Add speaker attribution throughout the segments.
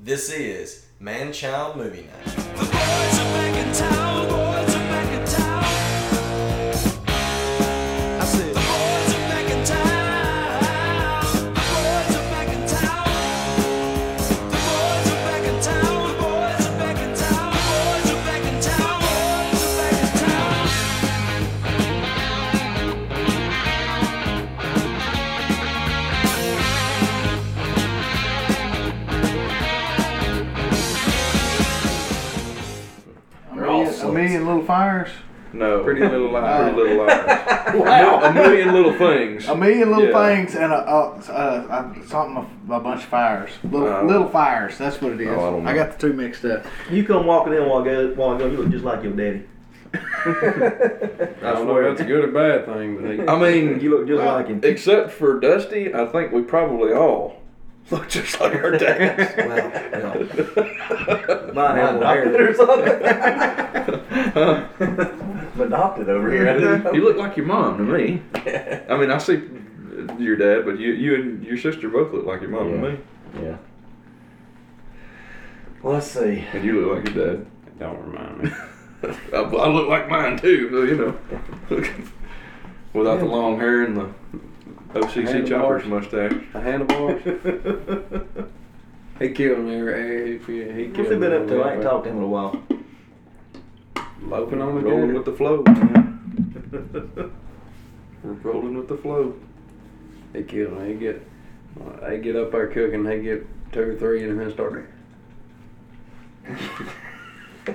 Speaker 1: This is Man Child Movie Night.
Speaker 2: The boys are back in town, boys are back in town.
Speaker 3: I said,
Speaker 2: The boys are back in town. The boys are back in town. The boys are back in town. The boys are back in town. The boys are back in town. The boys are back in town.
Speaker 4: They're all
Speaker 5: A million little fires.
Speaker 4: No.
Speaker 3: pretty little lies.
Speaker 4: Pretty little liars. A million little things.
Speaker 5: A million little
Speaker 4: Yeah.
Speaker 5: things and a, a, a, a something a, a bunch of fires. Little,
Speaker 4: Uh,
Speaker 5: little fires. That's what it is.
Speaker 4: I don't know.
Speaker 5: I got the two mixed up.
Speaker 6: You come walking in while go while ago, you look just like your daddy.
Speaker 4: I don't know if that's a good or bad thing, but he- I mean,
Speaker 6: You look just like him.
Speaker 4: except for Dusty, I think we probably all look just like our dads.
Speaker 1: Well, well,
Speaker 6: Mine had
Speaker 1: My
Speaker 6: hair.
Speaker 1: doctor's
Speaker 4: Huh?
Speaker 6: My doctor over here. I didn't-
Speaker 4: you look like your mom to me. I mean, I see your dad, but you, you and your sister both look like your mom to
Speaker 6: Yeah.
Speaker 4: me,
Speaker 6: Yeah. Let's see.
Speaker 4: and you look like your dad.
Speaker 3: Don't remind me.
Speaker 4: I, I look like mine too, so you know, without the long hair and the OCC choppers
Speaker 3: Handlebars.
Speaker 4: mustache.
Speaker 3: The handlebars.
Speaker 6: What's
Speaker 3: He killed me. He, he killed
Speaker 6: he been
Speaker 3: me.
Speaker 6: up to? I ain't talked to him in a while.
Speaker 4: Loping
Speaker 3: on the
Speaker 4: rolling
Speaker 3: gator.
Speaker 4: with the flow. We're rolling with the flow.
Speaker 3: He killed me. He get, they get up there cooking. They get two or three and then start.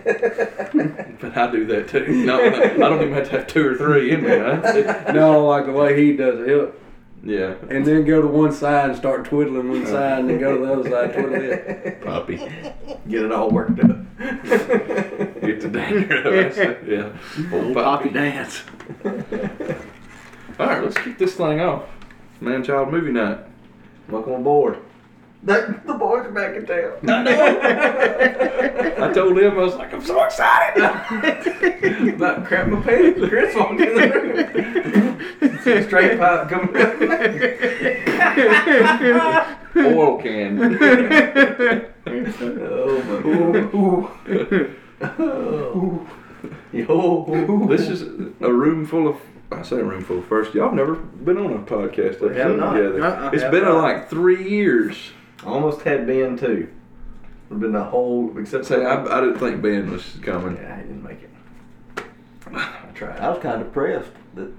Speaker 4: But I do that too. No, no, I don't even have to have two or three in me. I-
Speaker 3: No, like the way he does it. He'll,
Speaker 4: Yeah.
Speaker 3: and then go to one side and start twiddling one side, and then go to the other side, twiddle it.
Speaker 4: Puppy.
Speaker 6: Get it all worked up.
Speaker 4: Get the danger out of it. Yeah. Old
Speaker 5: Poppy dance.
Speaker 4: All right, let's kick this thing off. Man child movie night.
Speaker 6: Welcome aboard. The, the boys are back in town.
Speaker 4: I told him, I was like, I'm so excited.
Speaker 6: About crap my pants. Chris walked in the room. Straight pipe coming
Speaker 4: Oil can.
Speaker 6: Oh my god. Yo.
Speaker 4: This is a room full of. I say a room full of first. Y'all have never been on a podcast episode
Speaker 6: have not.
Speaker 4: together.
Speaker 5: Uh-uh.
Speaker 4: It's
Speaker 6: Have
Speaker 4: been
Speaker 6: not.
Speaker 4: like three years.
Speaker 6: Almost had Ben too. Would've been the whole except
Speaker 4: Say, I, I didn't think Ben was coming.
Speaker 6: Yeah, I didn't make it. I tried. I was kind of depressed that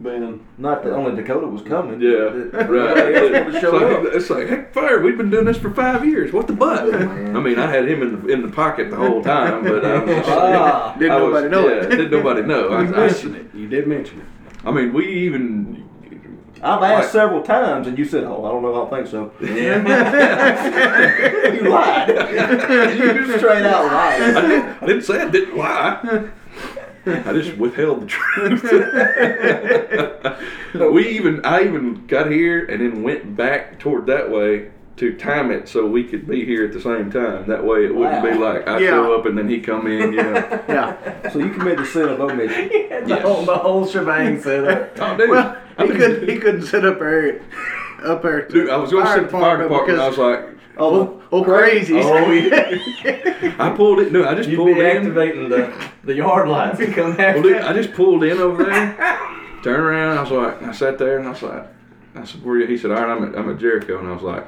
Speaker 4: Ben.
Speaker 6: not that only Dakota was coming.
Speaker 4: Yeah,
Speaker 6: that-
Speaker 4: right.
Speaker 6: that
Speaker 4: It's
Speaker 6: showed up. Oh,
Speaker 4: like, it's like, heck, fire! We've been doing this for five years. What the butt?
Speaker 6: Man.
Speaker 4: I mean, I had him in the in the pocket the whole time, but I was just,
Speaker 6: Ah.
Speaker 4: I
Speaker 5: Didn't
Speaker 4: was-
Speaker 5: nobody know
Speaker 4: yeah,
Speaker 5: it.
Speaker 4: Didn't nobody know?
Speaker 3: You
Speaker 4: I,
Speaker 3: mentioned
Speaker 4: I,
Speaker 3: it. You did mention it.
Speaker 4: I mean, we even.
Speaker 6: I've
Speaker 4: Like-
Speaker 6: asked several times, and you said, "Oh, I don't know. I don't think so." you lied. you straight out
Speaker 4: I
Speaker 6: lied.
Speaker 4: didn't, I didn't say I didn't lie. I just withheld the truth. we even, I even got here and then went back toward that way to time it so we could be here at the same time. That way, it wouldn't be
Speaker 6: Wow.
Speaker 4: like I
Speaker 5: Yeah.
Speaker 4: show up and then he come in. Yeah,
Speaker 5: Yeah.
Speaker 6: So you committed the sin of omission.
Speaker 4: Yes.
Speaker 6: the whole shebang set up.
Speaker 4: oh, dude.
Speaker 5: Well,
Speaker 4: I
Speaker 5: he
Speaker 4: mean,
Speaker 5: couldn't. He couldn't sit up there. Up there. to
Speaker 4: Dude, I was going to sit at the fire department. and I
Speaker 5: because-
Speaker 4: was like,
Speaker 5: oh, oh, crazy.
Speaker 6: Oh,
Speaker 4: I pulled it. No, I just
Speaker 6: You'd
Speaker 4: pulled
Speaker 6: be
Speaker 4: in.
Speaker 6: activating the, the yard lines and come after
Speaker 4: Well, dude, I just pulled in over there, turned around. I was like, I sat there and I was like, I said, where you? He said, all right, I'm at, I'm at Jericho. And I was like,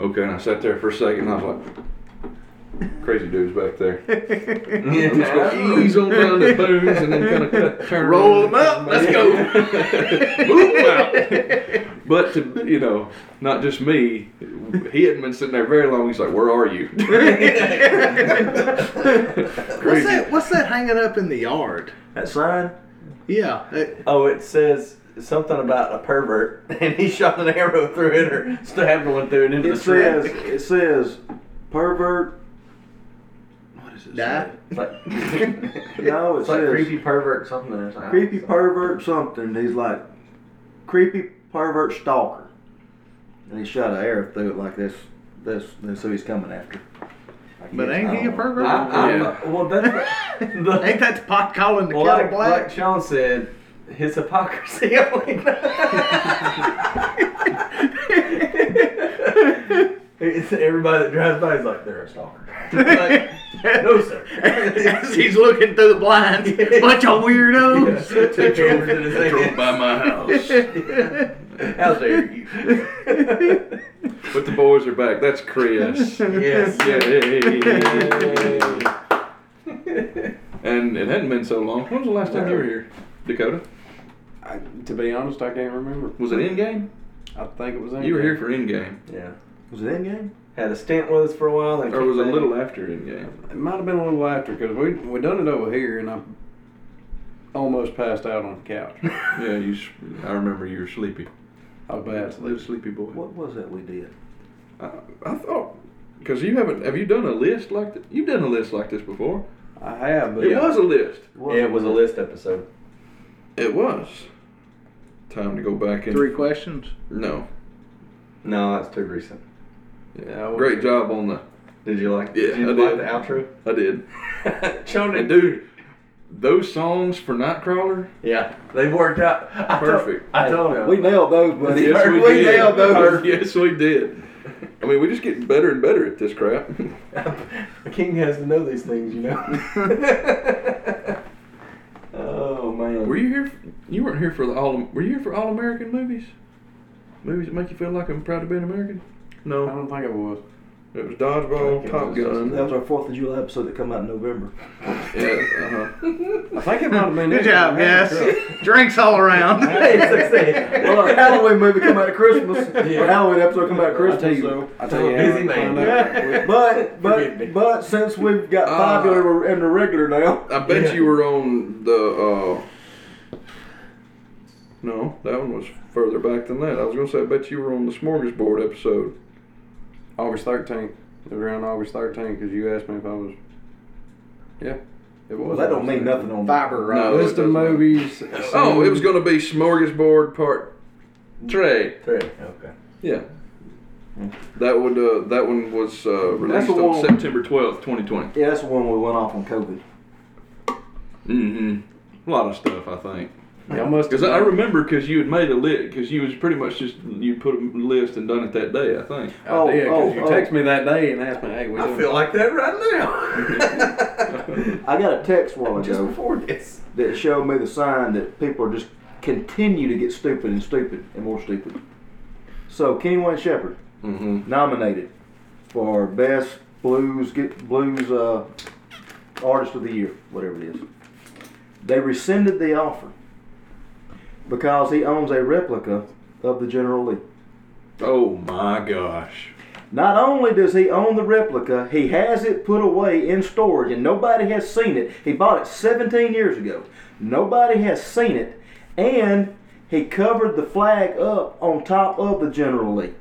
Speaker 4: okay. And I sat there for a second and I was like, crazy dude's back there. I'm just going to ease on down the booms and then kind of cut, turn
Speaker 5: Roll
Speaker 4: around.
Speaker 5: them up. Let's go.
Speaker 4: Move 'em out. But to, you know, not just me, he hadn't been sitting there very long. He's like, where are you?
Speaker 5: What's
Speaker 4: crazy.
Speaker 5: that? What's that hanging up in the yard?
Speaker 6: that sign.
Speaker 5: Yeah. that-
Speaker 6: Oh, it says something about a pervert, and he shot an arrow through it or stabbed one through it into
Speaker 7: It
Speaker 6: the tree.
Speaker 7: says it says pervert.
Speaker 5: die.
Speaker 6: It's like,
Speaker 7: No, it
Speaker 6: it's like
Speaker 7: says
Speaker 6: creepy pervert something. It's like,
Speaker 7: creepy pervert something. He's like creepy pervert stalker, and he shot an arrow through it like this. This this who he's coming after. I
Speaker 5: But
Speaker 7: guess,
Speaker 5: ain't he
Speaker 7: I don't
Speaker 5: a
Speaker 7: know.
Speaker 5: pervert?
Speaker 6: I, I'm,
Speaker 4: Yeah.
Speaker 6: Well, that's the,
Speaker 5: ain't that the pot calling the
Speaker 6: well,
Speaker 5: kettle
Speaker 6: like,
Speaker 5: black?
Speaker 6: like Sean said, his hypocrisy only.
Speaker 8: It's everybody that drives by is like, they're a stalker. like, no, sir.
Speaker 3: As he's looking through the blinds, bunch of weirdos.
Speaker 8: Two chambers in his hand.
Speaker 4: Drove by my house.
Speaker 8: How dare you?
Speaker 4: But the boys are back. That's Chris.
Speaker 8: yes.
Speaker 4: Yay. and it hadn't been so long. When was the last time you were here, Dakota?
Speaker 3: I, to be honest, I can't remember.
Speaker 4: Was it in game?
Speaker 3: I think it was. in
Speaker 4: You were
Speaker 3: there.
Speaker 4: here for in game,
Speaker 8: Yeah.
Speaker 6: Was it in game?
Speaker 8: Had a stint with us for a while, then
Speaker 4: or was it
Speaker 8: came
Speaker 4: a
Speaker 8: back.
Speaker 4: little after in game?
Speaker 3: It might have been a little after because we we done it over here, and I almost passed out on the couch.
Speaker 4: Yeah, you. s- I remember you were sleepy.
Speaker 3: I was bad
Speaker 4: Little
Speaker 3: sleep.
Speaker 4: sleepy boy.
Speaker 6: What was that we did?
Speaker 4: I, I thought, because you haven't. Have you done a list like that? You've done a list like this before.
Speaker 3: I have, but
Speaker 4: It was a list.
Speaker 8: Yeah, it was a list episode.
Speaker 4: It was. Time to go back in.
Speaker 9: Three questions.
Speaker 4: No.
Speaker 8: No, that's too recent.
Speaker 3: Yeah, I was-
Speaker 4: Great job on the.
Speaker 8: Did you like?
Speaker 4: Yeah,
Speaker 8: did you
Speaker 4: I
Speaker 8: like
Speaker 4: did.
Speaker 8: the
Speaker 4: I did.
Speaker 8: outro? Showed
Speaker 4: And
Speaker 8: it.
Speaker 4: dude, those songs for Nightcrawler.
Speaker 8: Yeah, they worked out. I told-
Speaker 4: Perfect.
Speaker 8: I told him.
Speaker 6: We nailed those, buddy.
Speaker 4: Yes, we,
Speaker 6: we
Speaker 4: did.
Speaker 6: nailed those.
Speaker 4: Yes, we did. I mean, we're just getting better and better at this crap.
Speaker 8: The king has to know these things, you know. oh man.
Speaker 4: were you here? f you weren't here for the all. Were you here for all American movies? Movies that make you feel like I'm proud to be an American.
Speaker 3: I
Speaker 4: No,
Speaker 3: don't think it was.
Speaker 4: it was Dodgeball, Top Gun.
Speaker 6: That was our 4th of July episode that come out in November.
Speaker 4: Yeah, uh-huh.
Speaker 3: I think it might have been.
Speaker 9: Good
Speaker 3: it.
Speaker 9: job,
Speaker 3: I had
Speaker 9: yes.
Speaker 3: a
Speaker 9: Drinks all around.
Speaker 8: Hey, succeed.
Speaker 6: Well, our Halloween movie come out at Christmas.
Speaker 8: Yeah.
Speaker 6: Our Halloween episode come out at
Speaker 3: truck. I tell
Speaker 6: Christmas.
Speaker 3: you,
Speaker 6: so.
Speaker 3: I tell you,
Speaker 8: Busy
Speaker 3: Aaron,
Speaker 8: man.
Speaker 3: find out.
Speaker 6: But
Speaker 8: Forgive me.
Speaker 6: but but since we've got five
Speaker 4: Uh,
Speaker 6: that are in the regular now,
Speaker 4: I bet
Speaker 8: Yeah.
Speaker 4: you were on the. Uh, no, that one was further back than that. I was gonna say, I bet you were on the Smorgasbord episode.
Speaker 3: August thirteenth. It was around August thirteenth because you asked me if I was. Yeah, it was.
Speaker 6: well, that don't
Speaker 3: August
Speaker 6: mean
Speaker 3: 13th.
Speaker 6: nothing on
Speaker 9: Fiber, right?
Speaker 4: No, it
Speaker 3: List of
Speaker 4: doesn't.
Speaker 3: movies.
Speaker 4: Oh, it was gonna be Smorgasbord Part Three.
Speaker 8: Three. Okay.
Speaker 4: Yeah. That would uh, that one was uh, released
Speaker 6: the
Speaker 4: on
Speaker 6: one-
Speaker 4: September twelfth, twenty twenty.
Speaker 6: Yeah, that's the one we went off on COVID.
Speaker 4: Mm-hmm. A lot of stuff, I think.
Speaker 3: Y'all must have
Speaker 4: Because I remember, because you had made a list, because you was pretty much just you put a list and done it that day. I think.
Speaker 6: Oh,
Speaker 3: I did, 'cause
Speaker 6: oh,
Speaker 3: you
Speaker 6: oh.
Speaker 3: texted me that day and asked me, "Hey, we
Speaker 8: I
Speaker 3: doing
Speaker 8: feel like that right now.
Speaker 6: I got a text a while
Speaker 8: Just
Speaker 6: ago
Speaker 8: before this.
Speaker 6: that showed me the sign that people are just continue to get stupid and stupid and more stupid. So Kenny Wayne Shepherd
Speaker 4: Mm-hmm.
Speaker 6: nominated for best blues get blues uh, artist of the year, whatever it is. They rescinded the offer because he owns a replica of the General Lee.
Speaker 4: Oh my gosh.
Speaker 6: Not only does he own the replica, he has it put away in storage and nobody has seen it. He bought it 17 years ago. Nobody has seen it. And he covered the flag up on top of the General Lee.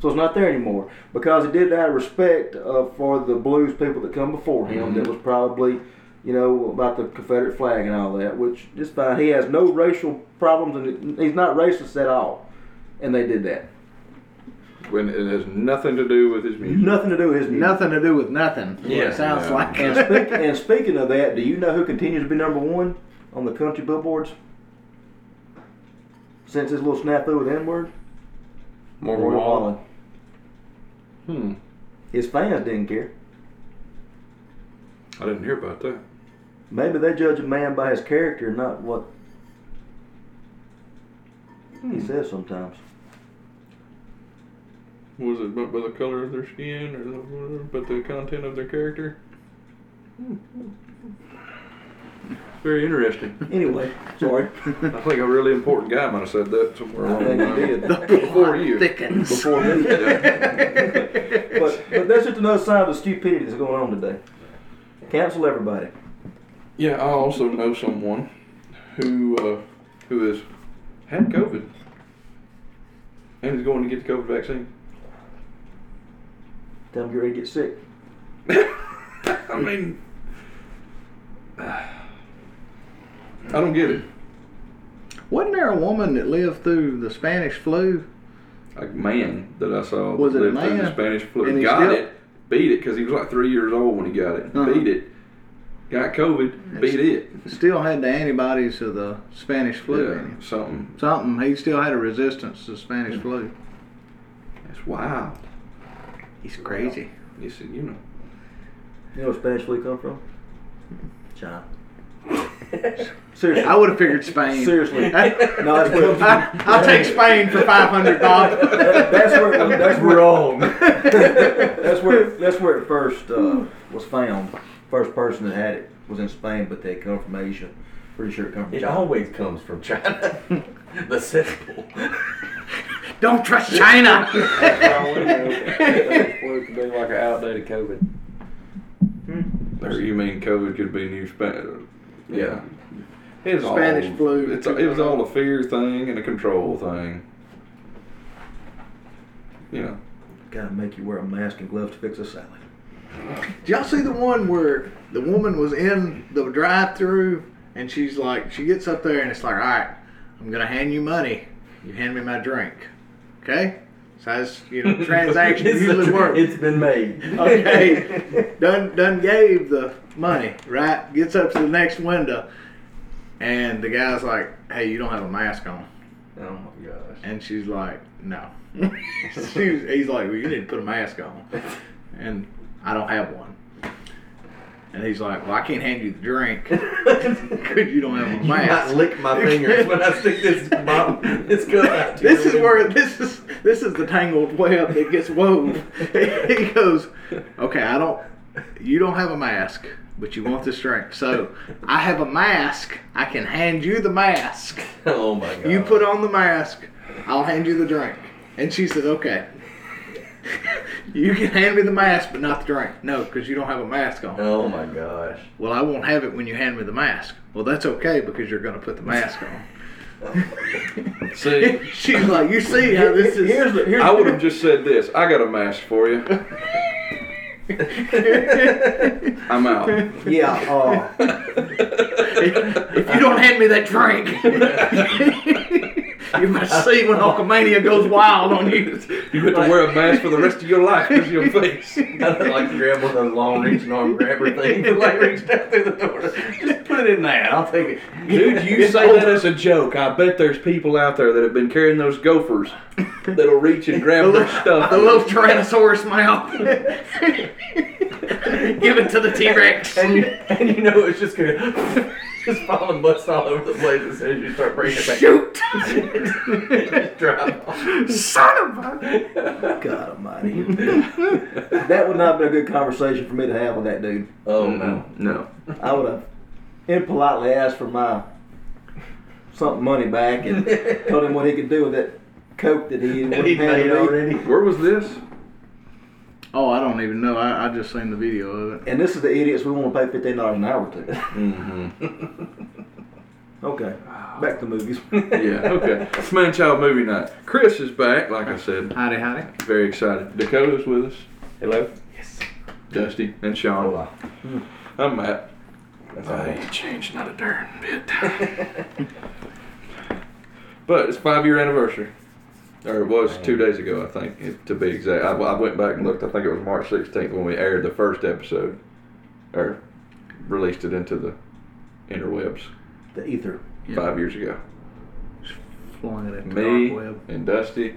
Speaker 6: So it's not there anymore because he did that out of respect uh, for the blues people that come before him that was probably, you know, about the Confederate flag and all that, which is fine. He has no racial problems and he's not racist at all. And they did that.
Speaker 4: When it has nothing to do with his music.
Speaker 6: Nothing to do with his music.
Speaker 9: Nothing to do with nothing. is what
Speaker 8: Yeah,
Speaker 9: it sounds
Speaker 4: yeah.
Speaker 9: like.
Speaker 6: And, speak, and speaking of that, do you know who continues to be number one on the country billboards since his little snafu with N word?
Speaker 3: Morgan Wallen.
Speaker 4: Hmm.
Speaker 6: His fans didn't care.
Speaker 4: I didn't hear about that.
Speaker 6: Maybe they judge a man by his character, not what he says sometimes.
Speaker 4: Was it about by the color of their skin or the, but the content of their character? Very interesting.
Speaker 6: Anyway, sorry.
Speaker 4: I think a really important guy might have said that somewhere
Speaker 6: I
Speaker 4: along the
Speaker 6: think he
Speaker 4: line.
Speaker 6: did.
Speaker 4: Before you.
Speaker 9: Thickens.
Speaker 6: Before me.
Speaker 4: Yeah.
Speaker 6: But, but that's just another side of the stupidity that's going on today. Cancel everybody.
Speaker 4: Yeah, I also know someone who uh, who has had COVID and is going to get the COVID vaccine.
Speaker 6: Tell them you're ready to get sick.
Speaker 4: I mean, I don't get it.
Speaker 9: Wasn't there a woman that lived through the Spanish flu?
Speaker 4: A man that I saw
Speaker 9: Was
Speaker 4: that
Speaker 9: it a
Speaker 4: lived through the
Speaker 9: man?
Speaker 4: Spanish flu
Speaker 9: And he
Speaker 4: got
Speaker 9: still-
Speaker 4: it, beat it because he was like three years old when he got it.
Speaker 9: Uh-huh.
Speaker 4: Beat it, got COVID, beat it.
Speaker 9: Still had the antibodies of the Spanish flu
Speaker 4: Yeah,
Speaker 9: in him.
Speaker 4: something.
Speaker 9: Something. He still had a resistance to Spanish flu.
Speaker 4: That's wild.
Speaker 9: He's crazy.
Speaker 4: He said, you know.
Speaker 7: You know where Spanish flu come from? China. Seriously.
Speaker 9: I would have figured Spain.
Speaker 7: Seriously.
Speaker 9: I,
Speaker 7: No, that's where
Speaker 9: will take Spain for five hundred dollars.
Speaker 7: That- that's where that's where
Speaker 6: Wrong.
Speaker 7: that's where that's where it first uh, was found. First person that had it was in Spain, but they come from Asia. Pretty sure it come from
Speaker 6: It
Speaker 7: China.
Speaker 6: always comes from China. the cesspool.
Speaker 9: Don't trust China.
Speaker 3: Flu could be like an outdated COVID.
Speaker 4: Or you mean COVID could be new Spanish? Yeah. It's
Speaker 9: Spanish flu.
Speaker 4: It's, it was all a fear thing and a control thing. You know.
Speaker 7: Gotta make you wear a mask and gloves to fix a salad.
Speaker 9: Did y'all see the one where the woman was in the drive-through and she's like, she gets up there and it's like, all right, I'm gonna hand you money. You hand me my drink, okay? So that's you know transaction
Speaker 6: It's
Speaker 9: usually
Speaker 6: a-
Speaker 9: work.
Speaker 6: It's been made.
Speaker 9: okay, done done gave the money, right? Gets up to the next window, and the guy's like, "Hey, you don't have a mask on,"
Speaker 6: Oh my gosh.
Speaker 9: and she's like, "No." She's- he's like, "Well, you need to put a mask on," and I don't have one. And he's like, "Well, I can't hand you the drink because you don't have a
Speaker 6: I might
Speaker 9: mask."
Speaker 6: lick my fingers when I stick this bottle, this cup out. to
Speaker 9: This
Speaker 6: your
Speaker 9: is where
Speaker 6: window.
Speaker 9: this is this is the tangled web that gets wove. he goes, okay, I don't, you don't have a mask, but you want this drink, so I have a mask. I can hand you the mask.
Speaker 6: Oh my god.
Speaker 9: You put on the mask, I'll hand you the drink. And she says, okay. You can hand me the mask, but not the drink. No, because you don't have a mask on.
Speaker 6: Oh my gosh.
Speaker 9: Well, I won't have it when you hand me the mask. Well, that's okay because you're going to put the mask on.
Speaker 4: See,
Speaker 9: She's like, you see how this is.
Speaker 7: Here's the here's
Speaker 4: I would have just said this. I got a mask for you. I'm out.
Speaker 7: yeah. Uh,
Speaker 9: if you don't hand me that drink, you must see when Hulkamania goes wild on you.
Speaker 4: You have to wear a mask for the rest of your life because of your face.
Speaker 6: I don't like to grab one of those long reaching arm grabber things and like reach down through the door. Just put it in there. I'll take it.
Speaker 4: Dude, you say that as a joke. I bet there's people out there that have been carrying those gophers that'll reach and grab their stuff.
Speaker 9: The little Tyrannosaurus mouth. Give it to the T Rex.
Speaker 6: And you, and you know it's just gonna just fall and bust all over the place as soon as you start bringing it back.
Speaker 9: Shoot!
Speaker 6: just drop off.
Speaker 9: Son of a.
Speaker 7: God Almighty. that would not have been a good conversation for me to have with that dude.
Speaker 6: Oh
Speaker 4: No,
Speaker 6: no.
Speaker 4: Mm-hmm. no.
Speaker 7: I would have impolitely asked for my something money back and told him what he could do with that coke that he
Speaker 6: And he's made already.
Speaker 4: Where was this?
Speaker 9: Oh, I don't even know. I, I just seen the video of it.
Speaker 7: And this is the idiots we want to pay fifteen dollars an hour to.
Speaker 6: Mm.
Speaker 4: Mm-hmm.
Speaker 7: Okay, back to movies.
Speaker 4: Yeah, okay. It's Man Child Movie Night. Chris is back, like I said.
Speaker 9: Howdy, howdy.
Speaker 4: Very excited. Dakota's with us.
Speaker 3: Hello.
Speaker 4: Dusty and Sean.
Speaker 6: Hola.
Speaker 4: I'm Matt.
Speaker 6: That's all
Speaker 4: I
Speaker 6: right.
Speaker 4: ain't changed not a darn bit. but it's five year anniversary. Or it was two days ago, I think, it- to be exact. I, I went back and looked. I think it was March 16th when we aired the first episode, or released it into the interwebs
Speaker 7: The ether.
Speaker 4: five years ago.
Speaker 9: Flying it at the
Speaker 4: Me
Speaker 9: dark web.
Speaker 4: and Dusty.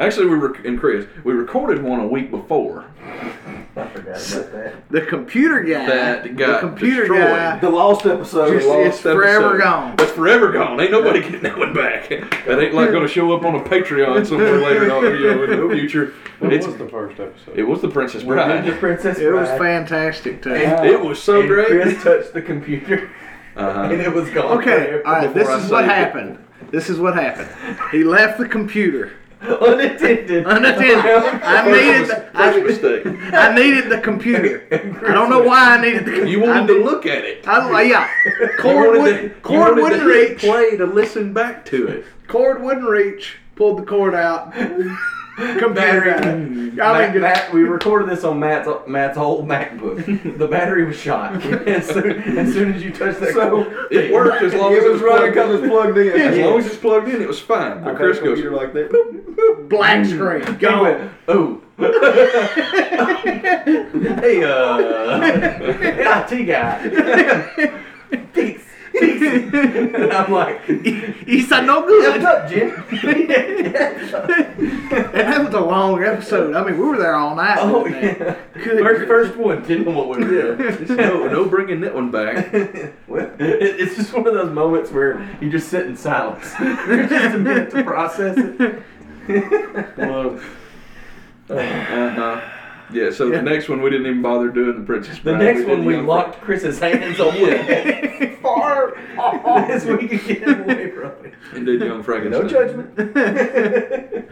Speaker 4: Actually, we rec- and Chris, we recorded one a week before.
Speaker 6: I forgot about that.
Speaker 9: The computer guy.
Speaker 4: That
Speaker 9: the
Speaker 4: got
Speaker 9: computer
Speaker 4: destroyed.
Speaker 9: guy.
Speaker 7: The lost episode.
Speaker 9: Just- it's forever gone.
Speaker 4: It's forever gone. Ain't nobody getting that one back. That ain't like going to show up on a Patreon somewhere later on, you know, in the future.
Speaker 3: What
Speaker 4: It's,
Speaker 3: was the first episode?
Speaker 4: it was the Princess
Speaker 6: Ninja
Speaker 4: Bride.
Speaker 6: Princess
Speaker 9: It was
Speaker 6: Bride.
Speaker 9: fantastic too.
Speaker 6: And-
Speaker 4: It was so
Speaker 6: and Chris
Speaker 4: great.
Speaker 6: touched the computer and
Speaker 4: Uh-huh.
Speaker 6: it was gone.
Speaker 9: Okay,
Speaker 6: forever.
Speaker 9: all right. This
Speaker 4: Before I
Speaker 9: is what
Speaker 4: saved it.
Speaker 9: happened. This is what happened. He left the computer
Speaker 6: Unattended.
Speaker 9: unattended. I needed.
Speaker 4: First,
Speaker 9: I,
Speaker 4: mistake.
Speaker 9: I needed the computer. I don't know why I needed the computer.
Speaker 4: You
Speaker 9: I
Speaker 4: wanted to
Speaker 9: did-
Speaker 4: look at it.
Speaker 9: I, don't- yeah. Cord,
Speaker 4: wanted
Speaker 9: would,
Speaker 4: to-
Speaker 9: cord
Speaker 4: you wanted
Speaker 9: wouldn't
Speaker 4: to hit
Speaker 9: reach.
Speaker 4: Play to listen back to it.
Speaker 9: Cord wouldn't reach. Pulled the cord out. Computer.
Speaker 6: Battery.
Speaker 9: out. I mean,
Speaker 6: Matt,
Speaker 9: just-
Speaker 6: Matt- we recorded this on Matt's Matt's old MacBook. The battery was shot as soon as, soon as you touched that.
Speaker 7: So,
Speaker 6: cord.
Speaker 4: It worked as long as
Speaker 7: it was running
Speaker 4: plugged in.
Speaker 7: because it's plugged in.
Speaker 4: As long as it's plugged in, it was fine. But Chris goes,
Speaker 7: computer like that.
Speaker 9: black screen.
Speaker 6: He
Speaker 9: Gone.
Speaker 6: went, oh. hey, uh, IT guy. Thanks. and I'm like,
Speaker 9: He's like, no good.
Speaker 6: what's up, Jim?
Speaker 9: And that was a long episode. I mean, we were there all night.
Speaker 6: oh,
Speaker 9: didn't we?
Speaker 6: yeah.
Speaker 9: Good.
Speaker 6: First, first one didn't know what we were doing.
Speaker 4: no, no bringing that one back.
Speaker 6: Well, it- it's just one of those moments where you just sit in silence. There's just a minute to process it. Well,
Speaker 4: Uh-huh. Yeah, so the next one we didn't even bother doing the Princess
Speaker 6: the
Speaker 4: Bride.
Speaker 6: next
Speaker 4: did
Speaker 6: one, we
Speaker 4: Young
Speaker 6: locked Chris's hands away far off as we could get away from it.
Speaker 4: Fra- and did Young Frankenstein.
Speaker 7: No judgment.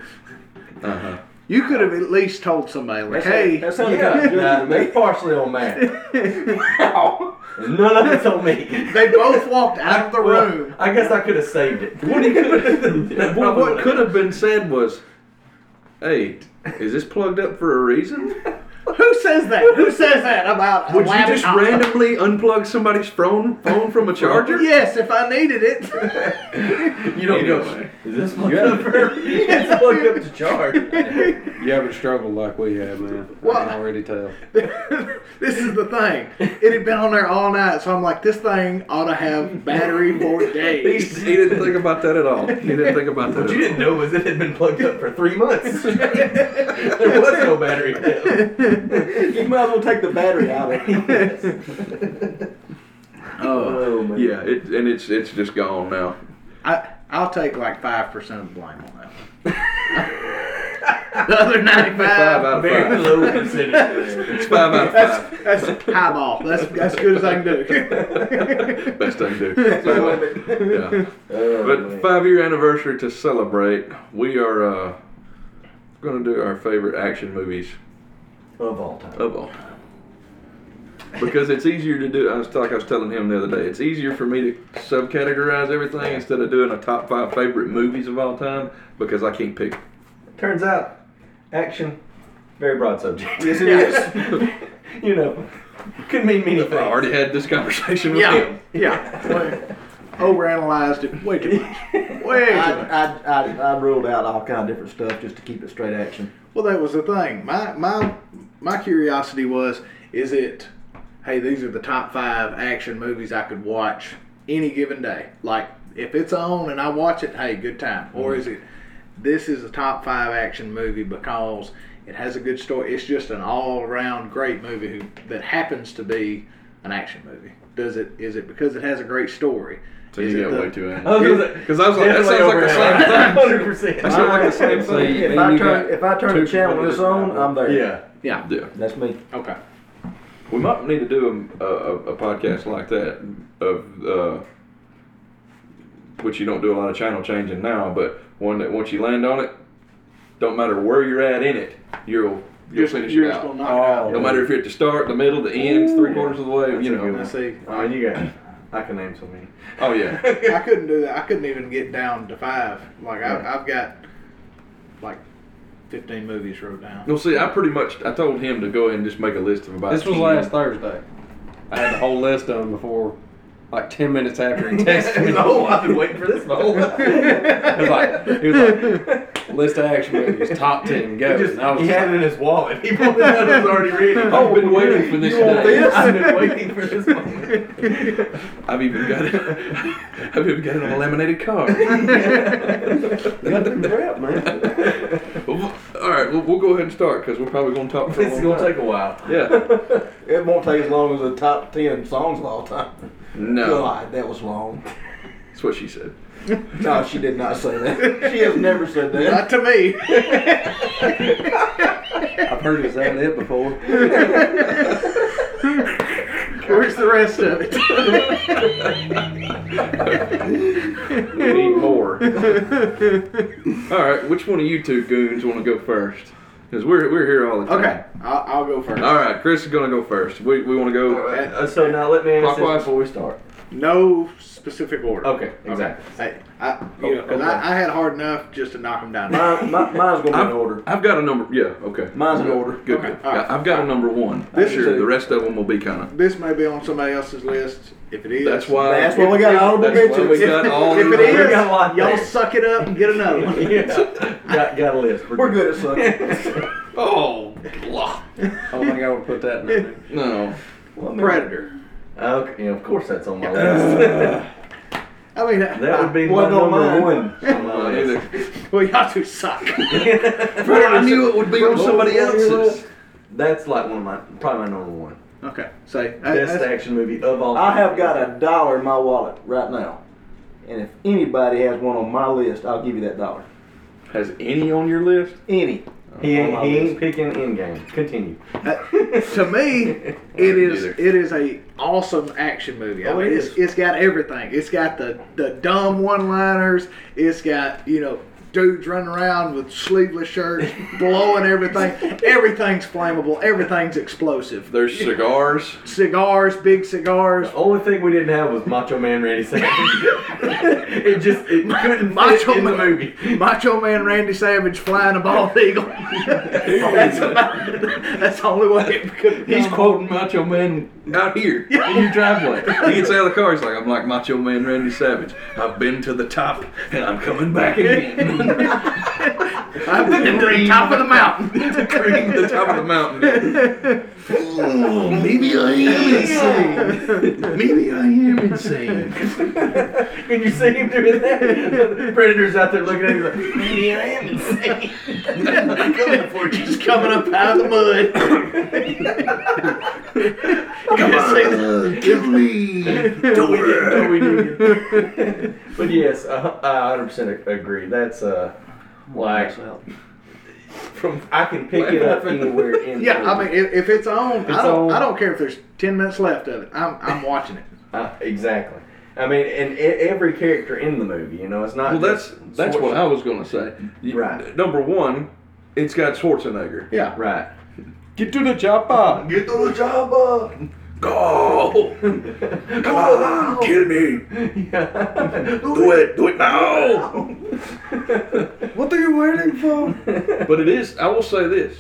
Speaker 4: Uh-huh.
Speaker 9: You could have at least told somebody, like, hey,
Speaker 7: That sounded
Speaker 6: Yeah,
Speaker 7: kind of
Speaker 6: nah,
Speaker 7: judgment to me.
Speaker 6: that's partially on Matt. None of it's on me.
Speaker 9: they both walked out of the
Speaker 6: Well,
Speaker 9: room.
Speaker 6: I guess I could have saved it. What do you
Speaker 4: Well, what could have been said was, hey, is this plugged up for a reason?
Speaker 9: Who says that? Who says that about a
Speaker 4: Would you just
Speaker 9: laptop?
Speaker 4: randomly unplug somebody's phone phone from a charger?
Speaker 9: Yes, if I needed it.
Speaker 6: You don't
Speaker 4: Anyway.
Speaker 6: go. Is this plugged up for? It's plugged up to charge.
Speaker 3: You haven't struggled like we have, man. I
Speaker 9: Well,
Speaker 3: can already tell.
Speaker 9: this is the thing. It had been on there all night, so I'm like, this thing ought to have battery for
Speaker 4: He,
Speaker 9: days.
Speaker 4: he didn't think about that at all. He didn't think about that.
Speaker 6: What you
Speaker 4: At all.
Speaker 6: didn't know was it had been plugged up for three months. there was no battery. left.
Speaker 7: You might as well take the battery out of it.
Speaker 4: Oh, yeah, it, and it's it's just gone now.
Speaker 9: I, I'll take like 5% of the blame on that one. the other 95,
Speaker 4: Five out of
Speaker 6: Very
Speaker 4: five.
Speaker 6: low percentage. there.
Speaker 4: It's five out of five.
Speaker 9: that's highball. That's as good as I can do.
Speaker 4: Best I can do. So, yeah.
Speaker 6: Oh,
Speaker 4: But five year anniversary to celebrate, we are uh, going to do our favorite action movies
Speaker 6: Of all time.
Speaker 4: of all time. Because it's easier to do. I was like I was telling him the other day. It's easier for me to subcategorize everything instead of doing a top five favorite movies of all time because I can't pick.
Speaker 6: Turns out, action, very broad subject.
Speaker 7: Yes, it is.
Speaker 6: you know, could mean many
Speaker 4: I
Speaker 6: things.
Speaker 4: already had this conversation with
Speaker 9: yeah,
Speaker 4: him.
Speaker 9: yeah. Way- Overanalyzed it way too much. Way too
Speaker 7: I,
Speaker 9: much.
Speaker 7: I, I, I ruled out all kind of different stuff just to keep it straight action.
Speaker 9: Well, that was the thing. My my my curiosity was: is it, hey, these are the top five action movies I could watch any given day. Like if it's on and I watch it, hey, good time. Or
Speaker 4: Mm-hmm.
Speaker 9: is it, this is a top five action movie because it has a good story. It's just an all around great movie who, that happens to be an action movie. Does it? Is it because it has a great story?
Speaker 4: So
Speaker 9: Is
Speaker 4: you
Speaker 9: it
Speaker 4: got
Speaker 9: the-
Speaker 4: way too angry.
Speaker 6: I was gonna say-
Speaker 4: Because I was like, that sounds like the same thing.
Speaker 6: Hundred percent.
Speaker 4: That sounds like the same thing.
Speaker 7: If I turn, if I turn the channel this on, I'm there.
Speaker 6: Yeah.
Speaker 9: Yeah.
Speaker 4: Yeah.
Speaker 7: That's me.
Speaker 9: Okay.
Speaker 4: We might need to do a, a, a podcast like that of uh, which you don't do a lot of channel changing now, but one that once you land on it, don't matter where you're at in it, you'll you'll
Speaker 9: You're,
Speaker 4: finish
Speaker 9: you're
Speaker 4: it
Speaker 9: just gonna
Speaker 4: out.
Speaker 9: knock it out.
Speaker 4: No matter if you're at the start, the middle, the end, three quarters of the way, you know.
Speaker 9: I see.
Speaker 6: Oh, you got. I can name so many.
Speaker 4: Oh yeah,
Speaker 9: I couldn't do that. I couldn't even get down to five. Like I, I've got like fifteen movies wrote down.
Speaker 4: well see, I pretty much I told him to go ahead and just make a list of about.
Speaker 3: This was
Speaker 4: 10.
Speaker 3: last Thursday. I had the whole list done before, like 10 minutes after he texted me.
Speaker 6: Oh, I've been waiting for this my whole
Speaker 3: It was like, it was like list of action movies, top 10, go.
Speaker 6: He, just,
Speaker 3: And I was
Speaker 6: he
Speaker 3: just
Speaker 6: had it in his wallet. He pulled it out. It was already ready.
Speaker 4: I've been waiting for this. day.
Speaker 6: I've been waiting for this moment.
Speaker 4: I've even got it. I've even got it on a laminated card.
Speaker 7: You got the crap, man.
Speaker 4: Well, we'll- all right, we'll, we'll go ahead and start because we're probably going to talk for a
Speaker 6: It's
Speaker 4: long
Speaker 6: gonna
Speaker 4: time.
Speaker 6: take a while.
Speaker 4: yeah.
Speaker 7: It won't take as long as the top ten songs of all time.
Speaker 4: No,
Speaker 7: God, that was long.
Speaker 4: that's what she said.
Speaker 7: No, she did not say that. She has never said
Speaker 9: Not
Speaker 7: that.
Speaker 9: to me.
Speaker 3: I've heard it was that it before.
Speaker 9: Where's the rest of it?
Speaker 4: We need more. all right, which one of you two goons want to go first? Because we're we're here all the time.
Speaker 9: Okay, I'll, I'll go first.
Speaker 4: All right, Chris is gonna go first. We, we want to go.
Speaker 6: Uh, so now let me answer this
Speaker 4: Clockwise?
Speaker 6: before we start.
Speaker 9: No specific order.
Speaker 6: Okay, exactly.
Speaker 9: Hey, I, you know, 'cause I, I had hard enough just to knock them down.
Speaker 7: Mine, my, mine's gonna be in
Speaker 4: I've,
Speaker 7: order.
Speaker 4: I've got a number. Yeah. Okay.
Speaker 7: Mine's in order.
Speaker 4: Good.
Speaker 9: Okay,
Speaker 4: good.
Speaker 9: all right.
Speaker 4: I've got a number one.
Speaker 9: This
Speaker 4: sure.
Speaker 9: is a-
Speaker 4: the rest of them will be kind of.
Speaker 9: This may be on somebody else's list. If it is,
Speaker 4: That's why.
Speaker 7: That's why we got honorable
Speaker 4: That's why we
Speaker 7: mentions.
Speaker 4: got all.
Speaker 9: If it
Speaker 6: We
Speaker 9: is,
Speaker 6: got a lot
Speaker 9: y'all
Speaker 6: there.
Speaker 9: suck it up and get another one.
Speaker 6: Yeah. got, got a list.
Speaker 7: We're good at sucking.
Speaker 4: Oh, blah.
Speaker 3: I don't think I would put that in there.
Speaker 4: No.
Speaker 9: Predator.
Speaker 6: Okay, yeah, of course that's on my list.
Speaker 9: I mean,
Speaker 6: That would be
Speaker 7: Wasn't
Speaker 6: my
Speaker 7: on
Speaker 6: number
Speaker 7: mine.
Speaker 6: one. on my list.
Speaker 9: well, y'all two suck. But I knew it would be on somebody else's.
Speaker 6: That's like one of my probably my number one
Speaker 9: Okay, say
Speaker 6: best
Speaker 9: that's-
Speaker 6: action movie of all.
Speaker 7: I
Speaker 6: time.
Speaker 7: have got a dollar in my wallet right now. And if anybody has one on my list, I'll give you that dollar.
Speaker 4: Has any on your list?
Speaker 7: Any.
Speaker 6: He
Speaker 7: on
Speaker 6: ain't,
Speaker 7: my
Speaker 6: he
Speaker 7: list.
Speaker 6: ain't picking Endgame. Continue.
Speaker 9: uh, to me, it
Speaker 4: didn't
Speaker 9: is
Speaker 4: either.
Speaker 9: it is a awesome action movie. I
Speaker 7: Oh,
Speaker 9: mean,
Speaker 7: it
Speaker 9: it's,
Speaker 7: is.
Speaker 9: it's got everything. It's got the the dumb one liners. It's got you know dudes running around with sleeveless shirts, blowing everything. Everything's flammable. Everything's explosive.
Speaker 4: There's cigars.
Speaker 9: Cigars, big cigars.
Speaker 6: The only thing we didn't have was Macho Man Randy Savage. it just it couldn't
Speaker 9: Macho
Speaker 6: fit in the
Speaker 9: Man-
Speaker 6: movie.
Speaker 9: Macho Man Randy Savage flying a bald eagle. that's about, that's the only way it could.
Speaker 4: He's quoting Macho Man out here in your driveway. He gets out of the car. He's like, "I'm like Macho Man Randy Savage. I've been to the top, and I'm coming back again.
Speaker 9: I'm the top of the mountain.
Speaker 4: the cream, the top of the mountain.
Speaker 9: Oh, maybe I am insane. Maybe I am insane.
Speaker 6: Can you see him doing that? The Predator's out there looking at him like, maybe I am insane.
Speaker 9: She's coming up out of the mud. Come on, give me.
Speaker 6: No, we didn't. No, we didn't. but yes, uh, I 100% agree. That's uh, like from I can pick it up anywhere. In
Speaker 9: Yeah, I mean, if, if it's on,
Speaker 6: It's
Speaker 9: I don't.
Speaker 6: on.
Speaker 9: I don't care if there's ten minutes left of it. I'm, I'm watching it.
Speaker 6: Uh, exactly. I mean, and e- every character in the movie, you know, it's not.
Speaker 4: Well, that's
Speaker 6: just
Speaker 4: that's what I
Speaker 6: Schwarzenegger.
Speaker 4: was gonna say. You-
Speaker 6: Right.
Speaker 4: Number one, it's got Schwarzenegger.
Speaker 9: Yeah.
Speaker 6: Right.
Speaker 4: Get to the chopper.
Speaker 1: Get to the job, uh.
Speaker 4: Go. Come on, kill me. Do it. Do it now.
Speaker 3: What are you waiting for?
Speaker 4: But it is, I will say this.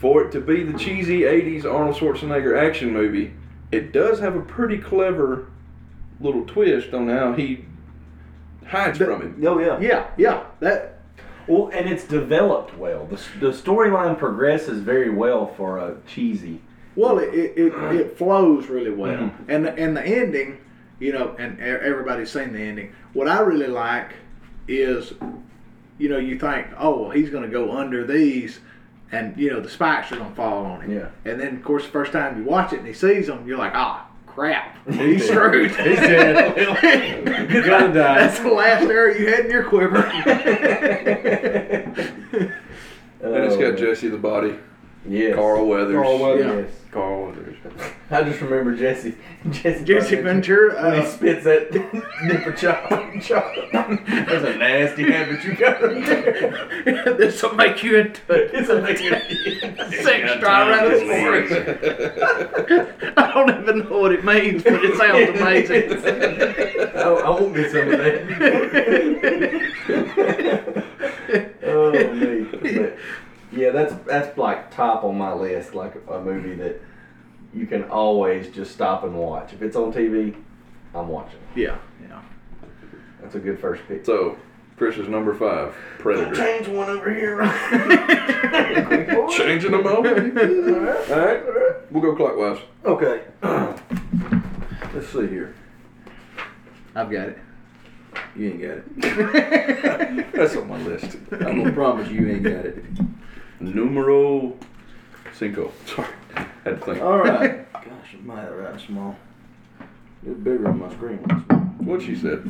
Speaker 4: For it to be the cheesy 80s Arnold Schwarzenegger action movie, it does have a pretty clever little twist on how he hides from him.
Speaker 7: Oh, yeah.
Speaker 9: Yeah. Yeah. That.
Speaker 6: Well, and it's developed well. The, s- the storyline progresses very well for a cheesy.
Speaker 9: Well, it it, it, it flows really well, and the, and the ending, you know, and e- everybody's seen the ending. What I really like is, you know, you think, oh, well, he's gonna go under these, and you know, the spikes are gonna fall on him.
Speaker 6: Yeah.
Speaker 9: And then, of course, the first time you watch it and he sees them, you're like, ah, crap, he's screwed. he's dead.
Speaker 6: You're gonna die.
Speaker 9: That's the last arrow you had in your quiver.
Speaker 4: And it's
Speaker 6: Oh.
Speaker 4: got Jesse the Body,
Speaker 6: yes.
Speaker 4: Carl Weathers.
Speaker 6: Carl
Speaker 9: Weathers.
Speaker 6: Weathers.
Speaker 3: Carl Weathers.
Speaker 6: I just remember Jesse. Jesse,
Speaker 9: Jesse Ventura.
Speaker 6: When he
Speaker 9: uh,
Speaker 6: spits that nipper chop, chop. That's a nasty habit you got right there.
Speaker 9: This'll make you into
Speaker 6: It's a nasty.
Speaker 9: six Triceratops forest. I don't even know what it means, but it sounds amazing.
Speaker 6: I, I won't get some of that. oh me. But, yeah, that's that's like top on my list, like a movie that you can always just stop and watch. If it's on TV, I'm watching. it.
Speaker 9: yeah, yeah.
Speaker 6: That's a good first pick.
Speaker 4: So, Chris's number five, Predator.
Speaker 1: Change one over here.
Speaker 4: Changing them over. All right, we'll go clockwise.
Speaker 7: Okay. Let's see here.
Speaker 9: I've got it.
Speaker 7: You ain't got it.
Speaker 4: That's on my list.
Speaker 7: I'm gonna promise you, you ain't got it.
Speaker 4: Numero cinco. Sorry, had to think.
Speaker 7: All right. Gosh, am I right small? It's bigger on my screen.
Speaker 4: What she said.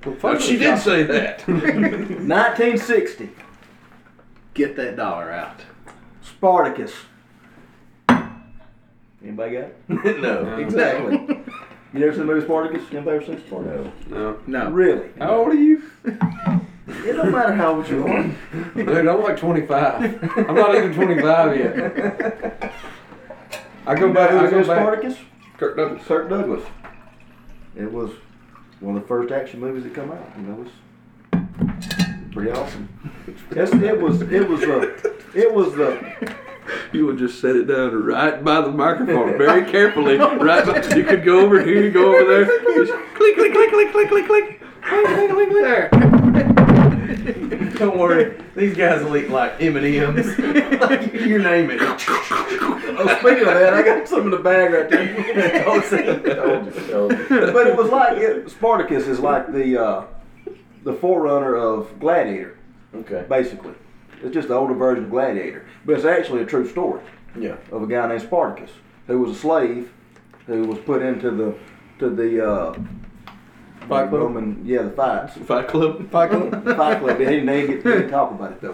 Speaker 4: But Oh, she did say that.
Speaker 7: 1960.
Speaker 9: Get that dollar out.
Speaker 7: Spartacus. Anybody got it?
Speaker 6: no,
Speaker 7: Exactly. you never seen the movie Spartacus? Anybody ever seen Spartacus?
Speaker 3: No.
Speaker 9: No.
Speaker 7: Really?
Speaker 4: How old are you?
Speaker 7: It don't matter how old you are.
Speaker 3: Dude, I'm like 25. I'm not even 25 yet. I go back.
Speaker 7: Who
Speaker 3: I
Speaker 7: was
Speaker 3: go
Speaker 7: in
Speaker 3: back.
Speaker 7: Spartacus?
Speaker 4: Kirk Douglas.
Speaker 7: Kirk Douglas. It was one of the first action movies that come out. You know, it was pretty awesome. Yes, it was. It was the. It was the.
Speaker 4: You would just set it down right by the microphone, very carefully. Right, by, you could go over here, go over there. Just click, click, click, click, click, click, click.
Speaker 9: There.
Speaker 6: don't worry. These guys will eat like M and M's. You name it.
Speaker 7: Well, Oh, speaking of that, I got some in the bag right there.
Speaker 6: Told you, told you.
Speaker 7: but it was like it, Spartacus is like the uh, the forerunner of Gladiator,
Speaker 6: Okay.
Speaker 7: basically. It's just the older version of Gladiator, but it's actually a true story
Speaker 6: Yeah.
Speaker 7: of a guy named Spartacus who was a slave who was put into the to the uh,
Speaker 3: Fight Club?
Speaker 7: Roman yeah the fights.
Speaker 3: Fight Club.
Speaker 7: Fight Club. Fight Club. He didn't, he didn't get to talk about it though.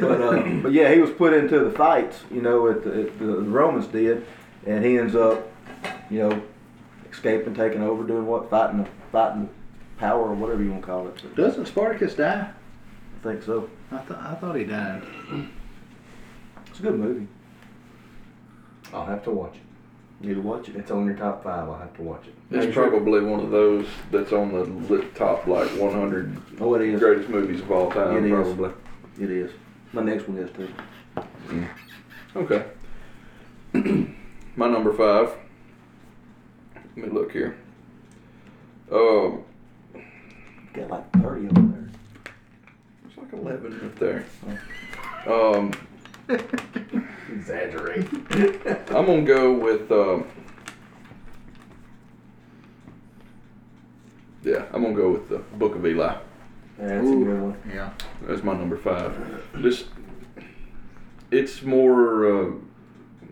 Speaker 7: But, uh, but yeah, he was put into the fights, you know, at the, at the the Romans did, and he ends up, you know, escaping, taking over, doing what, fighting, the fighting the power or whatever you want to call it. But
Speaker 9: Doesn't Spartacus die?
Speaker 7: I think so.
Speaker 9: I, th- I thought he died.
Speaker 7: It's a good movie.
Speaker 6: I'll have to watch it.
Speaker 7: You need to watch it.
Speaker 6: It's on your top five. I'll have to watch it.
Speaker 4: It's probably one of those that's on the li- top like 100
Speaker 7: Oh, it is.
Speaker 4: greatest movies of all time,
Speaker 7: It is.
Speaker 4: probably.
Speaker 7: It is. My next one is too.
Speaker 4: Okay. My number five. Let me look here. Um,
Speaker 7: Got like thirty over there.
Speaker 4: there's like 11 up there. Um,
Speaker 6: Exaggerate.
Speaker 4: I'm gonna go with. Um, yeah, I'm gonna go with the Book of Eli.
Speaker 6: That's a good one.
Speaker 9: Yeah.
Speaker 4: That's my number five. This, it's more. Uh,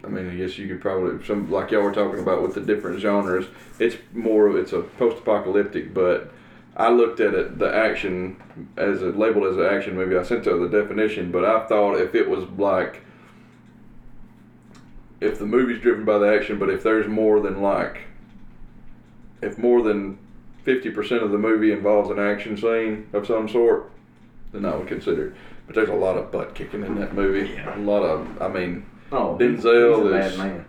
Speaker 4: I mean, I guess you could probably some like y'all were talking about with the different genres. It's more of it's a post-apocalyptic, but I looked at it the action as a labeled as an action movie. I sent her the definition, but I thought if it was like if the movie's driven by the action, but if there's more than like if more than fifty percent of the movie involves an action scene of some sort, than I would consider. But there's a lot of butt kicking in that movie. A lot of, I mean,
Speaker 6: Oh,
Speaker 4: Denzel
Speaker 6: he's a
Speaker 4: is-
Speaker 6: bad man.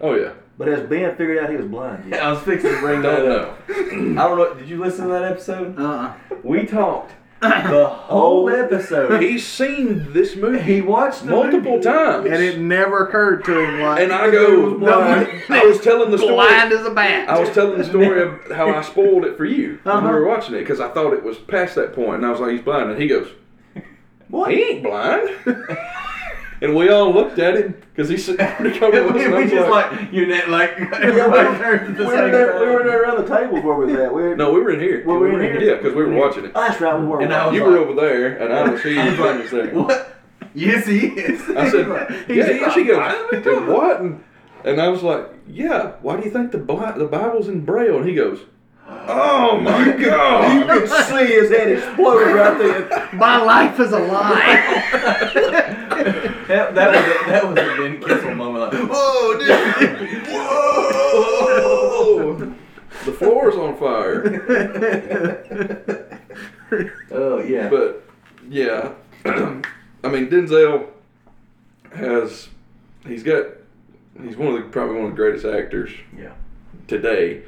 Speaker 4: oh yeah,
Speaker 7: But has Ben figured out he was blind yet?
Speaker 6: I was fixing to bring that
Speaker 4: don't
Speaker 6: up.
Speaker 4: know.
Speaker 6: I don't know. Did you listen to that episode?
Speaker 9: Uh-uh.
Speaker 6: We talked the whole episode.
Speaker 4: He's seen this movie
Speaker 6: He watched the
Speaker 4: multiple
Speaker 6: movie.
Speaker 4: times,
Speaker 9: And it never occurred to him like
Speaker 4: And I go,
Speaker 9: No,
Speaker 4: I was telling the story.
Speaker 9: blind as a bat.
Speaker 4: I was telling the story of how I spoiled it for you
Speaker 6: Uh-huh.
Speaker 4: when we were watching it because I thought it was past that point, and I was like, he's blind, and he goes, "Well, he ain't blind." and we all looked at him because he said,
Speaker 6: we just like you net like everybody turned to
Speaker 7: We
Speaker 6: the
Speaker 7: were,
Speaker 6: same
Speaker 7: there, we were
Speaker 6: time.
Speaker 7: there around the table where we was at. We were,
Speaker 4: "No, we were in here.
Speaker 7: Well, we were in here?
Speaker 4: Yeah, because we were watching it.
Speaker 7: Oh, that's right. We were.
Speaker 6: And I was
Speaker 4: You were over there, and I was here. and Brandon was there.
Speaker 6: What? Yes, he is.
Speaker 4: I said, yeah, yeah. She goes,
Speaker 6: "Dude,
Speaker 4: "Dude, what? And, and I was like, yeah. Why do you think the Bi- the Bible's in Braille? And he goes, oh my
Speaker 7: you
Speaker 4: god.
Speaker 7: could see his head exploded right there.
Speaker 9: My life is a lie.
Speaker 6: That, that was a, that was a Ben Kissel moment. Like,
Speaker 4: Whoa, dude. Whoa. The floor's on fire.
Speaker 6: oh yeah.
Speaker 4: But yeah, I mean Denzel has he's got he's one of the probably one of the greatest actors
Speaker 6: yeah.
Speaker 4: today,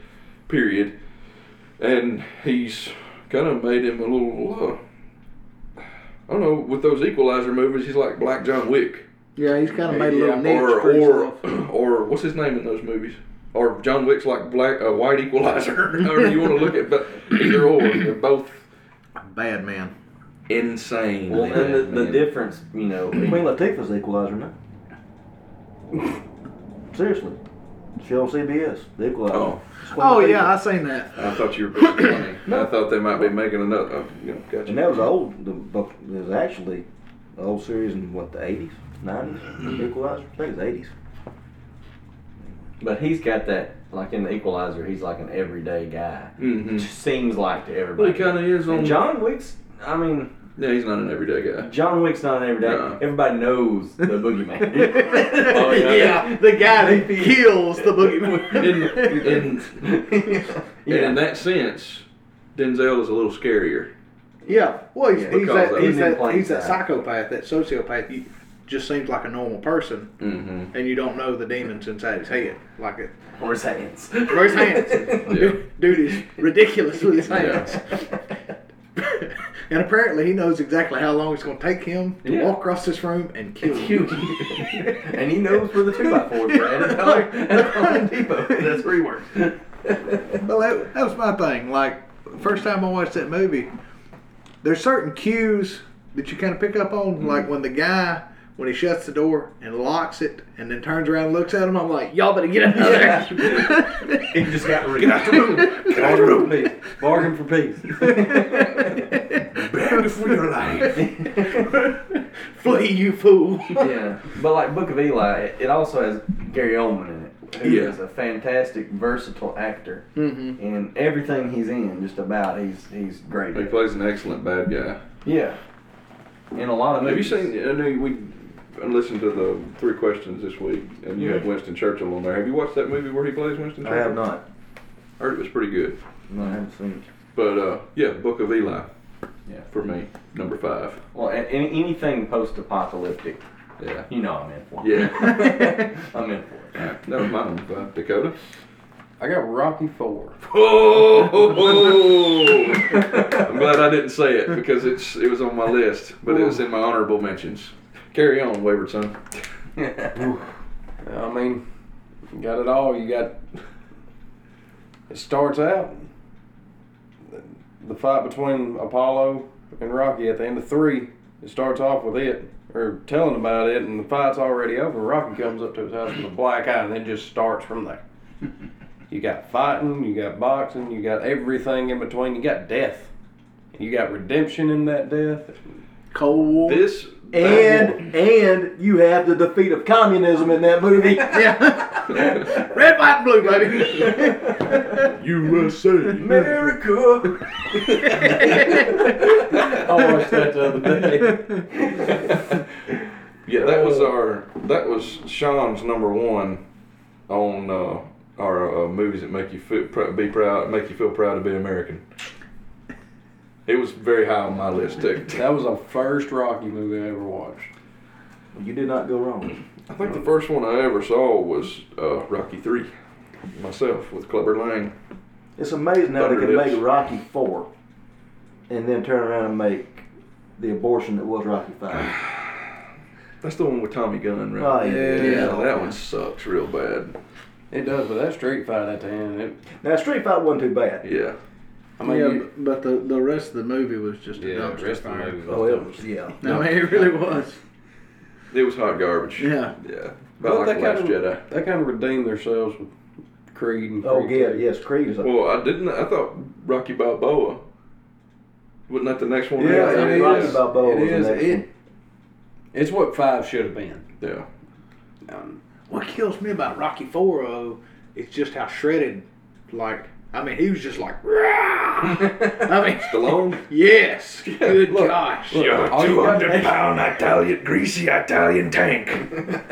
Speaker 4: period. And he's kind of made him a little, uh, I don't know, with those Equalizer movies, he's like Black John Wick.
Speaker 9: yeah, he's kind of made a
Speaker 4: Yeah,
Speaker 9: little niche
Speaker 4: or,
Speaker 9: for
Speaker 4: or,
Speaker 9: himself.
Speaker 4: or what's his name in those movies? Or John Wick's like Black uh, White Equalizer. However you want to look at, but either or, they're both
Speaker 9: Bad man.
Speaker 4: insane.
Speaker 6: Well,
Speaker 4: man,
Speaker 6: and the, the
Speaker 4: man.
Speaker 6: difference, you know,
Speaker 7: Queen Latifah's the equalizer now. Seriously. She on CBS, the equalizer.
Speaker 4: Oh.
Speaker 7: It's Queen
Speaker 9: Oh
Speaker 7: Latifah.
Speaker 9: yeah, I seen that.
Speaker 4: I thought you were being funny. I thought they might be making another. Oh, yeah, gotcha.
Speaker 7: And that was old. The book it was actually an old series in what the eighties, nineties. Equalizer. I think it's eighties.
Speaker 6: but he's got that like in the Equalizer, he's like an everyday guy.
Speaker 4: Mhm.
Speaker 6: Just seems like to
Speaker 4: Well,
Speaker 6: everybody.
Speaker 4: he kind of is on.
Speaker 6: And John Wick's, I mean,
Speaker 4: yeah, he's not an everyday guy.
Speaker 6: John Wick's not an everyday.
Speaker 4: No.
Speaker 6: Everybody knows the boogeyman.
Speaker 4: Oh, yeah.
Speaker 9: the guy that kills the boogeyman.
Speaker 4: in, in,
Speaker 6: yeah.
Speaker 4: And in that sense, Denzel is a little scarier.
Speaker 9: yeah, well, he's,
Speaker 6: Yeah,
Speaker 9: he's
Speaker 4: because
Speaker 9: that he's
Speaker 6: of-
Speaker 9: that he's that psychopath, that sociopath. He just seems like a normal person,
Speaker 4: Mm-hmm.
Speaker 9: and you don't know the demons inside his head. Like it,
Speaker 6: Or his hands.
Speaker 9: or his hands.
Speaker 4: Yeah.
Speaker 9: Dude is ridiculous with his
Speaker 4: Yeah.
Speaker 9: hands. and apparently, he knows exactly how long it's going to take him to
Speaker 6: Yeah.
Speaker 9: walk across this room and kill you.
Speaker 6: Huge. and he knows where the 2x4s are at. At Dollar- at Home Depot. That's where he works.
Speaker 9: Well, that, that was my thing. Like, first time I watched that
Speaker 6: Mm-hmm.
Speaker 9: movie, there's certain cues that you kind of pick up on. Like when the guy when he shuts the door and locks it and then turns around and looks at him, I'm like, y'all better get out of there.
Speaker 6: It just got real. Get out the room. Get out the room. Bargain for peace.
Speaker 1: Bad for your life.
Speaker 9: Flee, you fool.
Speaker 6: yeah, but like Book of Eli, it, it also has Gary Oldman in it, who is
Speaker 4: Yeah.
Speaker 6: a fantastic, versatile actor.
Speaker 9: Mm-hmm.
Speaker 6: And everything he's in, just about, he's he's great.
Speaker 4: He
Speaker 6: at.
Speaker 4: plays an excellent bad guy.
Speaker 6: Yeah, in a lot of
Speaker 4: Have you
Speaker 6: movies.
Speaker 4: seen? I know we I listened to the three questions this week, and you had Winston Churchill on there. Have you watched that movie where he plays Winston
Speaker 7: I
Speaker 4: Churchill?
Speaker 7: have not.
Speaker 4: Heard it was pretty good.
Speaker 7: No, I haven't seen it.
Speaker 4: But uh, yeah, Book of Eli.
Speaker 6: Yeah.
Speaker 4: For me, number five.
Speaker 6: Well, a- any, anything post-apocalyptic,
Speaker 4: Yeah.
Speaker 6: you know, I'm in for.
Speaker 4: Yeah.
Speaker 6: I'm in for it.
Speaker 4: Alright, that was my number five. Dakota.
Speaker 3: I got Rocky Four.
Speaker 4: Oh, I'm glad I didn't say it because it's it was on my list, but it was in my honorable mentions. Carry on, wayward son.
Speaker 3: I mean, you got it all. You got. It starts out the fight between Apollo and Rocky at the end of three. It starts off with it or telling about it, and the fight's already over. Rocky comes up to his house with a black eye, and it just starts from there. You got fighting, you got boxing, you got everything in between. You got death. You got redemption in that death.
Speaker 9: Cold War.
Speaker 4: This
Speaker 7: And and you have the defeat of communism in that movie.
Speaker 9: yeah. Red, white, and blue, baby.
Speaker 4: USA.
Speaker 3: America. I watched that the other day.
Speaker 4: Yeah, that was our that was Sean's number one on uh, our uh, movies that make you feel, pr- be proud, make you feel proud to be American. It was very high on my list too.
Speaker 3: That was the first Rocky movie I ever watched.
Speaker 7: you did not go wrong.
Speaker 4: I think the first one I ever saw was uh, Rocky Three, myself with Clubber Lang.
Speaker 7: It's amazing how they can
Speaker 4: Thunderlips.
Speaker 7: make Rocky four, and then turn around and make the abortion that was Rocky five.
Speaker 4: That's the one with Tommy Gunn,
Speaker 7: Oh,
Speaker 4: right?
Speaker 7: yeah.
Speaker 4: that one sucks real bad.
Speaker 3: It does, but that street fight at the end, it,
Speaker 7: Now Street Fight wasn't too bad.
Speaker 4: Yeah,
Speaker 3: I mean,
Speaker 9: yeah,
Speaker 3: you,
Speaker 9: but the, the rest of the movie was just a dumpster fire.
Speaker 7: Oh, it was yeah.
Speaker 9: No, I mean, it really was.
Speaker 4: it was hot garbage.
Speaker 9: Yeah.
Speaker 4: yeah.
Speaker 3: Well,
Speaker 4: About like
Speaker 3: they
Speaker 4: Last
Speaker 3: kinda-
Speaker 4: Jedi.
Speaker 3: They kind of redeemed themselves with Creed and
Speaker 7: Oh
Speaker 3: Creed
Speaker 7: yeah,
Speaker 3: two.
Speaker 7: yes, Creed is. A,
Speaker 4: Well, I didn't. I thought Rocky Balboa. Wasn't that the next one?
Speaker 3: Yeah,
Speaker 7: Yeah,
Speaker 3: it
Speaker 7: Rocky
Speaker 3: is.
Speaker 7: Balboa
Speaker 3: It
Speaker 7: was the
Speaker 3: is.
Speaker 7: next
Speaker 3: It,
Speaker 7: one.
Speaker 3: it's what five should have been.
Speaker 4: Yeah.
Speaker 3: Um,
Speaker 9: What kills me about Rocky Four oh, is just how shredded. Like, I mean, he was just like, "Rah!" I mean,
Speaker 4: Stallone.
Speaker 9: yes, good gosh,
Speaker 1: You're
Speaker 3: All
Speaker 1: a
Speaker 3: you got to
Speaker 1: 200 pound Italian, greasy Italian tank.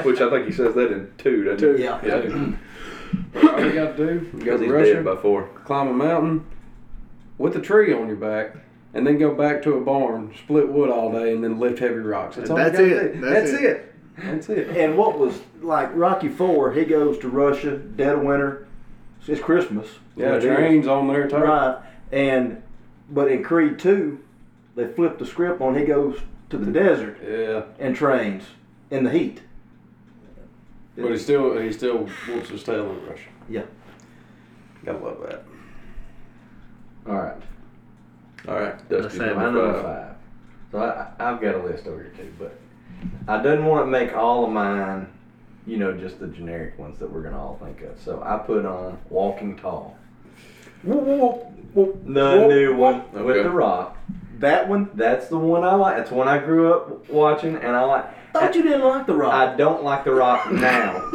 Speaker 4: Which I think he says that in two, doesn't he?
Speaker 7: yeah.
Speaker 4: Yeah.
Speaker 6: Mm-hmm.
Speaker 3: all you got to do, you got
Speaker 4: Because
Speaker 3: to
Speaker 4: he's
Speaker 3: Russia,
Speaker 4: dead by four.
Speaker 3: climb a mountain with a tree on your back, and then go back to a barn, split wood all day, and then lift heavy rocks. That's all
Speaker 9: That's
Speaker 3: you gotta
Speaker 9: it.
Speaker 3: do.
Speaker 9: That's
Speaker 3: That's
Speaker 9: it.
Speaker 3: it. That's it.
Speaker 7: And what was like Rocky Four? He goes to Russia, dead of winter. It's Christmas.
Speaker 3: Yeah,
Speaker 7: It is.
Speaker 3: trains on there too.
Speaker 7: Right. And but in Creed two, they flip the script on. He goes to the desert
Speaker 3: Yeah,
Speaker 7: and trains in the heat.
Speaker 3: but he still he still wants his tail in Russia.
Speaker 7: Yeah.
Speaker 3: Gotta love that.
Speaker 6: All right.
Speaker 4: All right. Dusty's
Speaker 9: Sam,
Speaker 4: number
Speaker 6: My number
Speaker 4: five.
Speaker 6: five. So I, I- I've got a list over here too, but I didn't want to make all of mine, you know, just the generic ones that we're gonna all think of. So I put on Walking Tall, the new one with
Speaker 4: Okay.
Speaker 6: The Rock.
Speaker 7: That one.
Speaker 6: That's the one I like. That's the one I grew up watching, and I like.
Speaker 7: Thought you didn't like the rock.
Speaker 6: I don't like The Rock now.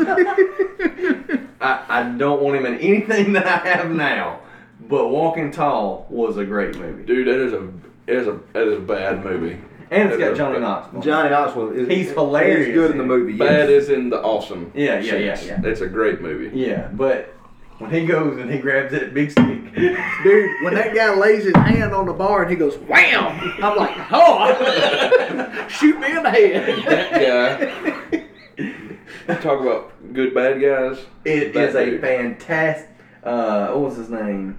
Speaker 6: I, I don't want him in anything that I have now. But Walking Tall was a great movie,
Speaker 4: Dude, that is a that is a that is a bad movie.
Speaker 6: and it's got Johnny Knoxville.
Speaker 7: Johnny Knoxville is
Speaker 6: He's hilarious
Speaker 7: He's good in the
Speaker 6: in it.
Speaker 7: movie. yes.
Speaker 4: Bad is in the awesome.
Speaker 6: Yeah, yeah, yeah,
Speaker 4: sense.
Speaker 6: yeah.
Speaker 4: It's a great movie.
Speaker 6: Yeah, but when he goes and he grabs that big stick,
Speaker 9: dude. When that guy lays his hand on the bar and he goes, "Wham!" I'm like, "Oh, shoot me in the head."
Speaker 4: That guy. Talk about good bad guys.
Speaker 6: it
Speaker 4: That
Speaker 6: is a
Speaker 4: dude.
Speaker 6: fantastic. Uh, what was his name?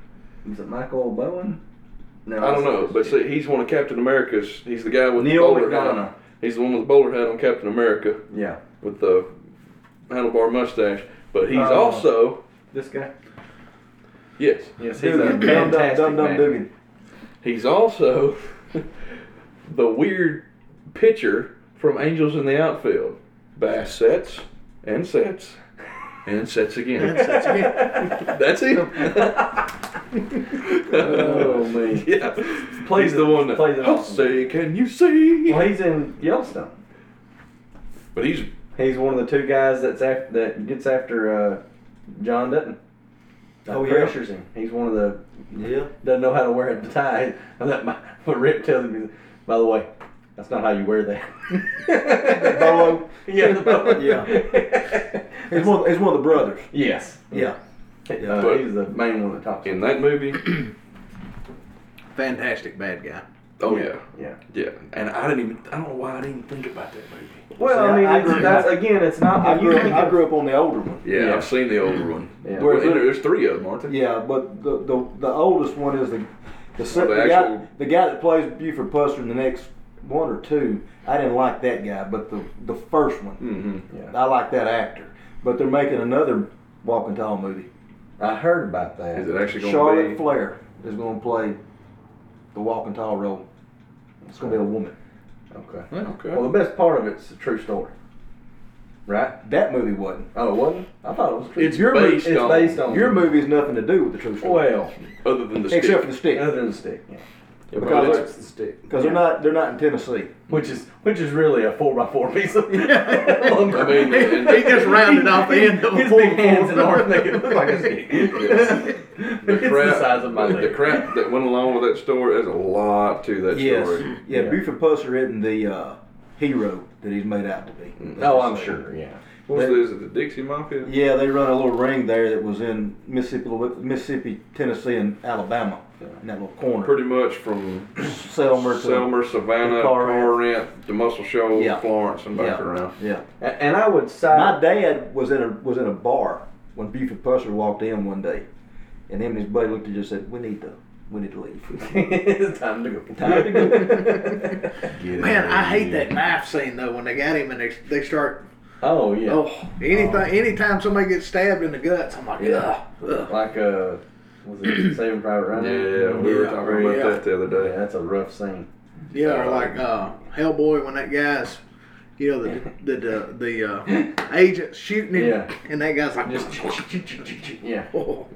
Speaker 6: Was it Michael Bowen? No,
Speaker 4: I don't know, but see, he's one of Captain America's. He's the guy with
Speaker 6: Neil
Speaker 4: the bowler
Speaker 6: McDonough.
Speaker 4: hat. He's the one with the bowler hat on Captain America
Speaker 6: yeah,
Speaker 4: with the handlebar mustache. But he's
Speaker 6: Uh,
Speaker 4: also
Speaker 6: this guy.
Speaker 4: yes,
Speaker 6: Yes, he's a
Speaker 7: Dugan, Dum Dum
Speaker 6: fantastic
Speaker 7: Dum Dum
Speaker 6: man.
Speaker 7: Dugan.
Speaker 4: he's also the weird pitcher from Angels in the Outfield. Bass sets and sets and sets again.
Speaker 9: That's it.
Speaker 4: That's him.
Speaker 6: Oh man.
Speaker 4: yeah.
Speaker 6: Plays
Speaker 4: He's the one that
Speaker 6: plays it
Speaker 4: I'll
Speaker 6: awesome.
Speaker 4: say, can you see?
Speaker 6: Well, he's in Yellowstone.
Speaker 4: But he's
Speaker 6: He's one of the two guys that's af- that gets after uh, John Dutton. That
Speaker 7: Oh, yeah.
Speaker 6: pressures him. He's one of the
Speaker 7: Yeah.
Speaker 6: doesn't know how to wear a tie. And that my, but Rip tells him, by the way, that's not how you wear that.
Speaker 7: bolo?
Speaker 6: Yeah. The bolo.
Speaker 7: It's
Speaker 6: yeah.
Speaker 7: one, it's one of the brothers.
Speaker 6: yes.
Speaker 7: Yeah.
Speaker 6: Uh,
Speaker 4: But-
Speaker 6: he's the main one that talks.
Speaker 4: in that movie.
Speaker 9: Fantastic bad guy.
Speaker 4: Oh yeah.
Speaker 6: Yeah.
Speaker 4: Yeah. And I didn't even I don't know why I didn't even think about that movie.
Speaker 6: Well,
Speaker 7: See,
Speaker 6: I mean,
Speaker 7: I- I
Speaker 6: it's,
Speaker 7: grew-
Speaker 6: that's again, it's not.
Speaker 7: I
Speaker 6: if you
Speaker 7: grew,
Speaker 6: think
Speaker 7: I
Speaker 6: of-
Speaker 7: grew up on the older one.
Speaker 4: Yeah,
Speaker 6: Yeah.
Speaker 4: I've seen the older one.
Speaker 6: Yeah.
Speaker 4: Well, and there's three of them, aren't there?
Speaker 7: Yeah, but the the, the oldest one is the the, se-
Speaker 4: the
Speaker 7: the, guy,
Speaker 4: actual-
Speaker 7: the guy that plays Buford Buster in the next one or two. I didn't like that guy, but the the first one,
Speaker 4: Mm-hmm.
Speaker 7: I like that actor. But they're making another Walking Tall movie.
Speaker 6: I heard about that.
Speaker 4: Is it actually going
Speaker 7: Charlotte
Speaker 4: to be?
Speaker 7: Flair is going to play the Walking Tall role. It's going to be a woman.
Speaker 6: Okay.
Speaker 4: Yeah, okay.
Speaker 6: Well, the best part of it's a true story, right?
Speaker 7: That movie wasn't.
Speaker 6: Oh, it wasn't? I thought it was true.
Speaker 4: It's based
Speaker 6: it's
Speaker 4: on-
Speaker 6: based on
Speaker 7: Your movie has nothing to do with the true story,
Speaker 6: Well,
Speaker 4: other than the
Speaker 7: except
Speaker 4: stick.
Speaker 7: for the stick,
Speaker 6: other than the stick, Uh, yeah.
Speaker 7: because
Speaker 4: Well,
Speaker 7: they're,
Speaker 4: it's the stick.
Speaker 7: because they're not they're not in Tennessee.
Speaker 6: Which is which is really a four by four piece of lumber.
Speaker 4: I mean, and,
Speaker 9: He just rounded off the end of a
Speaker 6: his
Speaker 9: full
Speaker 6: big hands and arms make it look like a stick.
Speaker 4: the
Speaker 6: it's
Speaker 4: crap,
Speaker 6: the size of my
Speaker 4: the
Speaker 6: leg.
Speaker 4: crap that went along with that story. There's a lot to that story.
Speaker 7: Yeah,
Speaker 6: Yeah.
Speaker 7: Buford Buster isn't the uh, hero that he's made out to be.
Speaker 4: Mm.
Speaker 6: Oh, I'm sure. Yeah.
Speaker 4: What was this? The Dixie Mafia.
Speaker 7: Yeah, they run a little ring there that was in Mississippi, Mississippi, Tennessee, and Alabama in that little corner.
Speaker 4: Pretty much from
Speaker 7: Selmer. to-
Speaker 4: Selmer, Savannah,
Speaker 7: to Corinth.
Speaker 4: Corinth, to Muscle Shoals,
Speaker 7: Yeah.
Speaker 4: Florence, and back
Speaker 7: Yeah.
Speaker 4: around.
Speaker 7: Yeah.
Speaker 6: A- And I would
Speaker 7: My
Speaker 6: side.
Speaker 7: dad was in a was in a bar when Buford Pusser walked in one day, and him and his buddy looked at each other and said, "We need to we need to leave."
Speaker 6: it's time to go.
Speaker 7: Time to
Speaker 9: Man, I hate that knife scene though when they got him and they, they start
Speaker 6: Oh yeah.
Speaker 9: oh anything anytime somebody gets stabbed in the guts I'm like
Speaker 6: Yeah.
Speaker 9: yeah ugh,
Speaker 6: Like uh, was it Saving Private
Speaker 4: Yeah,
Speaker 6: Ryan?
Speaker 4: we were
Speaker 9: Yeah.
Speaker 4: talking about
Speaker 9: Yeah.
Speaker 4: that the other day.
Speaker 6: Yeah, that's a rough scene.
Speaker 9: yeah or like uh, Hellboy when that guy's you know the the the, the uh, agent's shooting him
Speaker 6: Yeah.
Speaker 9: and that guy's like
Speaker 6: Yeah.
Speaker 9: oh,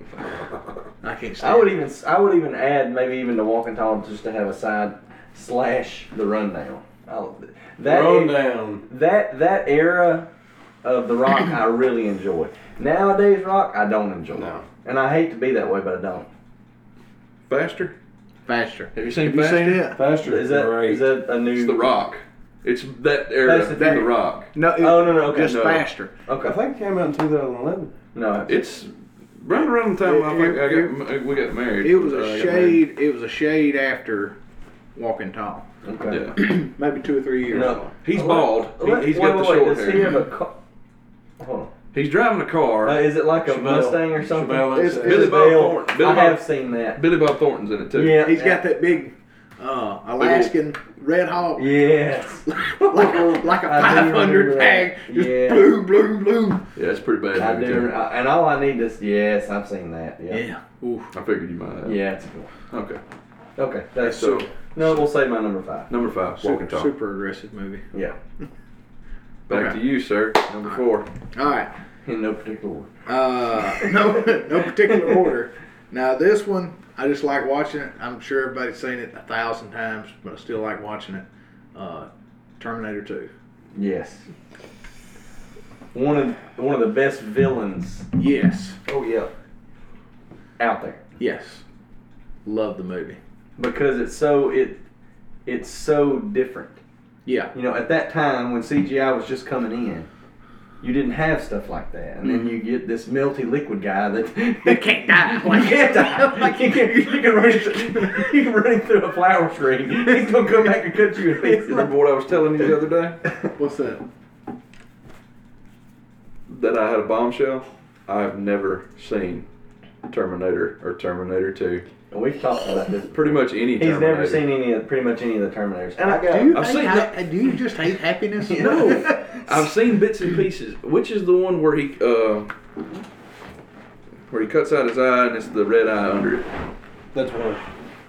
Speaker 9: I can't stand
Speaker 6: I would even I would even add maybe even to Walking Tall just to have a side slash the rundown. I, that
Speaker 3: Run down.
Speaker 6: that that era of the rock I really enjoy. Nowadays rock I don't enjoy.
Speaker 4: No.
Speaker 6: And I hate to be that way, but I don't.
Speaker 4: Faster?
Speaker 9: faster
Speaker 4: Have you seen
Speaker 9: you
Speaker 4: Faster?
Speaker 9: seen it
Speaker 3: Faster.
Speaker 6: Is that
Speaker 3: great.
Speaker 6: is that a new?
Speaker 4: It's The Rock. It's that era.
Speaker 6: That's the
Speaker 4: the,
Speaker 6: thing.
Speaker 4: Rock.
Speaker 9: no it,
Speaker 6: Oh no no okay
Speaker 9: just
Speaker 6: no,
Speaker 9: faster
Speaker 3: I
Speaker 6: okay
Speaker 3: think it came out in 2011.
Speaker 6: no
Speaker 4: It's right around the time I think I
Speaker 9: It-
Speaker 4: got, we got married.
Speaker 9: it was
Speaker 4: Uh, I
Speaker 9: a
Speaker 4: got
Speaker 9: shade it was a shade after Walking Tall
Speaker 6: okay.
Speaker 4: married. Yeah.
Speaker 9: maybe two or three years
Speaker 6: No.
Speaker 4: He's bald. He,
Speaker 6: Let-
Speaker 4: has
Speaker 6: wait,
Speaker 4: got the
Speaker 6: wait, wait,
Speaker 4: short
Speaker 6: does
Speaker 4: hair.
Speaker 6: He have a car- Hold
Speaker 4: He's driving a car.
Speaker 6: on. Uh, is it like a
Speaker 3: Chevelle.
Speaker 6: Mustang or something?
Speaker 3: Chevelle,
Speaker 9: It's-
Speaker 3: it's-
Speaker 4: Billy Bob
Speaker 6: Chevelle.
Speaker 4: Thornton. Billy
Speaker 6: I
Speaker 4: Bob-
Speaker 6: have seen that.
Speaker 4: Billy Bob Thornton's in it too.
Speaker 6: Yeah,
Speaker 9: He's
Speaker 6: yeah.
Speaker 9: got that big uh, Alaskan Red Hawk,
Speaker 6: Yes.
Speaker 9: like a, like a
Speaker 6: I do
Speaker 9: 500
Speaker 6: remember
Speaker 9: tag,
Speaker 6: that.
Speaker 9: just
Speaker 6: Yeah.
Speaker 9: bloom, bloom, bloom.
Speaker 4: Yeah, that's pretty bad.
Speaker 6: I
Speaker 4: movie,
Speaker 6: do,
Speaker 4: too.
Speaker 6: I- and all I need is yes, I've seen that. Yeah, yeah,
Speaker 9: Oof.
Speaker 4: I figured you might have.
Speaker 6: it's cool.
Speaker 4: Okay.
Speaker 6: Okay, that's
Speaker 4: So
Speaker 6: no. We'll say my number five.
Speaker 4: number five, walking
Speaker 9: Super,
Speaker 4: talk.
Speaker 9: super aggressive movie.
Speaker 6: Yeah,
Speaker 4: Back
Speaker 9: Okay.
Speaker 4: to you, sir. Number four.
Speaker 9: All right.
Speaker 6: in no particular order.
Speaker 9: Uh, no, no particular order. Now this one, I just like watching it. I'm sure everybody's seen it a thousand times, but I still like watching it. Uh, Terminator 2.
Speaker 6: Yes. One of one of the best villains
Speaker 9: Yes,
Speaker 7: oh yeah.
Speaker 6: out there
Speaker 9: yes. Love the movie.
Speaker 6: because it's so it it's so different.
Speaker 9: Yeah,
Speaker 6: You know, at that time when CGI was just coming in, you didn't have stuff like that, and then you get this melty liquid guy that
Speaker 9: they can't die.
Speaker 6: Like, can't die. Like, you can, you can run it through, you can run it through a flower screen. He's gonna come back and cut you in pieces.
Speaker 4: Remember what I was telling you the other day?
Speaker 9: What's that?
Speaker 4: That I had a bombshell. I've never seen Terminator or Terminator Two.
Speaker 6: We've talked about this.
Speaker 4: Pretty much any.
Speaker 6: He's
Speaker 4: Terminator.
Speaker 6: never seen any of pretty much any of the Terminators. And I got
Speaker 9: Do you,
Speaker 4: I've
Speaker 9: hate
Speaker 4: seen
Speaker 9: hap- do you just hate happiness?
Speaker 4: No, I've seen bits and pieces. Which is the one where he uh, where he cuts out his eye and it's the red eye under it.
Speaker 3: That's one.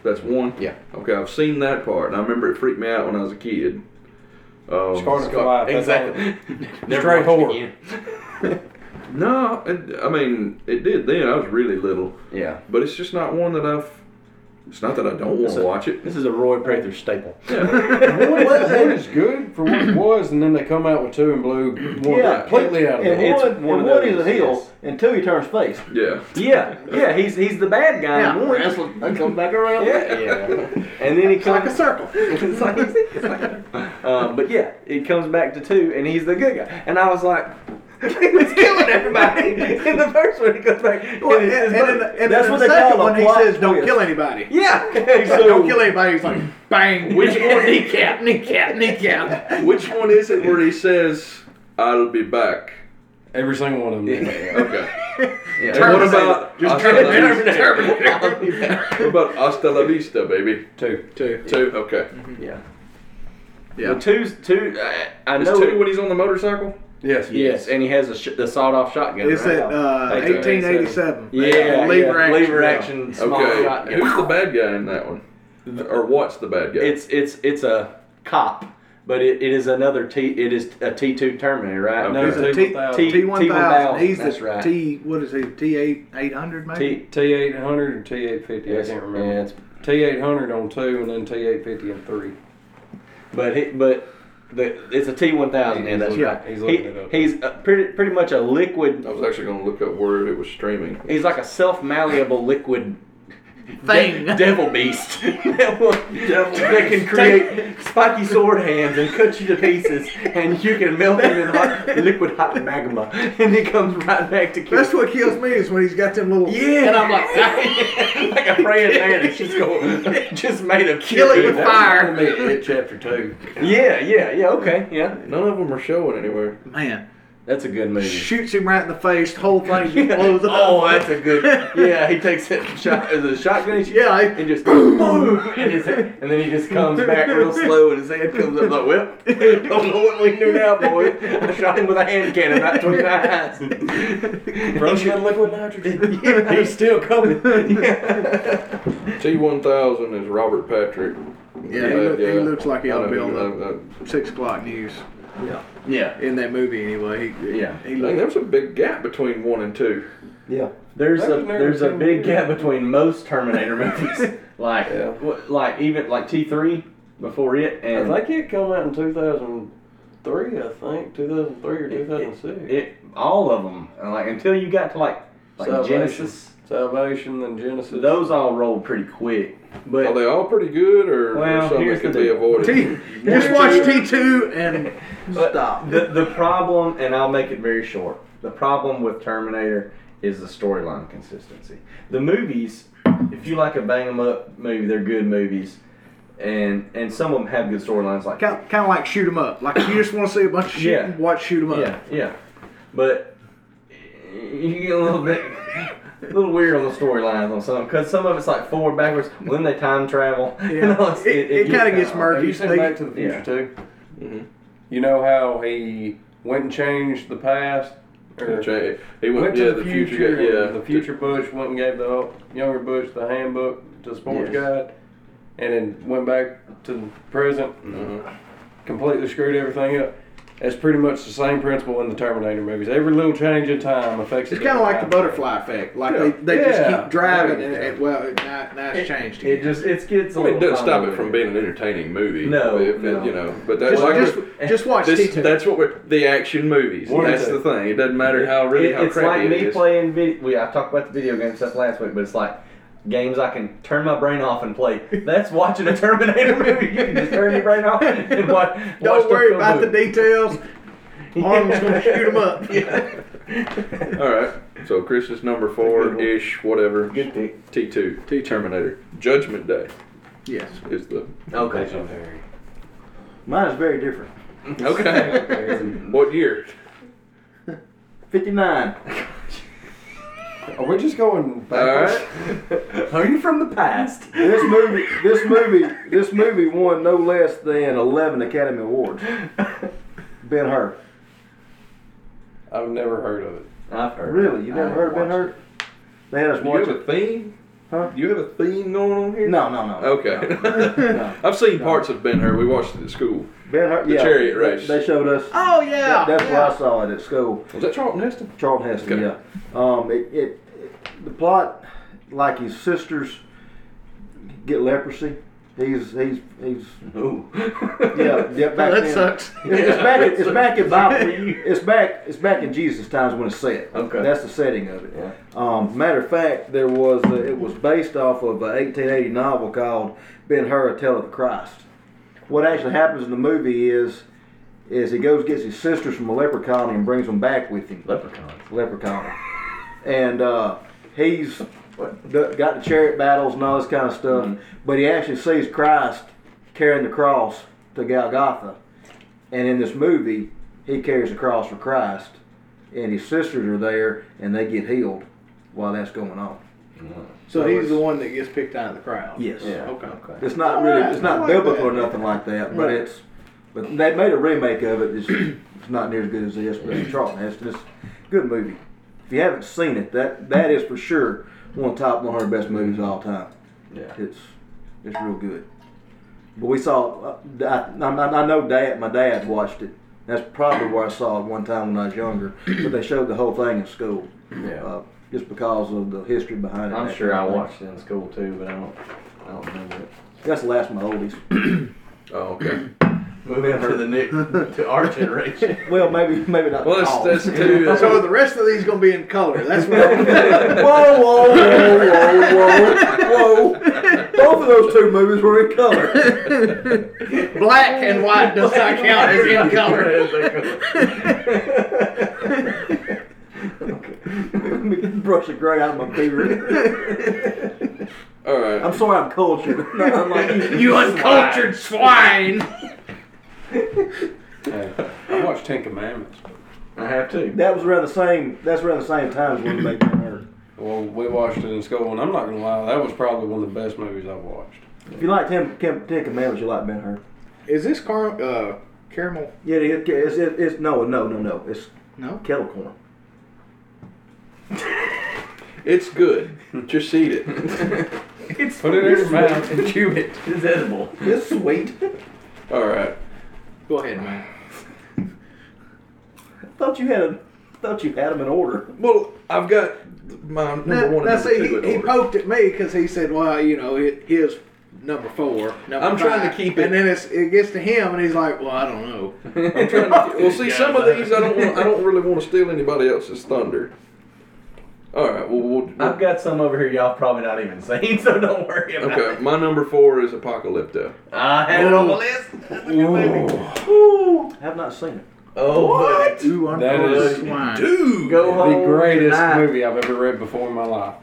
Speaker 4: That's one.
Speaker 9: Yeah.
Speaker 4: Okay, I've seen that part, and I remember it freaked me out when I was a kid. Um,
Speaker 3: Scarlet for life. That's all it-
Speaker 5: Exactly.
Speaker 3: Straight
Speaker 5: watch it
Speaker 3: whore.
Speaker 5: again.
Speaker 4: No, it, I mean it did then. I was really little,
Speaker 6: Yeah.
Speaker 4: but it's just not one that I've. It's not that I don't want
Speaker 5: It's
Speaker 4: to
Speaker 5: a-
Speaker 4: watch it.
Speaker 5: This is a Roy Prather staple.
Speaker 4: Yeah.
Speaker 3: One is- one is good for what it was, and then they come out with two and blew one
Speaker 7: Yeah.
Speaker 3: completely out of
Speaker 7: And
Speaker 3: it.
Speaker 6: It's
Speaker 7: one,
Speaker 6: one
Speaker 7: and
Speaker 6: of
Speaker 7: one is
Speaker 6: those,
Speaker 7: a heel,
Speaker 6: yes.
Speaker 7: and two he turns face.
Speaker 4: yeah.
Speaker 6: Yeah. Yeah. He's he's the bad guy.
Speaker 9: Yeah,
Speaker 6: in one.
Speaker 9: wrestle. I come back around.
Speaker 6: Yeah. And then he
Speaker 9: It's like a
Speaker 6: comes.
Speaker 9: circle.
Speaker 6: it's like, it's like- um, but yeah, it comes back to two, and he's the good guy. And I was like, he was killing everybody in the first one. He goes back. and
Speaker 9: Well, and,
Speaker 6: it's his
Speaker 9: and, in
Speaker 6: buddy.
Speaker 9: the- and
Speaker 7: That's
Speaker 9: in
Speaker 7: what
Speaker 9: the
Speaker 7: they call
Speaker 9: second
Speaker 7: a
Speaker 9: one, he
Speaker 7: plot
Speaker 9: says, "Don't
Speaker 7: twist."
Speaker 9: kill anybody."
Speaker 6: yeah.
Speaker 9: He's like, "Don't kill anybody." He's like, "Bang!" Which one? Kneecap, kneecap, kneecap.
Speaker 4: Which one is it where he says, "I'll be back"?
Speaker 3: Every single one of them.
Speaker 4: Okay.
Speaker 6: Yeah.
Speaker 4: And what about
Speaker 9: Just
Speaker 4: hasta
Speaker 9: turn
Speaker 4: la
Speaker 9: it down.
Speaker 4: vista? What about hasta la vista, baby?
Speaker 3: Two.
Speaker 9: Two.
Speaker 4: Two. Okay.
Speaker 6: Yeah.
Speaker 9: Yeah.
Speaker 6: Well, two's two. I, I
Speaker 4: Is
Speaker 6: know.
Speaker 4: two when he's on the motorcycle?
Speaker 3: Yes.
Speaker 6: yes, and he has a sh- the sawed-off shotgun.
Speaker 9: It's
Speaker 6: right?
Speaker 9: at uh,
Speaker 6: Eighteen eighty
Speaker 9: 1887.
Speaker 6: yeah,
Speaker 9: lever
Speaker 6: yeah,
Speaker 9: action. uh,
Speaker 6: lever action small
Speaker 4: Okay.
Speaker 6: shotgun.
Speaker 4: Who's the bad guy in that one? Or what's the bad guy?
Speaker 6: It's it's it's a cop, but it, it is another T. It is a T two Terminator, right?
Speaker 4: Okay.
Speaker 9: He's
Speaker 4: It's
Speaker 6: No,
Speaker 9: a T
Speaker 6: T-
Speaker 9: T one
Speaker 6: T1000.
Speaker 9: thousand. He's
Speaker 6: That's
Speaker 9: the
Speaker 6: right.
Speaker 9: T. What is he? T eight eight hundred maybe.
Speaker 6: T.
Speaker 3: T eight hundred or T eight fifty. I
Speaker 6: Yes,
Speaker 3: can't
Speaker 6: yeah,
Speaker 3: remember.
Speaker 6: it's-
Speaker 3: T eight hundred on two, and then T eight fifty on three.
Speaker 6: but he, but the it's a T one thousand. Yeah, that's
Speaker 9: looking-
Speaker 6: right.
Speaker 3: he's
Speaker 6: He-
Speaker 3: looking it up.
Speaker 6: he's a, pretty pretty much a liquid.
Speaker 4: I was actually going to look up where it was streaming.
Speaker 6: He's like a self malleable liquid
Speaker 9: Thing.
Speaker 6: de- devil beast that, will, that can create spiky sword hands and cut you to pieces, and you can melt him in hot, liquid hot magma, and he comes right back to kill.
Speaker 9: That's what kills me is when he's got them little.
Speaker 6: Yeah. And I'm like, like a praying man is just going, just made of
Speaker 9: Kill it with
Speaker 6: Yeah.
Speaker 9: fire.
Speaker 3: chapter two.
Speaker 6: Yeah, yeah, yeah. Okay, yeah.
Speaker 4: None of them are showing anywhere.
Speaker 9: Man,
Speaker 6: That's a good movie.
Speaker 9: shoots him right in the face. The whole thing just blows up.
Speaker 6: Oh, that's a good. Yeah, he takes it shot as a shotgun and
Speaker 9: Yeah, I-
Speaker 6: and just boom, and, his, and then he just comes back real slow, and his hand comes up like, "Well, don't know what we do now, boy. I shot him with a hand cannon right between the eyes.
Speaker 3: liquid nitrogen.
Speaker 6: Yeah, he's still coming. Yeah.
Speaker 4: T1000 is Robert Patrick.
Speaker 9: Yeah, he, look, he looks like he
Speaker 4: will
Speaker 9: ought to be on the
Speaker 4: uh,
Speaker 9: six o'clock news
Speaker 6: yeah,
Speaker 9: in that movie anyway. He,
Speaker 6: yeah.
Speaker 9: he
Speaker 4: Dang,
Speaker 9: looked.
Speaker 4: there was a big gap between one and two.
Speaker 6: Yeah, there's
Speaker 3: That
Speaker 6: a
Speaker 3: was never
Speaker 6: there's a
Speaker 3: seen
Speaker 6: big
Speaker 3: before.
Speaker 6: gap between most Terminator movies, like
Speaker 4: Yeah.
Speaker 6: what- like even like T three before it,
Speaker 3: I
Speaker 6: and
Speaker 3: think it come out in two thousand three. I think two thousand three or two thousand six.
Speaker 6: it all of them, and like until you got to like like
Speaker 3: Salvation.
Speaker 6: Genesis,
Speaker 3: Salvation and Genesis.
Speaker 6: those all rolled pretty quick. But
Speaker 4: Are Oh, they all pretty good, or,
Speaker 6: Well,
Speaker 4: or something
Speaker 6: here's
Speaker 4: that could
Speaker 6: the
Speaker 4: be
Speaker 6: deal.
Speaker 4: avoided?
Speaker 9: T, just watch T two and stop.
Speaker 6: the the problem, and I'll make it very short. The problem with Terminator is the storyline consistency. The movies, if you like a bang 'em up movie, they're good movies, and and some of them have good storylines. Like
Speaker 9: Kind, kind of like shoot 'em up. Like if you just want to see a bunch of shooting,
Speaker 6: Yeah.
Speaker 9: watch shoot 'em up.
Speaker 6: Yeah, yeah. But you get a little bit, a little weird on the storylines on some, because some of it's like forward, backwards. When they time travel, you
Speaker 9: Yeah.
Speaker 6: know, it's-
Speaker 9: It- it kinda
Speaker 6: kinda
Speaker 9: gets
Speaker 6: odd.
Speaker 9: murky.
Speaker 3: Have you seen
Speaker 9: They-
Speaker 3: Back to the Future
Speaker 6: yeah.
Speaker 3: too?
Speaker 4: Mm-hmm.
Speaker 3: You know how he went and changed the past. Or
Speaker 4: Cha- He went,
Speaker 3: went
Speaker 4: yeah,
Speaker 3: to the, future.
Speaker 4: yeah,
Speaker 3: and The future Bush went and gave the younger Bush the handbook to sports
Speaker 6: Yes.
Speaker 3: guide, and then went back to the present.
Speaker 4: Uh-huh.
Speaker 3: Completely screwed everything up. That's pretty much the same principle in the Terminator movies. Every little change in time affects.
Speaker 9: It's kind of like the butterfly effect. Like
Speaker 4: Yeah.
Speaker 9: they, they just
Speaker 3: Yeah.
Speaker 9: keep driving
Speaker 3: Yeah.
Speaker 9: and, and well, it- now, now it's changed.
Speaker 6: It just it gets a
Speaker 4: Well, it
Speaker 6: little.
Speaker 4: doesn't stop
Speaker 6: convoluted.
Speaker 4: it from being an entertaining movie.
Speaker 6: No,
Speaker 4: if it-
Speaker 6: no.
Speaker 4: you know, but that's
Speaker 9: just,
Speaker 4: like
Speaker 9: just, just watch T
Speaker 4: this,
Speaker 9: two.
Speaker 4: that's what we're the action movies.
Speaker 3: One and
Speaker 4: that's
Speaker 3: two.
Speaker 4: the thing. It doesn't matter how really
Speaker 6: It-
Speaker 4: how
Speaker 6: it's
Speaker 4: crappy
Speaker 6: like me
Speaker 4: it is.
Speaker 6: playing video. We, I talked about the video game stuff last week, but it's like games I can turn my brain off and play. That's watching a Terminator movie. You can just turn your brain off and watch.
Speaker 9: Don't worry about the details. Arm's gonna shoot 'em up.
Speaker 6: Yeah.
Speaker 4: All right. So Chris's number four ish, whatever.
Speaker 6: Good pick.
Speaker 4: T two. T Terminator. Judgment Day
Speaker 9: Yes.
Speaker 4: is the
Speaker 6: Okay.
Speaker 7: Mine is very different.
Speaker 4: okay. what year?
Speaker 7: 59.
Speaker 3: Are we just going
Speaker 4: All
Speaker 3: backwards?
Speaker 4: right.
Speaker 6: Are you from the past?
Speaker 7: This movie, this movie, this movie won no less than 11 Academy Awards. Ben Hur.
Speaker 3: I've never heard of it.
Speaker 6: I've heard.
Speaker 7: Really? You never heard of Ben
Speaker 6: hurt?
Speaker 7: Hur? They had us
Speaker 4: Do you
Speaker 7: watch
Speaker 4: have
Speaker 7: it.
Speaker 4: a theme?
Speaker 7: Huh?
Speaker 4: You have a theme going on here?
Speaker 7: No, no, no.
Speaker 4: Okay.
Speaker 7: No.
Speaker 4: I've seen parts of Ben Hur. We watched it at school.
Speaker 7: Ben Hur,
Speaker 4: The
Speaker 7: yeah,
Speaker 4: chariot
Speaker 7: they-
Speaker 4: race.
Speaker 7: They showed us.
Speaker 9: Oh yeah.
Speaker 7: that- that's
Speaker 9: yeah.
Speaker 7: where I saw it at school.
Speaker 4: Was that Charlton Heston?
Speaker 7: Charlton Heston,
Speaker 4: Okay.
Speaker 7: yeah. Um, it, it, it, the plot, like his sisters get leprosy. He's he's he's
Speaker 6: Ooh.
Speaker 7: yeah yeah. Back
Speaker 9: that
Speaker 7: then.
Speaker 9: sucks.
Speaker 7: It's, it's back. It's back in Bible.
Speaker 6: for you.
Speaker 7: It's back. It's back in Jesus times when it's set.
Speaker 6: Okay.
Speaker 7: That's the setting of it.
Speaker 6: Yeah.
Speaker 7: Um, matter of fact, there was a, it was based off of a 1880 novel called Ben Hur: A Tale of the Christ. What actually happens in the movie is is he goes gets his sisters from a leper colony and brings them back with him.
Speaker 6: Leprechauns.
Speaker 7: Leper colony, and uh, he's d- got the chariot battles and all this kind of stuff. But he actually sees Christ carrying the cross to Golgotha, and in this movie, he carries the cross for Christ, and his sisters are there, and they get healed while that's going on.
Speaker 9: So he's the one that gets picked out of the crowd.
Speaker 7: Yes.
Speaker 6: Yeah.
Speaker 9: Okay.
Speaker 7: It's not
Speaker 9: All
Speaker 7: really,
Speaker 9: right,
Speaker 7: it's not
Speaker 9: I like
Speaker 7: biblical
Speaker 9: that.
Speaker 7: or nothing like that, but
Speaker 9: Right.
Speaker 7: it's, but they made a remake of it. It's, it's not near as good as this, but Charlton Heston. It's a good movie. If you haven't seen it, that that is for sure one of the top 100 best movies of all time.
Speaker 6: Yeah.
Speaker 7: It's it's real good. But we saw. I, I, I know dad. My dad watched it. That's probably where I saw it one time when I was younger. But they showed the whole thing in school,
Speaker 6: Yeah.
Speaker 7: uh, just because of the history behind it. and
Speaker 6: I'm
Speaker 7: that
Speaker 6: sure I
Speaker 7: kind of thing.
Speaker 6: watched it in school too, but I don't. I don't remember it.
Speaker 7: That's the last of my oldies.
Speaker 4: Oh, okay.
Speaker 6: Moving to the next to our generation.
Speaker 7: Well, maybe maybe not. Oh.
Speaker 4: Well, that's,
Speaker 7: all.
Speaker 4: that's two. That's
Speaker 9: So the rest of these gonna be in color. That's what. I'm
Speaker 7: whoa, whoa, whoa, whoa, whoa! Both of those two movies were in color.
Speaker 9: Black and white does not count as in color.
Speaker 7: Brush the gray out of my beard.
Speaker 4: All right.
Speaker 7: I'm sorry, I'm cultured. I'm like you.
Speaker 9: You uncultured swine.
Speaker 3: I watched Ten Commandments.
Speaker 6: I have to.
Speaker 7: That was around the same. That's around the same time as when we made Ben Hur.
Speaker 3: Well, we watched it in school, and I'm not gonna lie, that was probably one of the best movies I've watched.
Speaker 7: If you like Ten, Ten, Ten Commandments, you like Ben Hur.
Speaker 9: Is this car uh caramel?
Speaker 7: Yeah, it, it's, it, it's no, no, no, no. It's
Speaker 9: No.
Speaker 7: kettle corn.
Speaker 4: It's good. Just eat it.
Speaker 6: It's
Speaker 3: Put it in your mouth and chew it.
Speaker 6: It's edible.
Speaker 7: It's sweet.
Speaker 4: All right.
Speaker 9: Go ahead, man.
Speaker 7: thought you had a, thought you had them in order.
Speaker 4: Well, I've got my number
Speaker 9: Now,
Speaker 4: one.
Speaker 9: now
Speaker 4: And
Speaker 9: see,
Speaker 4: number two in
Speaker 9: he, he
Speaker 4: order.
Speaker 9: poked at me because he said, "Well, you know, it is number four. Number
Speaker 4: I'm trying to
Speaker 9: five."
Speaker 4: keep it-
Speaker 9: And then it's, it gets to him, and he's like, "Well, I don't know."
Speaker 4: I'm trying to, well, see, some of these I don't. Want, I don't really want to steal anybody else's thunder. All right. Well, we'll,
Speaker 6: I've got some over here y'all probably not even seen, so don't worry about it.
Speaker 4: okay. My number four is Apocalypto.
Speaker 6: I had it on my list. That's a good movie.
Speaker 7: I have not seen it.
Speaker 6: Oh, what?
Speaker 9: Ooh, I'm
Speaker 3: That
Speaker 9: full of
Speaker 3: is-
Speaker 9: swine.
Speaker 4: Dude,
Speaker 6: Go home.
Speaker 3: The greatest
Speaker 6: tonight.
Speaker 3: movie I've ever read before in my life.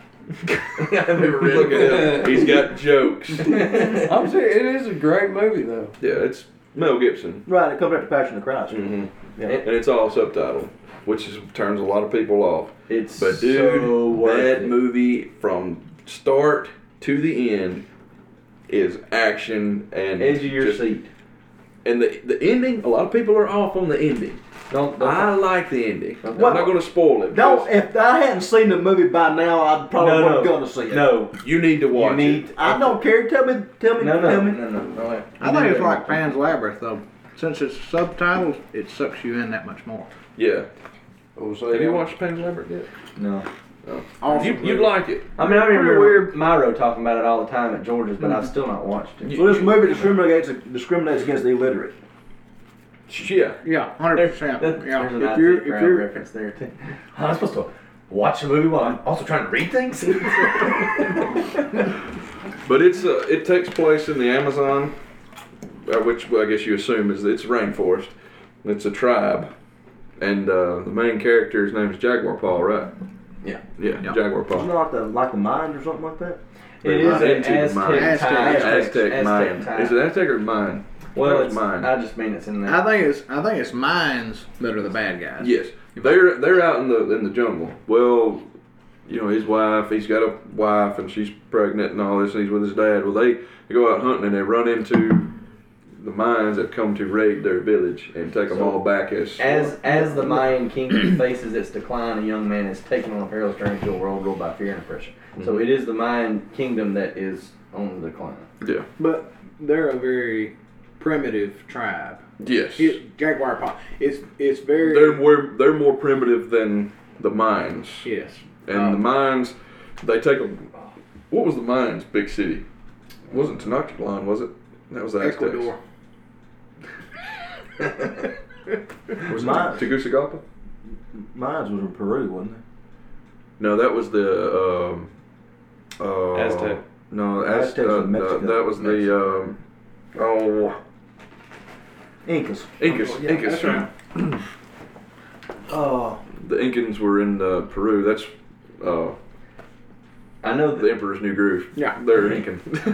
Speaker 6: I've ever read.
Speaker 4: Look at him. He's got jokes. Yeah,
Speaker 3: I'm serious. It is a great movie, though.
Speaker 4: it's Mel Gibson,
Speaker 7: Right, it comes after Passion of the Christ. Yeah.
Speaker 4: and it's all subtitled, which is, turns a lot of people off.
Speaker 6: It's
Speaker 4: But dude,
Speaker 6: so worth
Speaker 4: that
Speaker 6: it.
Speaker 4: movie from start to the end is action and
Speaker 6: Edge of your
Speaker 4: just-
Speaker 6: seat.
Speaker 4: And the the ending, a lot of people are off on the ending.
Speaker 6: Don't. don't
Speaker 4: I like the ending. I'm
Speaker 6: Well,
Speaker 4: not going to spoil it.
Speaker 7: Don't. If I hadn't seen the movie by now, I probably
Speaker 6: no, no,
Speaker 7: wasn't gonna see it.
Speaker 6: No,
Speaker 4: because you need to watch
Speaker 6: need-
Speaker 4: it.
Speaker 7: I don't care. Tell me. Tell me.
Speaker 6: no, no,
Speaker 7: tell
Speaker 6: no,
Speaker 7: me.
Speaker 6: no, no, no.
Speaker 9: I think it's like Pan's Labyrinth, though. Since it's subtitles, it sucks you in that much more.
Speaker 4: Yeah.
Speaker 3: Oh, so
Speaker 4: Have you
Speaker 3: yeah.
Speaker 4: watched Pan's Labyrinth yet?
Speaker 6: No.
Speaker 9: Awesome
Speaker 4: You,
Speaker 9: movie.
Speaker 4: you'd like it.
Speaker 6: I mean, I remember
Speaker 9: weird. Mm-hmm.
Speaker 6: Myro talking about it all the time at George's, but I've still not watched it.
Speaker 4: You-
Speaker 7: So this movie discriminates discriminates against the illiterate.
Speaker 4: yeah.
Speaker 9: Yeah, hundred percent.
Speaker 6: That-
Speaker 9: Yeah,
Speaker 6: There's an
Speaker 9: if
Speaker 6: IT
Speaker 9: you're if
Speaker 6: crowd
Speaker 9: you're
Speaker 6: reference there too. I'm supposed to watch a movie while I'm also trying to read things.
Speaker 4: But it's uh, it takes place in the Amazon, uh, which well, I guess you assume is it's rainforest. It's a tribe, and uh, the main character's name is Jaguar Paul, right?
Speaker 6: Yeah.
Speaker 4: Yeah,
Speaker 9: Yeah.
Speaker 4: Jaguar
Speaker 7: Isn't
Speaker 4: Paul.
Speaker 7: it like the like the mind or something like that?
Speaker 6: it is an
Speaker 4: Into the mine.
Speaker 6: Aztec time.
Speaker 4: Aztec, mine.
Speaker 6: time.
Speaker 4: Is it Aztec or mine?
Speaker 6: well,
Speaker 4: That
Speaker 6: it's
Speaker 4: was mine.
Speaker 6: I just mean it's in
Speaker 9: I
Speaker 6: there.
Speaker 9: think it's I think it's mines that are the bad guys.
Speaker 4: Yes, they're they're out in the in the jungle. Well, you know his wife. He's got a wife, and she's pregnant, and all this. And he's with his dad. Well, they, they go out hunting, and they run into the Mayans have come to raid their village and take them
Speaker 6: So,
Speaker 4: all back as.
Speaker 6: As as the Mayan kingdom faces its decline, a young man is taken on a perilous journey to a world ruled by fear and oppression. So it is the Mayan kingdom that is on the decline.
Speaker 4: yeah.
Speaker 9: But they're a very primitive tribe.
Speaker 4: Yes.
Speaker 9: It, Jaguar Paw. It's it's very
Speaker 4: They're more they're more primitive than the Mayans.
Speaker 9: yes.
Speaker 4: And
Speaker 9: Um,
Speaker 4: the mines, they take a. What was the mines? Big city. It wasn't Tenochtitlan, was it? That was the Aztecs.
Speaker 9: Ecuador.
Speaker 4: Was it
Speaker 7: Mine-
Speaker 4: Tegucigalpa?
Speaker 7: Mines was in Peru, wasn't it?
Speaker 4: No, that was the. Um, uh,
Speaker 3: Aztec.
Speaker 4: No, Az-
Speaker 7: Aztecs
Speaker 4: uh,
Speaker 7: in Mexico.
Speaker 4: no, that was the. Um, oh,
Speaker 7: Incas.
Speaker 4: Incas. Incas.
Speaker 9: that's right.
Speaker 7: Oh,
Speaker 4: The Incans were in uh, Peru. That's uh,
Speaker 6: I know
Speaker 4: the
Speaker 6: that
Speaker 4: Emperor's New Groove.
Speaker 9: Yeah.
Speaker 4: they're Incan.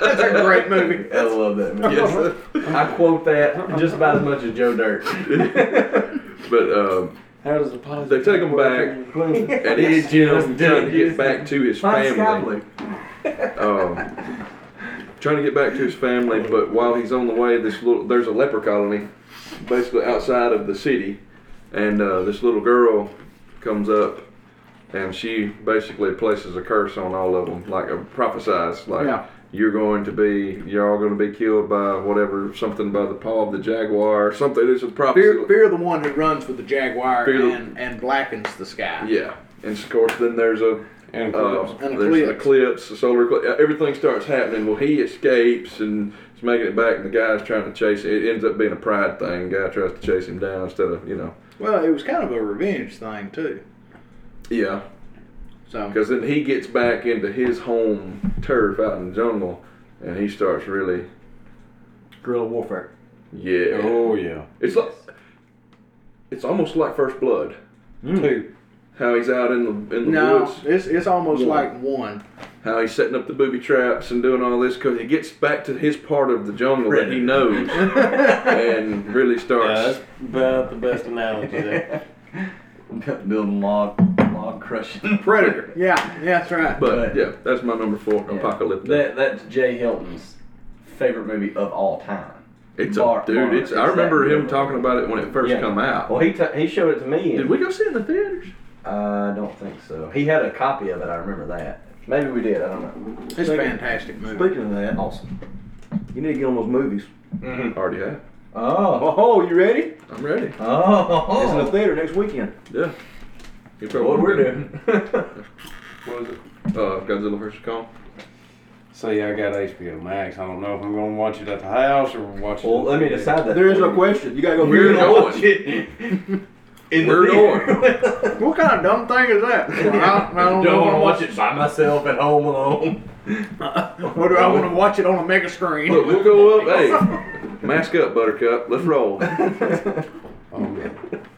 Speaker 9: That's a great movie.
Speaker 6: I love that movie.
Speaker 4: yes.
Speaker 6: I quote that just about as much as Joe Dirt.
Speaker 4: But um,
Speaker 3: How does the positive?
Speaker 4: they take them back. And he's Jim trying to get back to his family. Um, trying to get back to his family, but while he's on the way, this little there's a leper colony, basically outside of the city, and uh, this little girl comes up, and she basically places a curse on all of them, like a prophesies, like
Speaker 9: Yeah.
Speaker 4: you're going to be, you're all going to be killed by whatever, something by the paw of the jaguar, or something. It's a prophecy.
Speaker 9: Fear, fear the one who runs with the jaguar
Speaker 4: Fear the-
Speaker 9: and, and blackens the sky.
Speaker 4: Yeah, and of course, then there's a
Speaker 3: Um, And
Speaker 4: Uh,
Speaker 3: close.
Speaker 9: An
Speaker 4: there's an
Speaker 9: eclipse.
Speaker 4: eclipse, a solar eclipse. Everything starts happening. Well, he escapes and is making it back, and the guy's trying to chase. It ends up being a pride thing. Guy tries to chase him down instead of you know.
Speaker 9: Well, it was kind of a revenge thing too.
Speaker 4: Yeah,
Speaker 9: So
Speaker 4: because then he gets back into his home turf out in the jungle, and he starts really.
Speaker 7: guerrilla warfare.
Speaker 4: Yeah,
Speaker 3: Oh yeah.
Speaker 4: it's like it's almost like First Blood.
Speaker 3: Two.
Speaker 4: How he's out in the in the
Speaker 9: no,
Speaker 4: woods.
Speaker 9: it's it's almost
Speaker 4: Yeah.
Speaker 9: like one.
Speaker 4: How he's setting up the booby traps and doing all this because he gets back to his part of the jungle that he knows and really starts.
Speaker 10: Yeah, that's about the best analogy there.
Speaker 6: Building log log crushing.
Speaker 9: Predator. Yeah, yeah, that's right.
Speaker 4: But yeah, that's my number four, Apocalypse.
Speaker 6: That that's Jay Hilton's favorite movie of all time.
Speaker 4: it's
Speaker 6: Bar-
Speaker 4: a dude.
Speaker 6: bar.
Speaker 4: It's, I remember
Speaker 6: that
Speaker 4: him
Speaker 6: good.
Speaker 4: talking about it when it first
Speaker 6: Yeah.
Speaker 4: come out.
Speaker 6: Well, he t- he showed it to me.
Speaker 4: Did
Speaker 6: and-
Speaker 4: we go see it in the theaters?
Speaker 6: I don't think so. He had a copy of it. I remember that. Maybe we did. I don't know.
Speaker 9: It's a fantastic movie.
Speaker 7: Speaking of that,
Speaker 6: Awesome.
Speaker 7: you need to get on those movies.
Speaker 4: Already have.
Speaker 6: Oh.
Speaker 7: Oh, you ready?
Speaker 4: I'm ready.
Speaker 7: It's in the
Speaker 6: Oh.
Speaker 7: theater next weekend.
Speaker 4: Yeah. You probably
Speaker 6: What we're
Speaker 4: did.
Speaker 6: doing.
Speaker 4: What was it? Uh, Godzilla vs Kong.
Speaker 3: See, I got HBO Max. I don't know if I'm gonna watch it at the house or watch it.
Speaker 6: well,
Speaker 3: in
Speaker 6: let me
Speaker 3: the-
Speaker 6: decide that.
Speaker 7: There is no question. You gotta go.
Speaker 4: We're
Speaker 7: get it.
Speaker 4: going.
Speaker 6: In
Speaker 4: We're
Speaker 6: going.
Speaker 9: What kind of dumb thing is that? I don't, I don't,
Speaker 6: Don't
Speaker 9: know.
Speaker 6: want to watch it by myself at home alone.
Speaker 9: What do I want to watch it on a mega screen?
Speaker 4: Look, we'll go up. Hey, mask up, Buttercup. Let's roll.
Speaker 3: Oh, yeah.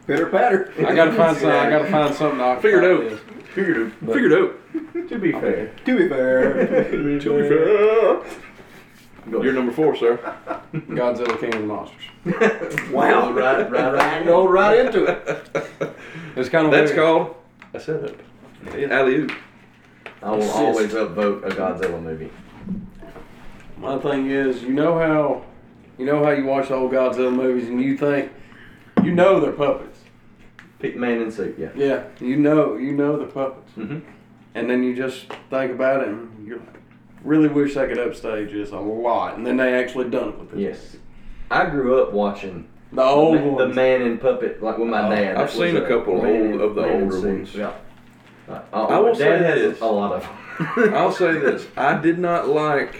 Speaker 7: Pitter patter.
Speaker 3: I gotta find some. I gotta find something. To
Speaker 4: Figure it out.
Speaker 3: occupy this.
Speaker 4: Figured out. Figured out.
Speaker 6: to be fair.
Speaker 7: To be fair,
Speaker 4: To be fair. You're number four, sir.
Speaker 3: Godzilla King of the Monsters.
Speaker 6: Wow. Right, right, right.
Speaker 7: go right into it.
Speaker 3: It's kind of
Speaker 4: That's
Speaker 3: weird.
Speaker 4: called
Speaker 3: I said it.
Speaker 4: alley oop.
Speaker 6: I will always upvote a Godzilla movie.
Speaker 3: My thing is, you know how, you know how you watch the old Godzilla movies and you think, you know they're puppets.
Speaker 6: Pit Man in Suit, yeah.
Speaker 3: Yeah, you know, you know they're puppets.
Speaker 6: Mhm.
Speaker 3: And then you just think about it and you're like, really wish I could upstage this a lot. And then they actually done it with this.
Speaker 6: Yes. I grew up watching
Speaker 3: The old
Speaker 6: Ma-
Speaker 3: ones.
Speaker 6: The man in puppet, like with my
Speaker 4: Oh,
Speaker 6: dad.
Speaker 4: I've
Speaker 6: that was
Speaker 4: seen a couple
Speaker 6: man
Speaker 4: old-
Speaker 6: in-
Speaker 4: of the
Speaker 6: man in
Speaker 4: older
Speaker 6: suit.
Speaker 4: ones.
Speaker 6: Yeah. Uh,
Speaker 4: I
Speaker 6: I
Speaker 4: will
Speaker 6: will
Speaker 4: say
Speaker 6: dad has
Speaker 4: this.
Speaker 6: a lot of them.
Speaker 4: I'll say this: I did not like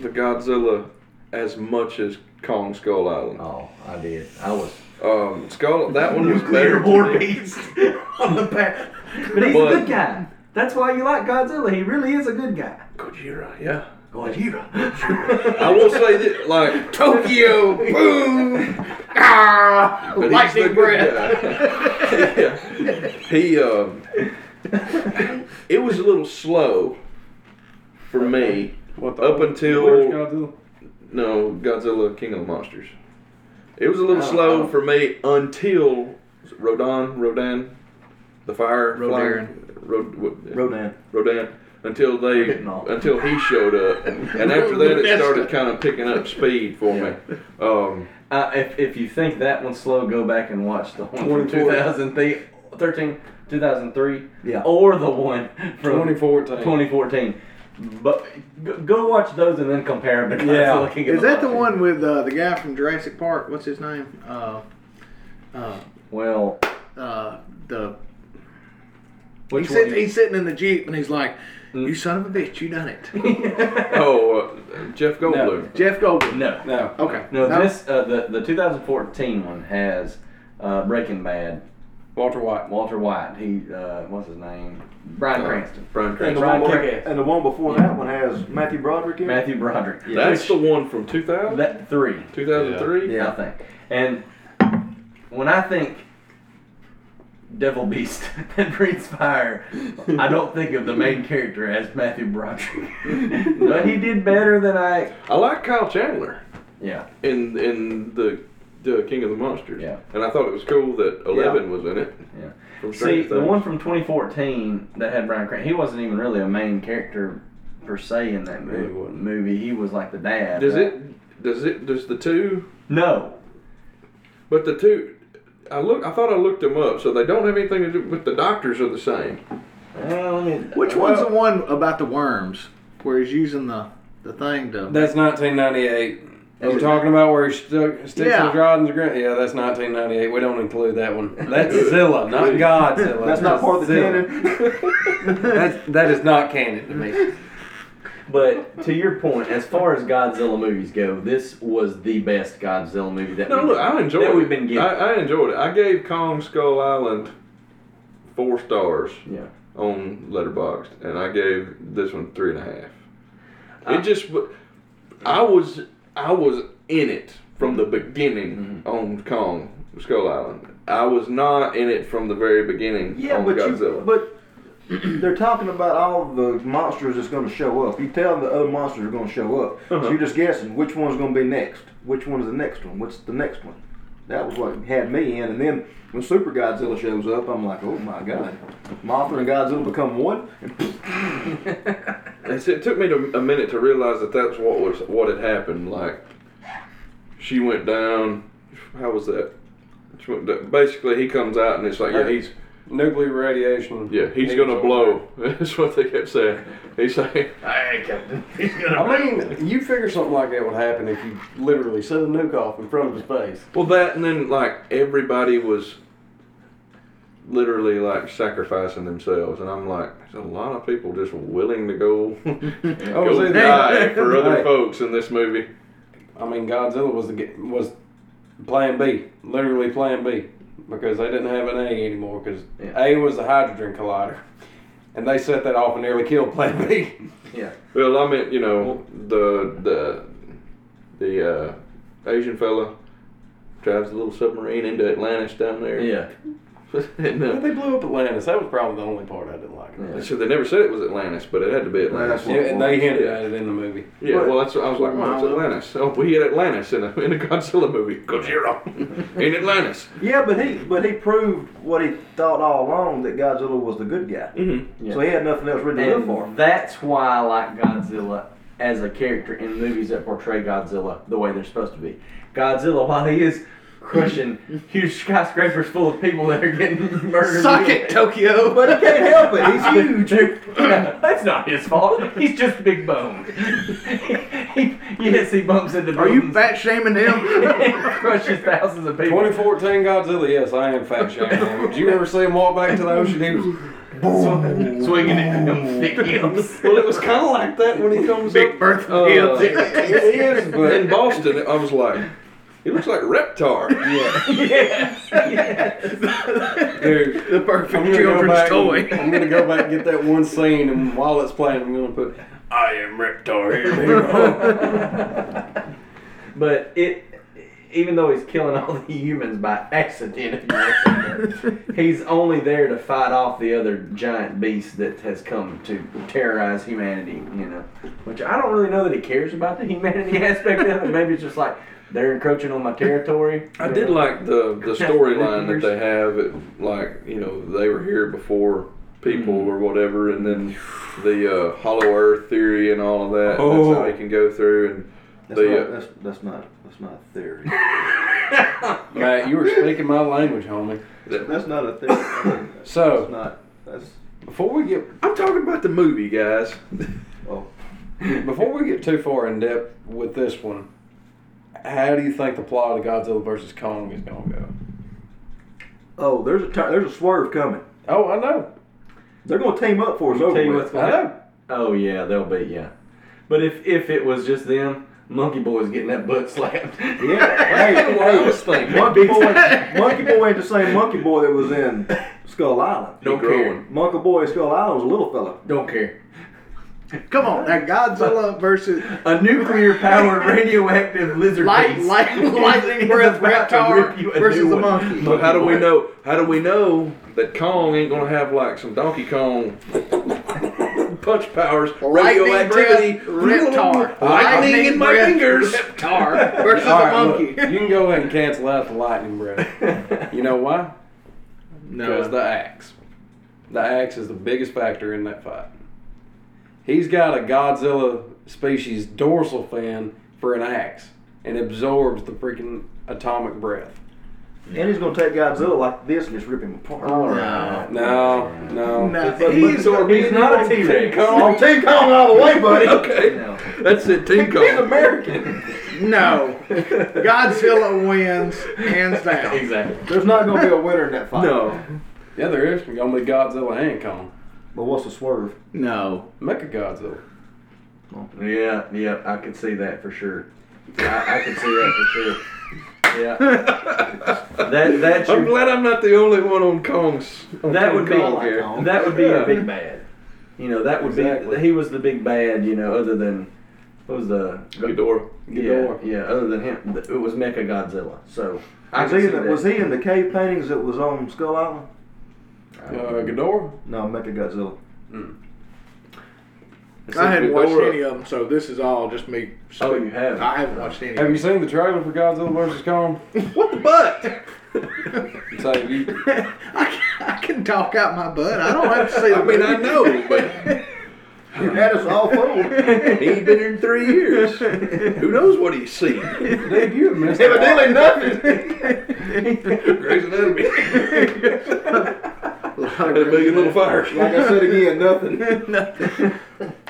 Speaker 4: the Godzilla as much as Kong Skull Island.
Speaker 6: Oh, I did. I was
Speaker 4: Um, Skull that one was
Speaker 6: nuclear
Speaker 4: better.
Speaker 6: war
Speaker 4: to me.
Speaker 6: beast on the path. But he's
Speaker 4: But-
Speaker 6: a good guy. That's why you like Godzilla. He really is a good guy.
Speaker 4: Gojira, yeah.
Speaker 6: Gojira.
Speaker 4: I will say that, like
Speaker 9: Tokyo, boom, ah,
Speaker 4: but he's the
Speaker 9: lightning
Speaker 4: good
Speaker 9: breath.
Speaker 4: guy. yeah. He, um, it was a little slow for me.
Speaker 3: What,
Speaker 4: up
Speaker 3: old-
Speaker 4: until-
Speaker 3: where's Godzilla?
Speaker 4: No, Godzilla, King of the Monsters. It was a little slow for me until Rodan, Rodan, the fire,
Speaker 9: Rodan.
Speaker 4: flying- Rod, what,
Speaker 7: Rodan.
Speaker 4: Rodan. until they
Speaker 5: Getting off.
Speaker 4: until he showed up, and after that it started kind of picking up speed for me. Um,
Speaker 6: Uh, if, if you think that one's slow, go back and watch the one from 2013, 2003,
Speaker 5: Yeah.
Speaker 6: or the one from
Speaker 3: 2014.
Speaker 6: 2014. But go, go watch those and then compare them. because
Speaker 3: Yeah.
Speaker 6: looking at
Speaker 9: Is that the
Speaker 6: option.
Speaker 9: one with uh, the guy from Jurassic Park? What's his name? Uh, uh,
Speaker 6: Well,
Speaker 9: uh, the
Speaker 6: which
Speaker 9: he
Speaker 6: one?
Speaker 9: sit,
Speaker 6: do you-
Speaker 9: he's sitting in the jeep and he's like, "You son of a bitch, you done it."
Speaker 4: oh, uh, Jeff Goldblum.
Speaker 9: Jeff Goldblum.
Speaker 6: no,
Speaker 3: No.
Speaker 9: Okay.
Speaker 6: no. This uh, the the 2014 one has uh, Breaking Bad.
Speaker 3: Walter White.
Speaker 6: Walter White. He uh, what's his name? Uh, Brian Cranston.
Speaker 4: Brian
Speaker 10: And the
Speaker 4: Cranston.
Speaker 10: one
Speaker 6: Brian
Speaker 10: before-
Speaker 7: And the one before that one has Matthew Broderick in it?
Speaker 6: Matthew Broderick.
Speaker 4: That's the one from 2000,
Speaker 6: that three.
Speaker 4: 2003.
Speaker 6: I think. And when I think devil beast that breathes fire, I don't think of the main character as Matthew Broderick. but he did better than I.
Speaker 4: I like Kyle Chandler
Speaker 6: Yeah.
Speaker 4: in in the the King of the Monsters.
Speaker 6: Yeah.
Speaker 4: And I thought it was cool that Eleven was in it.
Speaker 6: Yeah.
Speaker 4: From
Speaker 6: See,
Speaker 4: Stranger
Speaker 6: the
Speaker 4: Things.
Speaker 6: one from 2014 that had Brian Cranston, he wasn't even really a main character per se in that
Speaker 4: Really
Speaker 6: movie.
Speaker 4: wasn't.
Speaker 6: movie. He was like the dad.
Speaker 4: Does
Speaker 6: right?
Speaker 4: it? Does it? Does the two?
Speaker 6: No.
Speaker 4: But the two. I look. I thought I looked them up, so they don't have anything to do. But the doctors are the same.
Speaker 6: Well, Uh, let me-
Speaker 9: Which one's the one about the worms, where he's using the the thing to?
Speaker 3: That's 1998. Are you talking about where he stuck, sticks
Speaker 9: Yeah.
Speaker 3: his rod in the ground? Yeah, that's 1998. We don't include that one. That's Zilla, not Godzilla.
Speaker 7: That's not part of the
Speaker 3: Zilla.
Speaker 7: canon.
Speaker 3: That's, that is not canon to me.
Speaker 6: But to your point, as far as Godzilla movies go, this was the best Godzilla movie that
Speaker 4: No,
Speaker 7: Mm-hmm.
Speaker 6: we
Speaker 4: look, I enjoyed
Speaker 6: that
Speaker 4: it.
Speaker 6: we've been getting.
Speaker 4: I, I enjoyed it. I gave Kong Skull Island four stars
Speaker 6: yeah,
Speaker 4: on Letterboxd, and I gave this one three and a half. it just, wa- I was, I was in it from the beginning
Speaker 7: Mm-hmm.
Speaker 4: on Kong Skull Island. I was not in it from the very beginning
Speaker 7: Yeah,
Speaker 4: on
Speaker 7: but you,
Speaker 4: Godzilla.
Speaker 7: but they're talking about all the monsters that's going to show up. You tell them the other monsters are going to show up. So you're just guessing which one's going to be next. Which one's the next one? What's the next one? That was what had me in. And then when Super Godzilla shows up, I'm like, oh my god, Mothra and Godzilla become one.
Speaker 4: It's- it took me to, a minute to realize that that's what was what had happened. Like, she went down. How was that? She went down. Basically, he comes out and it's like, yeah, he's
Speaker 3: Nuclear radiation.
Speaker 4: yeah, he's gonna blow. That's what they kept saying. He's like,
Speaker 5: Hey, Captain. He's gonna.
Speaker 3: I mean, you figure something like that would happen if you literally set a nuke off in front of his face.
Speaker 4: well, that, and then like everybody was literally like sacrificing themselves, and I'm like, there's a lot of people just willing to go
Speaker 3: was
Speaker 4: go
Speaker 3: it-
Speaker 4: die for other
Speaker 3: Right.
Speaker 4: folks in this movie.
Speaker 3: I mean, Godzilla was the, ge- was Plan B, literally Plan B, because they didn't have an A anymore. Because
Speaker 6: Yeah.
Speaker 3: A was the hydrogen collider, and they set that off and nearly killed Plan B.
Speaker 6: yeah.
Speaker 4: Well, I meant you know the the the uh, Asian fella drives a little submarine into Atlantis down there.
Speaker 6: Yeah.
Speaker 4: and,
Speaker 3: But
Speaker 4: uh,
Speaker 3: they blew up Atlantis. That was probably the only part I didn't like.
Speaker 6: Yeah.
Speaker 4: so they never said it was Atlantis, but it had to be Atlantis.
Speaker 3: Yeah, and they hinted at it in the movie.
Speaker 4: Yeah, well, that's what I was like. Well, it's
Speaker 9: Milo.
Speaker 4: Atlantis. Oh, we hit Atlantis in a, in a Godzilla movie. Godzilla in Atlantis.
Speaker 7: Yeah, but he but he proved what he thought all along that Godzilla was the good guy.
Speaker 4: Mm-hmm.
Speaker 7: So he had nothing else really to live for.
Speaker 6: And that's why I like Godzilla as a character in movies that portray Godzilla the way they're supposed to be. Godzilla, while he is crushing huge skyscrapers full of people that are getting murdered,
Speaker 9: Suck it, Tokyo.
Speaker 7: But he can't help it. He's huge.
Speaker 6: Yeah, that's not his fault. He's just big boned. yes, he bumps into.
Speaker 9: Are you
Speaker 6: bones.
Speaker 9: fat shaming him?
Speaker 6: crushes thousands of people.
Speaker 3: 2014 Godzilla. Yes, I am fat shaming him. Did you ever see him walk back to the ocean? He was.
Speaker 6: swinging at them thick hips.
Speaker 3: Well, it was kind of like that when he comes
Speaker 9: Big Bertha.
Speaker 3: Oh.
Speaker 4: Uh,
Speaker 9: Hills.
Speaker 3: is, but-
Speaker 4: in Boston, I was like, he looks like Reptar.
Speaker 6: yes, yes.
Speaker 3: up, dude.
Speaker 9: the perfect
Speaker 3: I'm gonna go
Speaker 9: children's
Speaker 3: back.
Speaker 9: toy.
Speaker 3: And, I'm gonna go back and get that one scene, and while it's playing, I'm gonna put
Speaker 1: I am Reptar.
Speaker 6: But it, even though he's killing all the humans by accident, if you will say that, he's only there to fight off the other giant beast that has come to terrorize humanity. You know, which I don't really know that he cares about the humanity aspect of it. Maybe it's just like they're encroaching on my territory.
Speaker 4: I
Speaker 6: you
Speaker 4: did
Speaker 6: know?
Speaker 4: like the the storyline that they have. It, like you know, they were here before people or whatever, and then the uh, hollow earth theory and all of that. That's how
Speaker 3: Oh.
Speaker 4: he can go through and
Speaker 7: That's,
Speaker 4: the
Speaker 7: not,
Speaker 4: uh,
Speaker 7: that's, that's not that's not a theory.
Speaker 3: Matt, you were speaking my language, homie.
Speaker 7: that's not a theory. that's
Speaker 3: So
Speaker 7: not. That's
Speaker 3: before we get
Speaker 4: I'm talking about the movie, guys.
Speaker 7: oh.
Speaker 3: before we get too far in depth with this one, how do you think the plot of Godzilla versus Kong is gonna go?
Speaker 7: Oh, there's a tur- there's a swerve coming.
Speaker 3: Oh, I know,
Speaker 7: They're gonna team up for us
Speaker 6: Tell
Speaker 7: over
Speaker 6: you
Speaker 7: with.
Speaker 6: what's
Speaker 3: I
Speaker 6: gonna happen.
Speaker 3: know.
Speaker 6: Oh yeah, they'll be yeah. But if if it was just them, Monkey Boy's getting that butt slapped.
Speaker 7: Yeah, hey,
Speaker 6: That's what I
Speaker 7: hey,
Speaker 6: was thinking.
Speaker 7: Monkey Boy, Monkey Boy ain't the same Monkey Boy that was in Skull Island.
Speaker 6: Don't care.
Speaker 4: growing.
Speaker 7: Monkey Boy in Skull Island was a little fella.
Speaker 6: Don't care.
Speaker 9: Come on, now Godzilla versus
Speaker 6: A nuclear powered radioactive lizard
Speaker 9: light,
Speaker 6: beast.
Speaker 9: light, lightning
Speaker 6: He's
Speaker 9: breath
Speaker 6: about to
Speaker 9: reptar
Speaker 6: rip you a
Speaker 9: versus
Speaker 6: new
Speaker 9: the
Speaker 6: one.
Speaker 9: monkey.
Speaker 4: But how do we know? How do we know that Kong ain't gonna have like some Donkey Kong punch powers,
Speaker 9: Lightning
Speaker 4: radioactivity,
Speaker 9: breath reptar.
Speaker 4: lightning in my
Speaker 9: breath
Speaker 4: fingers?
Speaker 9: Reptar versus
Speaker 3: All
Speaker 9: a
Speaker 3: right, look,
Speaker 9: monkey.
Speaker 3: you can go ahead and cancel out the lightning breath. You know why? Because the axe. The axe is the biggest factor in that fight. He's got a Godzilla species dorsal fin for an axe and absorbs the freaking atomic breath.
Speaker 7: And he's gonna take Godzilla like this and just rip him apart.
Speaker 9: No.
Speaker 3: No, no.
Speaker 9: No.
Speaker 4: He's or
Speaker 6: He's not a T-Rex.
Speaker 7: Oh, Team Kong out of the way, buddy.
Speaker 4: Okay, that's it. Team Kong.
Speaker 7: American.
Speaker 9: No. Godzilla wins hands down.
Speaker 6: Exactly.
Speaker 7: There's not gonna be a winner in that fight.
Speaker 4: No,
Speaker 3: Yeah, there is gonna be Godzilla and Kong.
Speaker 7: But what's the swerve?
Speaker 9: No.
Speaker 3: Mecha Godzilla.
Speaker 6: Yeah, yeah, I could see that for sure. I, I could see that for sure. Yeah. That that's
Speaker 4: I'm
Speaker 6: your,
Speaker 4: glad I'm not the only one on Kong's. on
Speaker 6: that would
Speaker 4: Team Kong
Speaker 6: be
Speaker 4: here.
Speaker 6: that would be
Speaker 4: Yeah.
Speaker 6: a big bad. You know, that would
Speaker 3: Exactly.
Speaker 6: be he was the big bad, you know, other than what was the
Speaker 4: Ghidorah.
Speaker 6: yeah, yeah, other than him it was Mecha Godzilla. So I
Speaker 7: Was
Speaker 6: could
Speaker 7: he,
Speaker 6: see
Speaker 7: in the,
Speaker 6: that.
Speaker 7: was he in the cave paintings that was on Skull Island?
Speaker 3: Uh, Ghidorah.
Speaker 7: No, Mecha Godzilla.
Speaker 9: I hadn't watched
Speaker 4: Ghidorah.
Speaker 9: any of them, so this is all just me.
Speaker 6: Oh you have.
Speaker 9: I haven't watched any.
Speaker 3: Have you seen the trailer for Godzilla vs. Kong?
Speaker 9: What the butt?
Speaker 3: It's like you,
Speaker 9: I can, I can talk out my butt. I don't have to say.
Speaker 4: I mean, I know, but
Speaker 7: You had us all fooled.
Speaker 4: he ain't been here in three years. Who knows what he's seen?
Speaker 3: dude, you have missed out.
Speaker 7: Evidently nothing.
Speaker 4: Grey's Anatomy. Had a million little fires.
Speaker 7: Like I said again, nothing.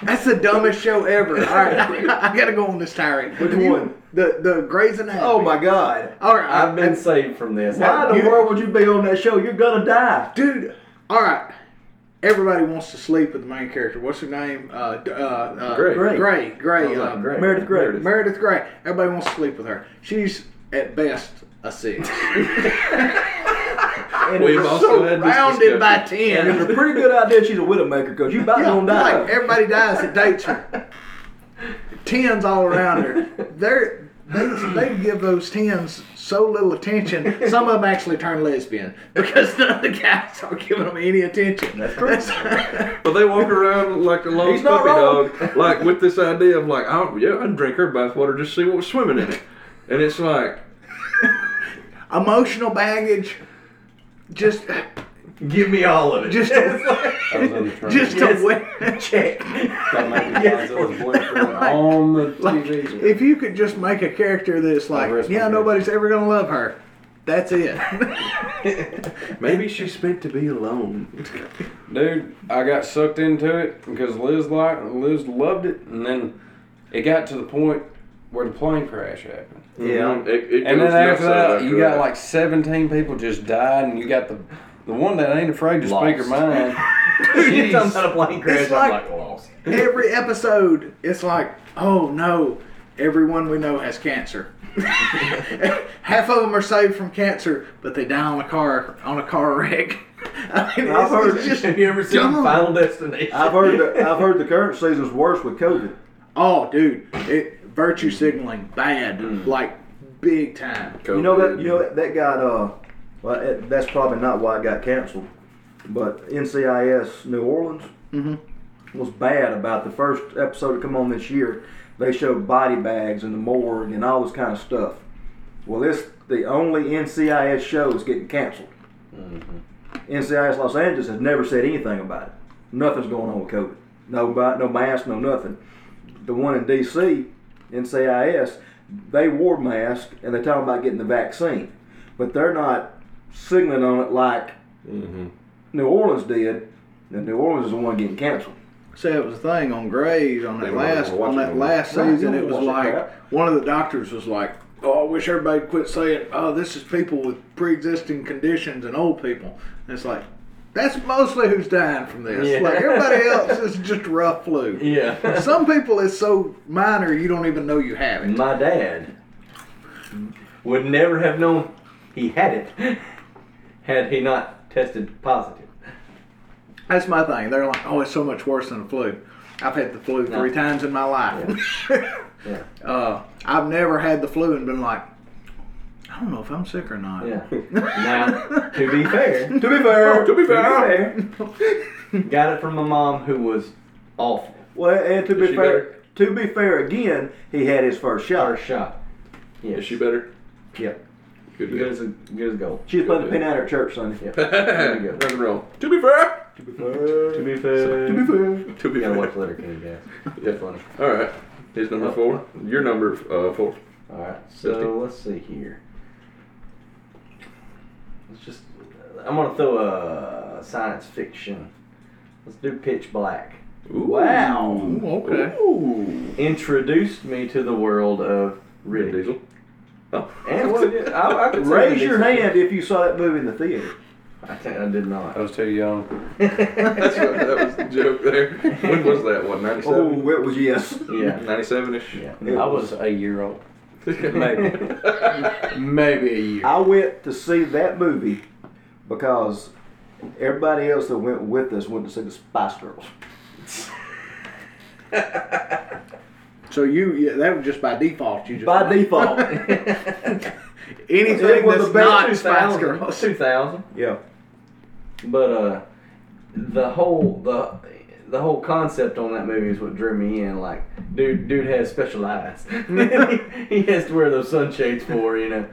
Speaker 9: That's the dumbest show ever. All right, I gotta go on this tirade.
Speaker 7: Which
Speaker 9: Have you-
Speaker 7: one?
Speaker 9: The the Grey's Anatomy.
Speaker 7: Oh my God.
Speaker 9: All right,
Speaker 6: I've been saved from this.
Speaker 7: Why in
Speaker 9: You-
Speaker 7: the world would you be on that show? You're gonna die.
Speaker 9: dude. All right. Everybody wants to sleep with the main character. What's her name? Uh, d- uh, uh,
Speaker 4: Gray.
Speaker 9: Gray. Gray. Gray.
Speaker 6: Oh,
Speaker 9: uh,
Speaker 6: great.
Speaker 7: Meredith Grey.
Speaker 4: Meredith.
Speaker 9: Meredith Gray. Everybody wants to sleep with her. She's at best a six.
Speaker 4: We've also had this
Speaker 9: Rounded by
Speaker 4: discussion.
Speaker 9: ten.
Speaker 7: And it's a pretty good idea she's a widowmaker because you about
Speaker 9: Yeah,
Speaker 7: gonna
Speaker 9: like
Speaker 7: die.
Speaker 9: everybody dies that dates her. Tens all around her. They're, they they give those tens so little attention. Some of them actually turn lesbian because none of the guys are giving them any attention. That's
Speaker 4: But they walk around like a long
Speaker 7: He's not
Speaker 4: puppy
Speaker 7: wrong.
Speaker 4: dog, like with this idea of like, I yeah, I'd drink her bathwater just to see what was swimming in it, and it's like,
Speaker 9: Emotional baggage. Just
Speaker 6: Give me all of it.
Speaker 9: just a,
Speaker 3: I was on the trailer.
Speaker 9: just
Speaker 6: Yes.
Speaker 9: a way.
Speaker 6: check.
Speaker 3: Got Mecha Godzilla's boyfriend on the TV.
Speaker 9: If you could just make a character that's like,
Speaker 3: risk my
Speaker 9: yeah,
Speaker 3: case.
Speaker 9: nobody's ever gonna love her. That's it.
Speaker 4: maybe she's meant to be alone.
Speaker 3: Dude, I got sucked into it because Liz liked, Liz loved it, and then it got to the point where the plane crash happened.
Speaker 7: Mm-hmm.
Speaker 4: Mhm. It, it
Speaker 3: And then
Speaker 4: goes nuts
Speaker 3: after that,
Speaker 4: after
Speaker 3: you got
Speaker 4: that.
Speaker 3: like 17 people just died, and you got the the one that ain't afraid to speak her
Speaker 6: Lost.
Speaker 3: mind.
Speaker 6: You're talking about a plane crash.
Speaker 9: It's
Speaker 6: I'm
Speaker 9: like-
Speaker 6: like lost.
Speaker 9: every episode, it's like, oh no, everyone we know has cancer. Half of them are saved from cancer, but they die on a car on a car wreck. I mean,
Speaker 7: I've heard-
Speaker 9: it's just
Speaker 6: Have you ever seen
Speaker 9: dumb.
Speaker 6: Final Destination?
Speaker 7: I've heard the I've heard the current season's worse with COVID.
Speaker 9: oh, dude, it virtue signaling bad,
Speaker 6: Mm.
Speaker 9: like big time.
Speaker 7: You know that you know that, that got uh well it, that's probably not why it got canceled, but NCIS New Orleans was bad about the first episode to come on this year. They showed body bags in the morgue and all this kind of stuff. Well, this the only NCIS show is getting canceled. NCIS Los Angeles has never said anything about it. Nothing's going on with COVID. No, ba- no mask, no nothing. The one in D.C., NCIS, they wore masks and they're talking about getting the vaccine, but they're not signaling on it like
Speaker 6: Mm-hmm.
Speaker 7: New Orleans did. And New Orleans is the one getting canceled.
Speaker 9: See, it was a thing on Grays on
Speaker 4: They
Speaker 9: that
Speaker 4: were never
Speaker 9: last
Speaker 4: watching
Speaker 9: on that
Speaker 4: them.
Speaker 9: last
Speaker 7: Right,
Speaker 9: season.
Speaker 7: they
Speaker 9: It was
Speaker 7: were watching
Speaker 9: like
Speaker 7: that.
Speaker 9: one of the doctors was like, "Oh, I wish everybody quit saying oh this is people with pre-existing conditions and old people." And it's like that's mostly who's dying from this.
Speaker 6: Yeah.
Speaker 9: Like everybody else is just rough flu.
Speaker 6: Yeah.
Speaker 9: Some people it's so minor you don't even know you have it.
Speaker 6: My dad would never have known he had it had he not tested positive.
Speaker 9: That's my thing. They're like, "Oh, it's so much worse than the flu." I've had the flu
Speaker 6: No.
Speaker 9: three times in my life.
Speaker 6: Yeah.
Speaker 9: uh, I've never had the flu and been like, I don't know if I'm sick or not.
Speaker 6: Yeah. Now, to be fair,
Speaker 7: To be fair,
Speaker 4: To be fair,
Speaker 6: got it from my mom who was awful.
Speaker 7: well, and to
Speaker 4: Is
Speaker 7: be
Speaker 4: she
Speaker 7: fair, to be fair again, he had his first shot.
Speaker 6: First shot. Yeah.
Speaker 4: is she better?
Speaker 6: Yep.
Speaker 4: Good
Speaker 6: Good
Speaker 4: deal.
Speaker 6: as, a, good as gold.
Speaker 7: She was playing the pin out at church Sunday.
Speaker 4: Rock and roll. To be fair.
Speaker 6: To be fair. To be fair.
Speaker 4: To
Speaker 6: You gotta
Speaker 4: be fair.
Speaker 6: watch Letter King, guys.
Speaker 4: Yeah.
Speaker 6: It's funny.
Speaker 4: All right. His number four. Your number uh, four.
Speaker 6: Alright, so let's see here. Let's just. I'm gonna throw a science fiction. Let's do Pitch Black.
Speaker 4: Ooh.
Speaker 7: Wow.
Speaker 9: Ooh, okay.
Speaker 4: Ooh.
Speaker 6: Introduced me to the world of Riddick.
Speaker 4: Vin Diesel. Oh.
Speaker 6: And what it is, I, I could say
Speaker 7: Raise
Speaker 6: it
Speaker 7: your
Speaker 6: is-
Speaker 7: hand if you saw that movie in the theater.
Speaker 6: I, think I did not.
Speaker 3: I was too young.
Speaker 4: That's what, that was the joke there. When was that? What, 97?
Speaker 7: Oh, it was yes.
Speaker 6: Oh, Yeah.
Speaker 4: 97 ish?
Speaker 6: Yeah.
Speaker 10: I was a year old.
Speaker 4: Maybe.
Speaker 3: Maybe a year.
Speaker 7: I went to see that movie because everybody else that went with us went to see the Spice Girls.
Speaker 9: So you, yeah, that was just by default. You just
Speaker 7: By default.
Speaker 9: anything
Speaker 7: was
Speaker 9: that's
Speaker 7: the best
Speaker 9: not
Speaker 6: 2000,
Speaker 9: Spice Girls.
Speaker 6: 2000.
Speaker 7: yeah.
Speaker 6: But uh, the whole the the whole concept on that movie is what drew me in. Like, dude, dude has special eyes. he has to wear those sunshades for you know.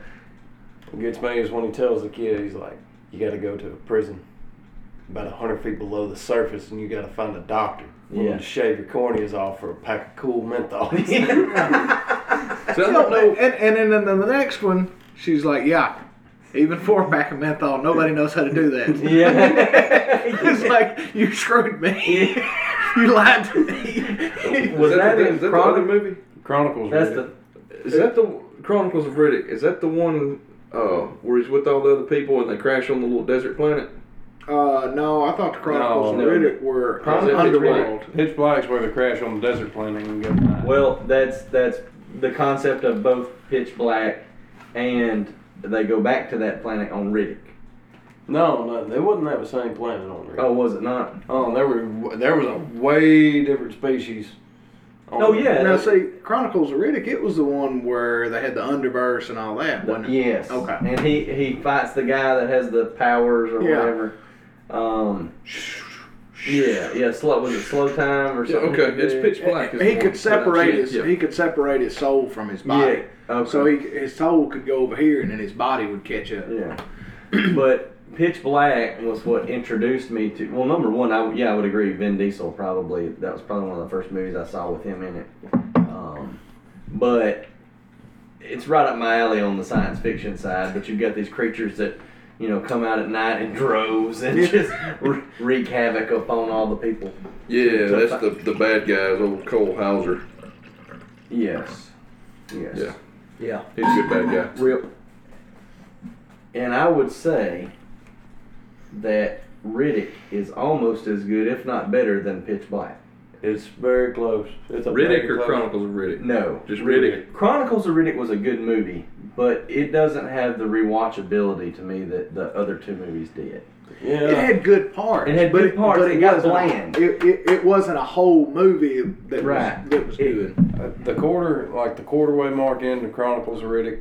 Speaker 10: What gets me is when he tells the kid, he's like, "You got to go to a prison about a hundred feet below the surface, and you got to find a doctor willing
Speaker 6: Yeah.
Speaker 10: to shave your corneas off for a pack of cool menthols."
Speaker 4: So I
Speaker 9: No,
Speaker 4: don't
Speaker 9: no,
Speaker 4: know.
Speaker 9: and and then in the next one, she's like, yeah, even for a pack of menthol, nobody knows how to do that. It's
Speaker 6: yeah.
Speaker 9: like you screwed me. you lied to me.
Speaker 6: Was
Speaker 4: is
Speaker 6: that,
Speaker 4: that, the,
Speaker 6: in
Speaker 4: is that the other
Speaker 6: Chronicles?
Speaker 4: movie?
Speaker 3: Chronicles.
Speaker 6: That's
Speaker 3: Riddick.
Speaker 6: the
Speaker 4: Is that the Chronicles of Riddick? Is that the one uh, where he's with all the other people and they crash on the little desert planet?
Speaker 9: Uh, no, I thought the Chronicles
Speaker 3: No,
Speaker 4: no.
Speaker 9: of Riddick were
Speaker 4: Is that
Speaker 9: underworld.
Speaker 3: Pitch Black's where they crash on the desert planet and get nine.
Speaker 6: well. That's that's the concept of both Pitch Black and they go back to that planet on Riddick.
Speaker 10: no, no, they wouldn't have the same planet on there.
Speaker 6: Oh, was it not?
Speaker 10: Oh, there were there was a way different species. on
Speaker 6: Oh
Speaker 10: there.
Speaker 6: yeah.
Speaker 9: Now,
Speaker 6: that's-
Speaker 9: see, Chronicles of Riddick, it was the one where they had the underverse and all that, wasn't it?
Speaker 6: Yes.
Speaker 9: Okay.
Speaker 6: And he he fights the guy that has the powers or
Speaker 9: Yeah.
Speaker 6: whatever. Um. Yeah, yeah. Slow was it slow time or
Speaker 4: Yeah,
Speaker 6: something?
Speaker 4: okay, it's pitch black. is
Speaker 9: He
Speaker 4: the one.
Speaker 9: could separate his
Speaker 4: Yeah.
Speaker 9: he could separate his soul from his
Speaker 6: Yeah.
Speaker 9: body.
Speaker 6: Okay.
Speaker 9: So he, his soul could go over here, and then his body would catch up.
Speaker 6: Yeah. but Pitch Black was what introduced me to. Well, number one, I yeah, I would agree. Vin Diesel probably that was probably one of the first movies I saw with him in it. Um, but it's right up my alley on the science fiction side. But you've got these creatures that you know come out at night in droves and just wre- wreak havoc upon all the people.
Speaker 4: Yeah, that's the, the bad guys, old Cole Hauser.
Speaker 6: Yes. Yes.
Speaker 4: Yeah.
Speaker 7: Yeah.
Speaker 4: He's a good bad guy.
Speaker 6: Rip. And I would say that Riddick is almost as good, if not better, than Pitch Black.
Speaker 10: it's very close. It's a
Speaker 4: Riddick
Speaker 10: very
Speaker 4: or
Speaker 10: close-
Speaker 4: Chronicles of Riddick?
Speaker 6: No.
Speaker 4: Just Riddick.
Speaker 6: Chronicles of Riddick was a good movie, but it doesn't have the rewatchability to me that the other two movies did.
Speaker 9: It
Speaker 10: Yeah,
Speaker 9: had good parts.
Speaker 6: It had
Speaker 9: but
Speaker 6: good parts, it got
Speaker 9: wasn't a-
Speaker 6: bland.
Speaker 9: It, it, it wasn't a whole movie that
Speaker 6: Right.
Speaker 9: was that was
Speaker 6: It-
Speaker 9: good.
Speaker 3: Uh, the quarter, like the quarterway mark in the Chronicles of Riddick,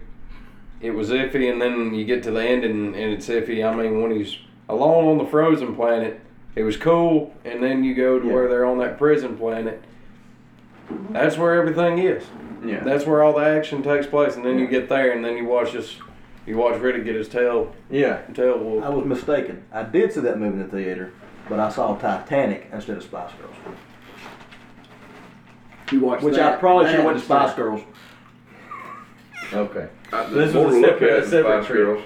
Speaker 3: it was iffy, and then you get to the end and, and it's iffy. I mean, when he's alone on the frozen planet, it was cool, and then you go to
Speaker 6: Yeah.
Speaker 3: where they're on that prison planet. That's where everything is.
Speaker 6: Yeah.
Speaker 3: That's where all the action takes place, and then you get there, and then you watch this. You watch Riddick get his tail
Speaker 6: Yeah.
Speaker 3: tail whooped.
Speaker 7: I was mistaken. I did see that movie in the theater, but I saw Titanic instead of Spice Girls,
Speaker 9: You watched
Speaker 7: which I
Speaker 9: that-
Speaker 7: probably
Speaker 9: that
Speaker 7: should have went to
Speaker 9: instead.
Speaker 7: Spice Girls.
Speaker 6: Okay.
Speaker 4: I, the
Speaker 6: This was
Speaker 4: more
Speaker 6: a
Speaker 4: to look
Speaker 6: separate-
Speaker 4: at
Speaker 6: a separate
Speaker 4: Spice
Speaker 6: trip.
Speaker 4: Girls,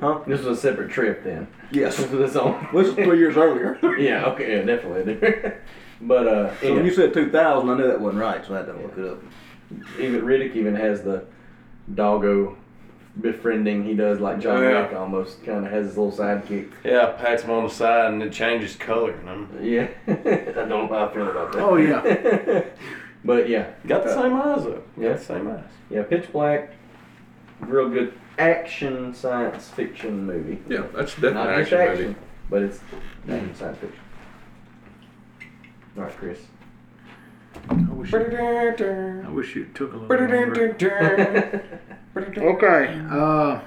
Speaker 7: Huh?
Speaker 6: This was a separate trip then.
Speaker 7: Yes.
Speaker 6: This was its own.
Speaker 7: This was three years earlier.
Speaker 6: yeah. Okay. Yeah. Definitely. but uh,
Speaker 7: So when
Speaker 6: yeah,
Speaker 7: you said 2000, I knew that wasn't right, so I had to look it up.
Speaker 6: even Riddick even has the doggo befriending. He does like John
Speaker 3: Yeah.
Speaker 6: Wick almost. Kind of has his little sidekick.
Speaker 10: Yeah, pats him on the side and it changes color. And I'm
Speaker 6: Yeah. I don't know how I feel about that.
Speaker 9: Oh yeah.
Speaker 6: But yeah.
Speaker 10: got the same eyes though.
Speaker 6: Yeah.
Speaker 10: Got the same eyes.
Speaker 6: Yeah. Pitch Black. Real good action science fiction movie.
Speaker 4: yeah, that's definitely
Speaker 6: Not
Speaker 4: an
Speaker 6: just
Speaker 4: action,
Speaker 6: action,
Speaker 4: movie.
Speaker 6: but it's action science fiction. All right, Chris.
Speaker 9: I wish, you, I wish you took a little. longer. Okay. Uh,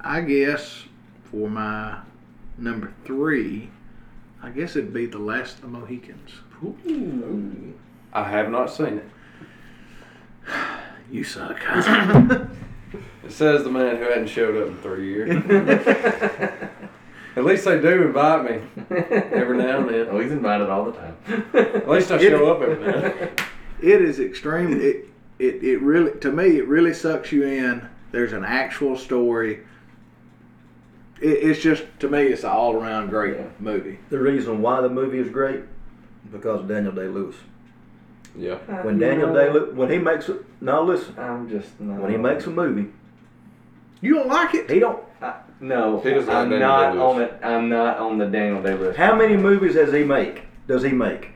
Speaker 9: I guess for my number three, I guess it'd be The Last of the Mohicans.
Speaker 10: I have not seen it.
Speaker 9: You suck.
Speaker 10: It says the man who hadn't showed up in three years. At least they do invite me every now and then.
Speaker 6: oh, he's invited all the time.
Speaker 10: At least I show up every now and then.
Speaker 6: Uh,
Speaker 9: it is extreme. It, it it really to me it really sucks you in. There's an actual story. It, it's just to me it's an all around great
Speaker 6: Yeah.
Speaker 9: movie.
Speaker 7: The reason why the movie is great, because of Daniel Day Lewis.
Speaker 4: Yeah.
Speaker 7: When Daniel
Speaker 6: uh,
Speaker 7: Day Lewis, when he makes it, no, listen,
Speaker 6: I'm just not.
Speaker 7: when he makes a movie,
Speaker 9: You don't like it?
Speaker 7: he don't.
Speaker 6: Uh, No,
Speaker 4: He doesn't like
Speaker 6: I'm
Speaker 4: Daniel
Speaker 6: not
Speaker 4: Day-Lewis.
Speaker 6: on it. I'm not on the Daniel Day list.
Speaker 7: How many movies does he make? Does he make?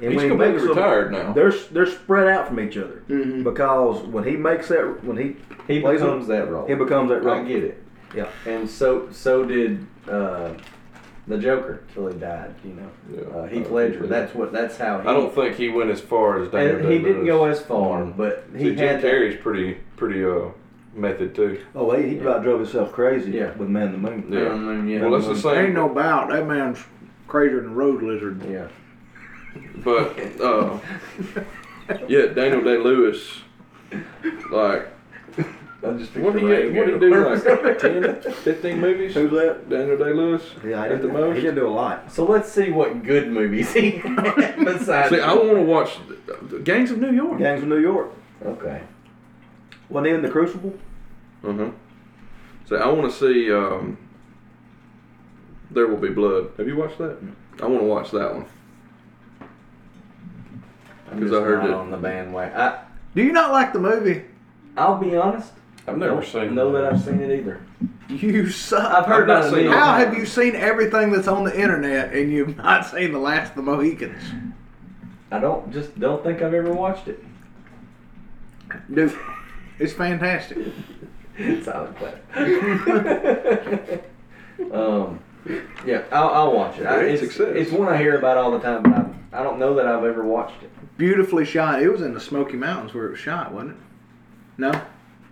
Speaker 7: And
Speaker 4: He's
Speaker 7: when he
Speaker 4: completely
Speaker 7: makes them,
Speaker 4: retired now.
Speaker 7: They're they're spread out from each other
Speaker 9: Mhm.
Speaker 7: because when he makes that, when he
Speaker 6: He
Speaker 7: plays them,
Speaker 6: becomes that role.
Speaker 7: he becomes that
Speaker 6: I
Speaker 7: role.
Speaker 6: get it.
Speaker 7: Yeah.
Speaker 6: And so so did uh, the Joker till he died. You know,
Speaker 4: Yeah.
Speaker 6: uh, Heath Ledger. That's what. That's how. He,
Speaker 4: I don't think he went as far as Daniel
Speaker 6: And he didn't
Speaker 4: Day-Lewis.
Speaker 6: go as far,
Speaker 4: Mm.
Speaker 6: but
Speaker 4: See,
Speaker 6: he
Speaker 4: Jim
Speaker 6: had that
Speaker 4: Carrey's pretty pretty uh method too.
Speaker 7: Oh, he, he about drove himself crazy
Speaker 6: Yeah.
Speaker 7: with Man in the Moon.
Speaker 4: Yeah.
Speaker 6: I mean, yeah.
Speaker 4: Well, that's the
Speaker 9: There
Speaker 4: same.
Speaker 9: ain't no doubt that man's crazier than a road lizard.
Speaker 6: Yeah.
Speaker 4: But uh, yeah, Daniel Day Lewis, like
Speaker 6: I just
Speaker 4: what
Speaker 6: picture
Speaker 4: do you
Speaker 6: Ray
Speaker 4: what do
Speaker 6: go.
Speaker 4: you do like 10, 15 movies?
Speaker 7: Who's that?
Speaker 4: Daniel Day Lewis
Speaker 7: Yeah, he
Speaker 4: at the
Speaker 7: didn't,
Speaker 4: most.
Speaker 7: he didn't do a lot.
Speaker 6: So let's see what good movies he had besides.
Speaker 4: See, I want to watch the- Gangs of New York.
Speaker 7: Gangs of New York.
Speaker 6: Okay.
Speaker 7: Wasn't he in the Crucible?
Speaker 4: Uh huh. So I want to see. Um, there will be blood. Have you watched that? I want to watch that one.
Speaker 6: I'm
Speaker 4: 'Cause
Speaker 6: just
Speaker 4: I heard
Speaker 6: not
Speaker 4: it.
Speaker 6: on the bandwagon. I,
Speaker 9: Do you not like the movie?
Speaker 6: I'll be honest.
Speaker 10: I've never
Speaker 6: don't
Speaker 10: seen
Speaker 6: know
Speaker 10: it.
Speaker 6: that I've seen it either.
Speaker 9: You suck.
Speaker 6: I've heard
Speaker 4: not
Speaker 6: about it.
Speaker 4: seen
Speaker 6: a
Speaker 4: it.
Speaker 6: million
Speaker 9: How have
Speaker 6: times.
Speaker 9: you seen everything that's on the internet and you've not seen The Last of the Mohicans?
Speaker 6: I don't just don't think I've ever watched it.
Speaker 9: Dude, it's fantastic.
Speaker 6: Silent clap. um, yeah, I'll, I'll watch it. I,
Speaker 4: Great
Speaker 6: it's,
Speaker 4: success.
Speaker 6: it's one I hear about all the time, but I, I don't know that I've ever watched it.
Speaker 9: Beautifully shot. It was in the Smoky Mountains where it was shot, wasn't it? No?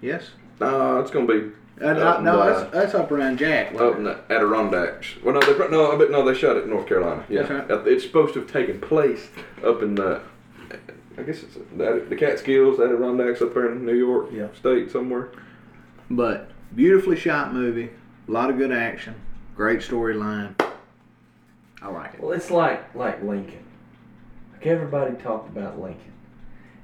Speaker 9: Yes?
Speaker 4: Uh, Oh, it's gonna be
Speaker 9: Uh, no,
Speaker 4: Up
Speaker 9: no,
Speaker 4: in the-
Speaker 9: that's, uh, that's up around Jack.
Speaker 4: up in
Speaker 9: wasn't it?
Speaker 4: the Adirondacks. Well, no, they pro- no, I bet no, they shot it in North Carolina. Yeah,
Speaker 9: That's
Speaker 4: it's supposed to have taken place up in the. I guess it's the, the Catskills, the Adirondacks, up there in New York
Speaker 7: Yeah.
Speaker 4: State somewhere.
Speaker 9: But beautifully shot movie. A lot of good action. Great storyline. I like it.
Speaker 6: Well, it's like like Lincoln. Like everybody talked about Lincoln,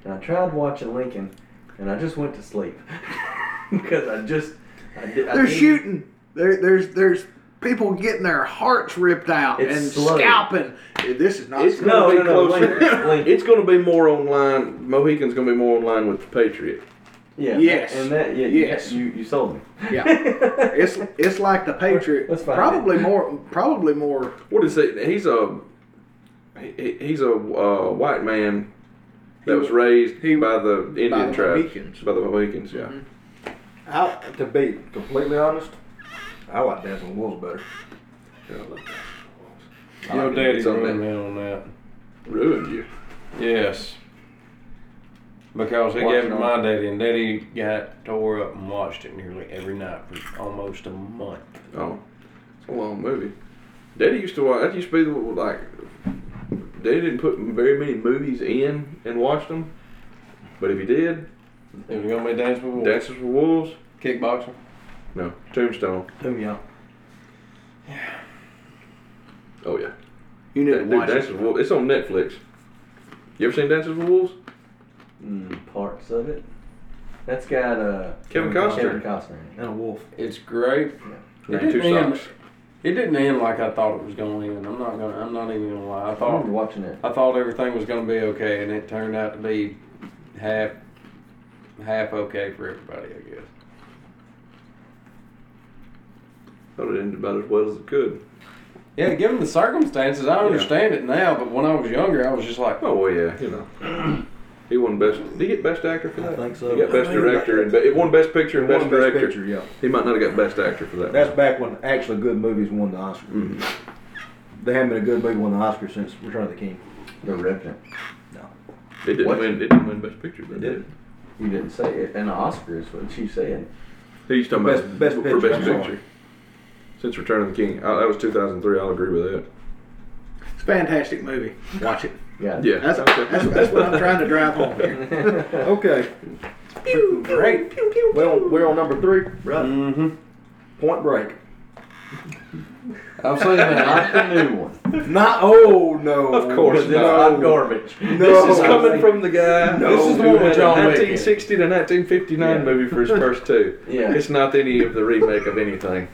Speaker 6: and I tried watching Lincoln, and I just went to sleep because I just I did. I
Speaker 9: They're
Speaker 6: didn't-
Speaker 9: shooting. There, there's there's people getting their hearts ripped out
Speaker 6: It's
Speaker 9: and
Speaker 6: slow.
Speaker 9: scalping. This is not.
Speaker 4: It's
Speaker 9: slow.
Speaker 6: No,
Speaker 4: gonna be
Speaker 6: no, no,
Speaker 4: closer.
Speaker 6: Lincoln, Lincoln.
Speaker 4: It's gonna be more online. Mohican's gonna be more online with the Patriot.
Speaker 6: Yeah.
Speaker 9: Yes.
Speaker 6: And that yeah, you-
Speaker 9: Yes.
Speaker 6: You you sold me.
Speaker 9: Yeah. It's it's like the Patriot.
Speaker 6: Let's find
Speaker 9: probably more. Probably more.
Speaker 4: What is it? He's a he- he, he's a uh, white man that was raised
Speaker 9: he-
Speaker 4: by the Indian
Speaker 9: the
Speaker 4: tribe,
Speaker 9: Mohicans.
Speaker 4: by the Mohicans. Yeah,
Speaker 7: I, to be completely honest, I like Dancing Wolves better.
Speaker 10: Your daddy
Speaker 4: It's on
Speaker 10: ruined
Speaker 4: that.
Speaker 10: me on that.
Speaker 4: ruined you.
Speaker 10: Yes. Because he
Speaker 4: Watching
Speaker 10: gave it to my
Speaker 4: on-
Speaker 10: daddy, and daddy got tore up and watched it nearly every night for almost a month.
Speaker 4: Oh, it's a long movie. Daddy used to watch. That used to be the, like. Daddy didn't put very many movies in and watch them, but if he did,
Speaker 10: It was gonna be Dance with Wolves.
Speaker 4: Dances with Wolves,
Speaker 3: Kickboxer.
Speaker 4: No. Tombstone.
Speaker 7: Who y'all?
Speaker 4: Oh yeah.
Speaker 9: You need to
Speaker 4: That, dude,
Speaker 9: watch
Speaker 4: Dances
Speaker 9: it.
Speaker 4: with Wolves. It's on Netflix. You ever seen Dances with Wolves?
Speaker 6: Mm, parts of it. That's got uh,
Speaker 4: Kevin Costner.
Speaker 6: Kevin Costner in it.
Speaker 7: And a wolf.
Speaker 3: It's great. It
Speaker 4: Nine two
Speaker 3: didn't end.
Speaker 4: socks.
Speaker 3: It didn't end like I thought it was going to end. I'm not gonna. I'm not even gonna lie. I
Speaker 6: I
Speaker 3: thought
Speaker 6: remember watching it.
Speaker 3: I thought everything was gonna be okay, and it turned out to be half half okay for everybody. I guess.
Speaker 4: Thought it ended about as well as it could.
Speaker 3: Yeah, given the circumstances, I understand it now. But when I was younger, I was just like,
Speaker 4: Oh well, yeah, you know. He won best. Did he get best actor for that?
Speaker 7: think so.
Speaker 4: He got best director and be, it won best picture and best,
Speaker 7: One best
Speaker 4: director.
Speaker 7: picture, yeah.
Speaker 4: He might not have got best actor for that.
Speaker 7: That's back when actually good movies won the Oscar. They haven't been a good movie won the Oscar since Return of the King.
Speaker 6: Mm-hmm. The Revenant.
Speaker 4: it didn't
Speaker 6: what?
Speaker 4: win. It didn't win best picture. But it did.
Speaker 7: didn't.
Speaker 6: You didn't say it. And the Oscar is what she said.
Speaker 4: He's talking
Speaker 7: Best-
Speaker 4: about
Speaker 7: best
Speaker 4: for
Speaker 7: picture,
Speaker 4: best
Speaker 7: I'm sorry.
Speaker 4: picture. Since Return of the King, I, that was 2003. I'll agree with that.
Speaker 9: It's a fantastic movie. Watch it.
Speaker 6: Yeah.
Speaker 4: Yeah,
Speaker 9: That's, that's, that's what I'm trying to drive home here.
Speaker 7: Okay.
Speaker 3: great.
Speaker 7: Well, we're on number three. Right.
Speaker 3: Mm-hmm.
Speaker 7: Point Break.
Speaker 3: I've seen
Speaker 6: Not
Speaker 3: that.
Speaker 6: the new one.
Speaker 7: Not. Oh no.
Speaker 4: Of course
Speaker 6: Because it's
Speaker 4: not.
Speaker 6: hot garbage.
Speaker 7: No.
Speaker 4: This is coming from the guy.
Speaker 7: No.
Speaker 4: this is the
Speaker 3: Who
Speaker 4: one with
Speaker 3: had a
Speaker 4: John 1960
Speaker 3: 1960
Speaker 4: to 1959 movie for his first two.
Speaker 6: Yeah.
Speaker 4: It's not any of the remake of anything.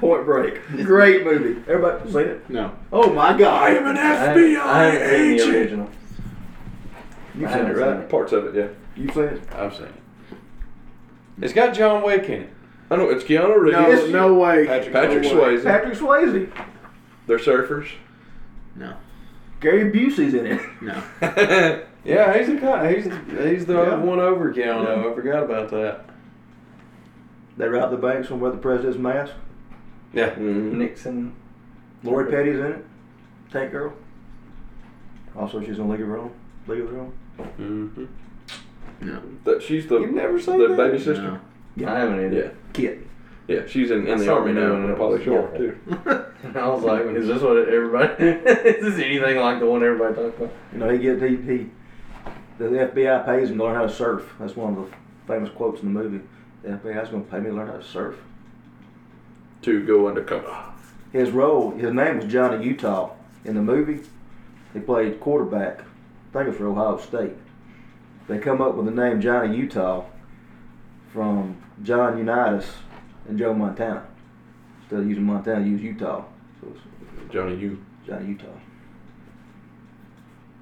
Speaker 7: Point Break. Great movie. Everybody seen it?
Speaker 9: No.
Speaker 7: Oh my God. I'm an
Speaker 6: I haven't seen the original. I
Speaker 7: You've seen it,
Speaker 6: haven't seen
Speaker 7: right?
Speaker 6: it.
Speaker 4: Parts of it, yeah.
Speaker 7: You've seen it.
Speaker 3: I've seen it. It's got John Wick in it.
Speaker 4: I know it's Keanu Reeves,
Speaker 9: No, no way.
Speaker 4: Patrick Swayze,
Speaker 7: Patrick Swayze.
Speaker 4: they're surfers.
Speaker 9: No.
Speaker 7: Gary Busey's in it.
Speaker 9: No.
Speaker 3: Yeah, he's the guy. He's he's the
Speaker 7: Yeah.
Speaker 3: one over Keanu. I forgot about that.
Speaker 7: They robbed the bank from where the president's mask.
Speaker 3: Yeah.
Speaker 4: Mhm.
Speaker 6: Nixon.
Speaker 7: Lori Petty's in it. Tank Girl. Also, she's in League of Her Own. League of Her Own.
Speaker 3: Mm-hmm.
Speaker 9: No.
Speaker 4: That she's the
Speaker 3: You've never seen
Speaker 4: the
Speaker 3: that?
Speaker 4: baby
Speaker 9: No.
Speaker 4: sister.
Speaker 6: I haven't either.
Speaker 4: Yeah,
Speaker 7: Kid.
Speaker 4: yeah. She's in,
Speaker 6: I
Speaker 4: in the
Speaker 6: saw
Speaker 4: army
Speaker 6: her
Speaker 4: now
Speaker 6: doing
Speaker 4: and
Speaker 6: it.
Speaker 4: Polly Shore
Speaker 6: Yeah.
Speaker 4: too.
Speaker 6: And I was like, is this what everybody? is this anything like the one everybody talks about?
Speaker 7: You know, he gets he, he the FBI pays him to learn how to surf. That's one of the famous quotes in the movie. The FBI's going to pay me to learn how to surf.
Speaker 4: To go undercover.
Speaker 7: His role, his name was Johnny Utah. In the movie, he played quarterback. I think it's for Ohio State. They come up with the name Johnny Utah from John Unitas and Joe Montana. Instead of using Montana, use Utah. So it's
Speaker 4: Johnny, you
Speaker 7: Johnny Utah.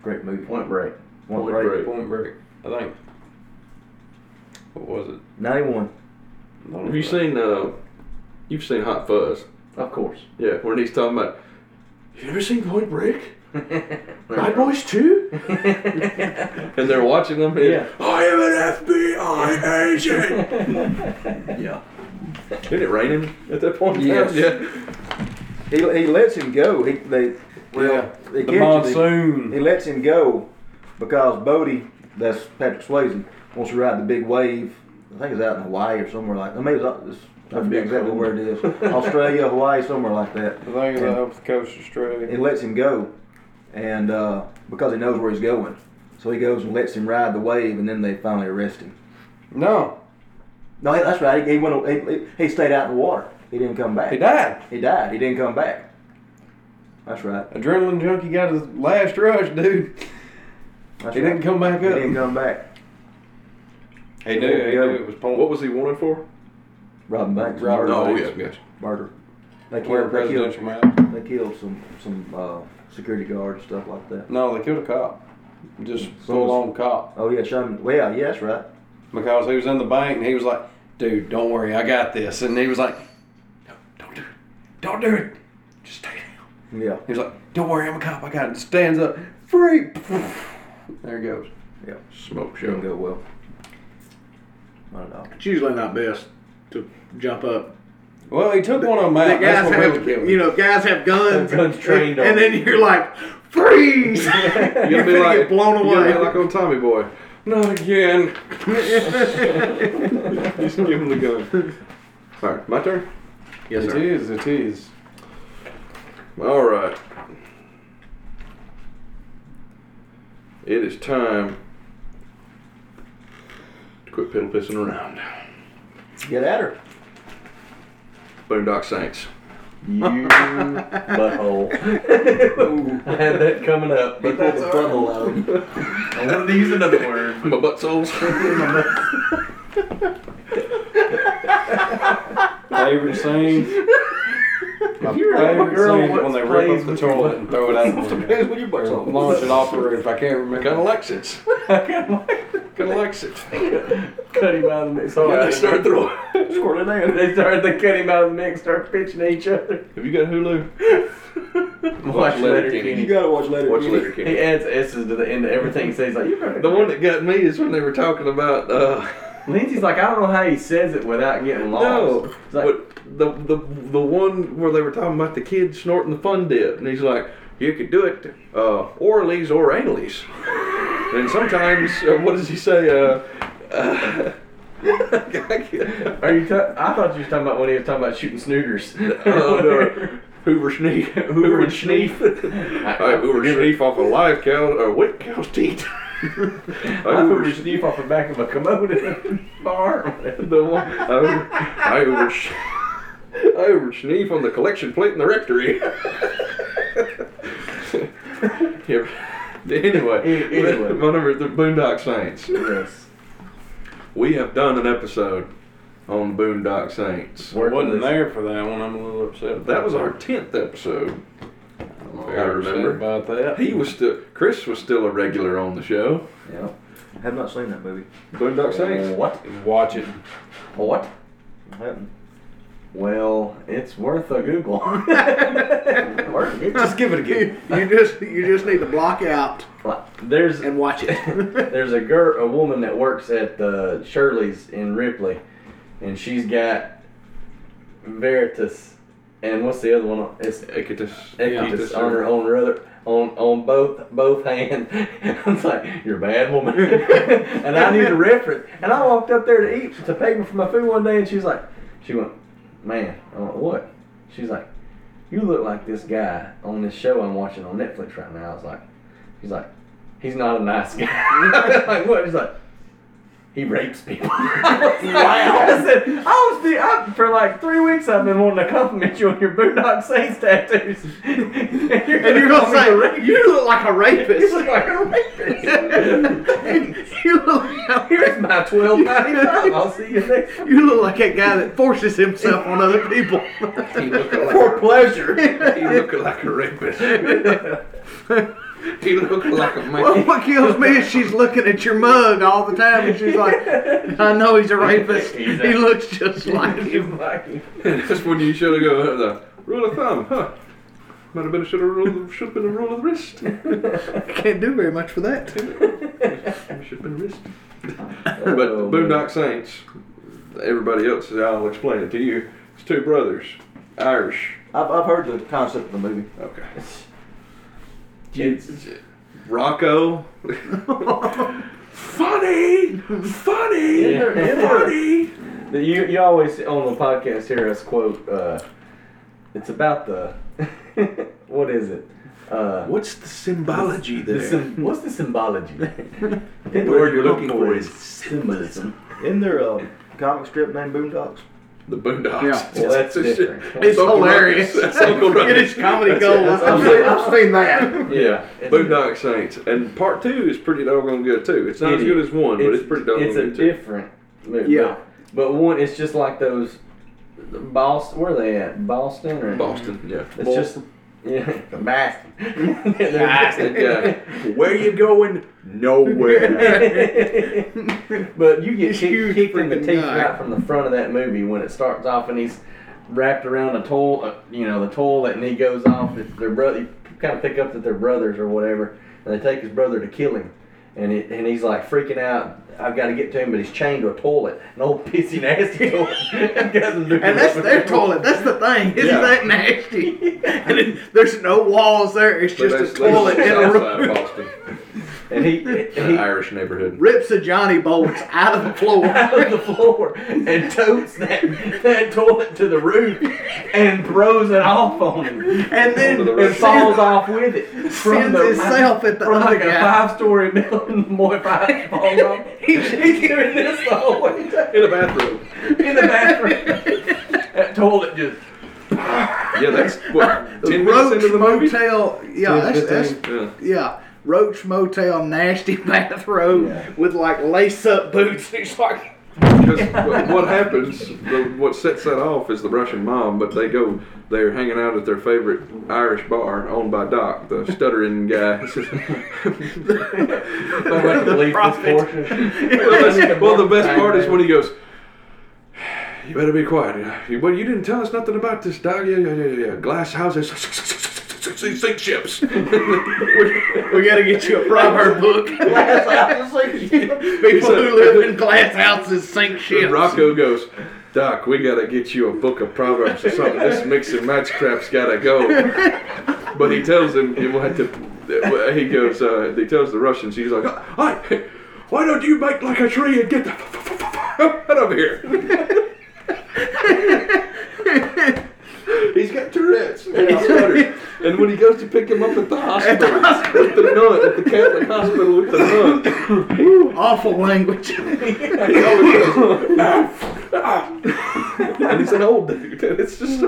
Speaker 7: Great movie.
Speaker 6: Point Break.
Speaker 7: One
Speaker 4: Point
Speaker 7: great.
Speaker 4: Break.
Speaker 3: Point Break. I think. What was it?
Speaker 7: 91.
Speaker 3: I don't
Speaker 4: have you
Speaker 3: know.
Speaker 4: seen? Uh, you've seen Hot Fuzz.
Speaker 6: Of course.
Speaker 4: Yeah, when he's talking about. You ever seen Point Break?
Speaker 6: My
Speaker 4: Bad Boys Two? and they're watching them. and,
Speaker 6: Yeah.
Speaker 4: I am an FBI agent.
Speaker 7: Yeah.
Speaker 4: Did it raining at that point? in
Speaker 3: Yes.
Speaker 4: time? Yeah.
Speaker 7: He, he lets him go. He they
Speaker 3: Yeah.
Speaker 7: they
Speaker 3: The
Speaker 7: catch him.
Speaker 3: monsoon.
Speaker 7: He lets him go because Bodie, that's Patrick Swayze, wants to ride the big wave. I think it's out in Hawaii or somewhere like that. Maybe it's, out- it's I forget exactly where it is. Australia, Hawaii, somewhere like that.
Speaker 3: The thing is, I up the coast of Australia.
Speaker 7: It lets him go, and uh, because he knows where he's going, so he goes and lets him ride the wave, and then they finally arrest him.
Speaker 3: No,
Speaker 7: No, that's right. He, he went. He, he stayed out in the water. He didn't come back.
Speaker 3: he died.
Speaker 7: He died. He didn't come back. That's right.
Speaker 3: Adrenaline junkie got his last rush, dude.
Speaker 7: That's
Speaker 3: He
Speaker 7: right.
Speaker 3: didn't come back
Speaker 7: He
Speaker 3: up.
Speaker 7: didn't come back.
Speaker 3: He knew. He
Speaker 7: Go.
Speaker 3: knew it was point.
Speaker 4: What was he wanted for?
Speaker 7: Robin Banks.
Speaker 3: Robin
Speaker 7: murder.
Speaker 3: No,
Speaker 4: Oh
Speaker 3: Banks.
Speaker 4: yeah, gotcha.
Speaker 7: Murder. They
Speaker 3: wearing
Speaker 7: killed, they,
Speaker 3: presidential
Speaker 7: killed,
Speaker 3: mask?
Speaker 7: they killed some some uh, security guards and stuff like that.
Speaker 3: No, they killed a cop. Just
Speaker 7: So
Speaker 3: full
Speaker 7: was-
Speaker 3: on cop
Speaker 7: Oh yeah, Sean. Well, yeah, yeah, that's right.
Speaker 3: because he was in the bank and he was like, "Dude, don't worry, I got this." And he was like, "No, don't do it. Don't do it. Just stay down."
Speaker 7: Yeah,
Speaker 3: He was like, "Don't worry, I'm a cop. I got it." Stands up, free. There he goes.
Speaker 4: Smoke show.
Speaker 7: didn't go well. Not at all.
Speaker 9: It's usually not best to jump up.
Speaker 3: Well, he took one of them out.
Speaker 9: The guys
Speaker 3: That's what really
Speaker 9: have,
Speaker 3: killed him.
Speaker 9: you know, guys have guns.
Speaker 6: Their guns
Speaker 9: and-
Speaker 6: trained on
Speaker 9: And then you're like, freeze! you're
Speaker 4: You
Speaker 9: gonna
Speaker 4: gotta be like,
Speaker 9: get blown
Speaker 4: You gotta
Speaker 9: away.
Speaker 4: be like on Tommy Boy. Not again. Just give him the gun. All right, my turn.
Speaker 9: yes,
Speaker 3: it
Speaker 9: sir.
Speaker 3: is. It is.
Speaker 4: All right. It is time to quit piddle pissing around.
Speaker 7: Get at her.
Speaker 4: Boondock Saints.
Speaker 6: You butthole. I had that coming up. But pulled the butthole out of me. I wanted to use another word.
Speaker 4: My butt soles.
Speaker 3: Favorite scene. My favorite scene is when they rip up the toilet and throw it out the window.
Speaker 6: What your butt
Speaker 3: Or Launch it off the roof. I can't remember.
Speaker 4: Got Alexis. Got Alexis.
Speaker 6: Cut him out of the mix.
Speaker 4: Yeah, they start throwing.
Speaker 6: squirting in. They started to cut him out of the mix, start pitching at each other.
Speaker 4: Have you got Hulu?
Speaker 6: Watch later,
Speaker 7: You
Speaker 6: Kenny.
Speaker 7: gotta watch later.
Speaker 4: Watch
Speaker 7: Kenny.
Speaker 4: later,
Speaker 6: He
Speaker 4: Kenny.
Speaker 6: adds S's to the end of everything he says. Like, you better.
Speaker 4: The one that got me is when they were talking about. Uh,
Speaker 6: Lindsay's like, I don't know how he says it without getting lost.
Speaker 4: No,
Speaker 6: It's like,
Speaker 4: but the the the one where they were talking about the kid snorting the fun dip, and he's like, "You could do it uh, oralies or analies," and sometimes, uh, what does he say? Uh, uh,
Speaker 6: Are you? Ta- I thought you was talking about when he was talking about shooting snooters.
Speaker 4: Oh, no. Hoover Sneef. Hoover and Sneef. I Hoover Sneef off a live cow, a wet cow's teeth. I
Speaker 6: I
Speaker 4: Hoover
Speaker 6: Hoover
Speaker 4: Sneef.
Speaker 6: Sneef off the back of a commode in a bar.
Speaker 4: The one, oh, I Hoover, I Hoover, Sch- I Hoover Sneef on the collection plate in the rectory. Yeah. Anyway,
Speaker 6: Any- anyway.
Speaker 4: my number is the Boondock Saints.
Speaker 6: Yes.
Speaker 4: We have done an episode on Boondock Saints.
Speaker 6: Working
Speaker 3: Wasn't
Speaker 6: this-
Speaker 3: there for that one. I'm a little upset.
Speaker 4: That was our tenth episode.
Speaker 3: I'm
Speaker 4: I remember.
Speaker 3: upset about that.
Speaker 4: He was still Chris was still a regular on the show.
Speaker 7: Yeah. I have not seen that movie.
Speaker 4: Boondock Saints.
Speaker 6: What?
Speaker 3: Watch it.
Speaker 6: What?
Speaker 7: I haven't.
Speaker 6: Well, it's worth a Google. Worth it.
Speaker 3: Just give it a go.
Speaker 9: You just you just need to block out
Speaker 6: There's
Speaker 9: and watch it.
Speaker 6: there's a girl, a woman that works at the Shirley's in Ripley, and she's got Veritas, and what's the other one? It's
Speaker 4: Equitus.
Speaker 6: Equitas on her on her other on on both both hands. I was like, "You're a bad woman," and I need a reference. And I walked up there to eat to pay me for my food one day, and she's like, she went, "Man," I went, "What?" She's like, "You look like this guy on this show I'm watching on Netflix right now." I was like, "She's like, he's not a nice guy." I'm like what? She's like. He rapes people. I, was like, I said, I was the, I, for like three weeks. I've been wanting to compliment you on your Boondock Saints tattoos, and you're
Speaker 9: and you're
Speaker 6: call
Speaker 9: gonna
Speaker 6: me a
Speaker 9: say
Speaker 6: rapist.
Speaker 9: you look like a
Speaker 6: You
Speaker 9: rapist.
Speaker 6: look like a rapist.
Speaker 9: you look like
Speaker 6: Here's my twelve ninety five. I'll see you next.
Speaker 9: you look like that guy that forces himself on other people.
Speaker 4: He looked like,
Speaker 6: For pleasure.
Speaker 4: he looked like a rapist. he looked like a
Speaker 9: well,
Speaker 4: man.
Speaker 9: Oh, what kills me is she's looking at your mug all the time, and she's like, "I know he's a rapist.
Speaker 6: He's a-
Speaker 9: he looks just like him."
Speaker 4: That's when you should have go uh, the rule of thumb, huh? Might have been should have rule should have been a rule of wrist.
Speaker 9: Can't do very much for that.
Speaker 4: Should have been wrist. But
Speaker 9: Oh,
Speaker 4: Boondock Saints, everybody else, I'll explain it to you. It's two brothers, Irish.
Speaker 7: I've, I've heard the concept of the movie.
Speaker 4: Okay.
Speaker 6: It's,
Speaker 4: uh, Rocco. funny, funny,
Speaker 6: Yeah.
Speaker 4: funny.
Speaker 6: you you always on the podcast hear us quote. Uh, it's about the what is it? Uh,
Speaker 4: What's the symbology
Speaker 6: the sym- what's the symbology? I think the word you're looking for is symbolism.
Speaker 7: Isn't there a comic strip named Boondocks?
Speaker 4: The Boondocks.
Speaker 9: Yeah.
Speaker 6: Well, that's different.
Speaker 9: It's
Speaker 4: Uncle
Speaker 9: hilarious.
Speaker 4: Ruckus. That's Uncle
Speaker 9: It
Speaker 4: Ruckus.
Speaker 9: is comedy gold.
Speaker 6: that's-
Speaker 9: I've seen- I've seen that.
Speaker 6: Yeah.
Speaker 4: Boondock Saints. And part two is pretty doggone good too. It's not
Speaker 6: It
Speaker 4: as good
Speaker 6: is.
Speaker 4: as one, but it's pretty doggone
Speaker 6: It's a
Speaker 4: good too.
Speaker 6: different movie.
Speaker 9: Yeah.
Speaker 6: But one, it's just like those. Boston, where are they at? Boston or
Speaker 4: Boston, yeah.
Speaker 6: It's just yeah, Boston.
Speaker 4: Boston, yeah. Where you going? Nowhere.
Speaker 6: but you get
Speaker 9: This
Speaker 6: kicked,
Speaker 9: huge
Speaker 6: kicked in the
Speaker 9: freaking
Speaker 6: teeth
Speaker 9: guy.
Speaker 6: right from the front of that movie when it starts off and he's wrapped around a toilet, you know, the toilet, and he goes off. It's their brother. You kind of pick up that they're brothers or whatever, and they take his brother to kill him, and it, and he's like freaking out. I've got to get to him, but he's chained to a toilet, an old pissy nasty toilet. and
Speaker 9: And that's their toilet. That's the thing. It's
Speaker 4: Yeah.
Speaker 9: that nasty. And it, there's no walls there. It's just a toilet in
Speaker 4: in
Speaker 9: a room.
Speaker 4: Boston.
Speaker 6: and he, he
Speaker 4: An Irish neighborhood.
Speaker 9: Rips the Johnny bolts out of the floor.
Speaker 6: out of the floor and totes that, that toilet to the roof and throws it off on him
Speaker 9: And then
Speaker 6: and falls off with it
Speaker 9: Sends himself at the
Speaker 6: from
Speaker 9: other
Speaker 6: like a
Speaker 9: guy.
Speaker 6: five story building. More five falls off. He's doing this the whole way down
Speaker 4: In a bathroom.
Speaker 6: in the bathroom. that toilet just
Speaker 4: Yeah, that's what. 10 minutes
Speaker 9: Roach
Speaker 4: into the movie?
Speaker 9: Motel. Yeah, that's, that's
Speaker 4: Yeah.
Speaker 9: yeah. Roach Motel nasty bathrobe
Speaker 6: Yeah.
Speaker 9: with like lace up boots. He's like,
Speaker 4: Because what- what happens, the- what sets that off is the Russian mob, but they go, they're hanging out at their favorite Irish bar owned by Doc, the stuttering guy.
Speaker 6: I'm like leave this portion.
Speaker 4: well, that's- well, the best part is when he goes, You better be quiet. Well, you didn't tell us nothing about this, Doc. Yeah, yeah, yeah, yeah. Glass houses, sink ships.
Speaker 9: we gotta get you a proverb book. People
Speaker 4: said-
Speaker 9: who live in glass houses sink ships.
Speaker 4: And Rocco goes, Doc, we gotta get you a book of proverbs or something. This mix and match crap's gotta go. But he tells him he had to. He goes. Uh, he tells the Russians. He's like, "Hi, why don't you make like a tree and get the out of here?" He's got Tourette's and he stutters. And when he goes to pick him up at the hospital, with the nun, at the Catholic hospital with the nun,
Speaker 9: Awful language.
Speaker 4: he always goes, "Ah, ah." and he's an old dude. And it's just,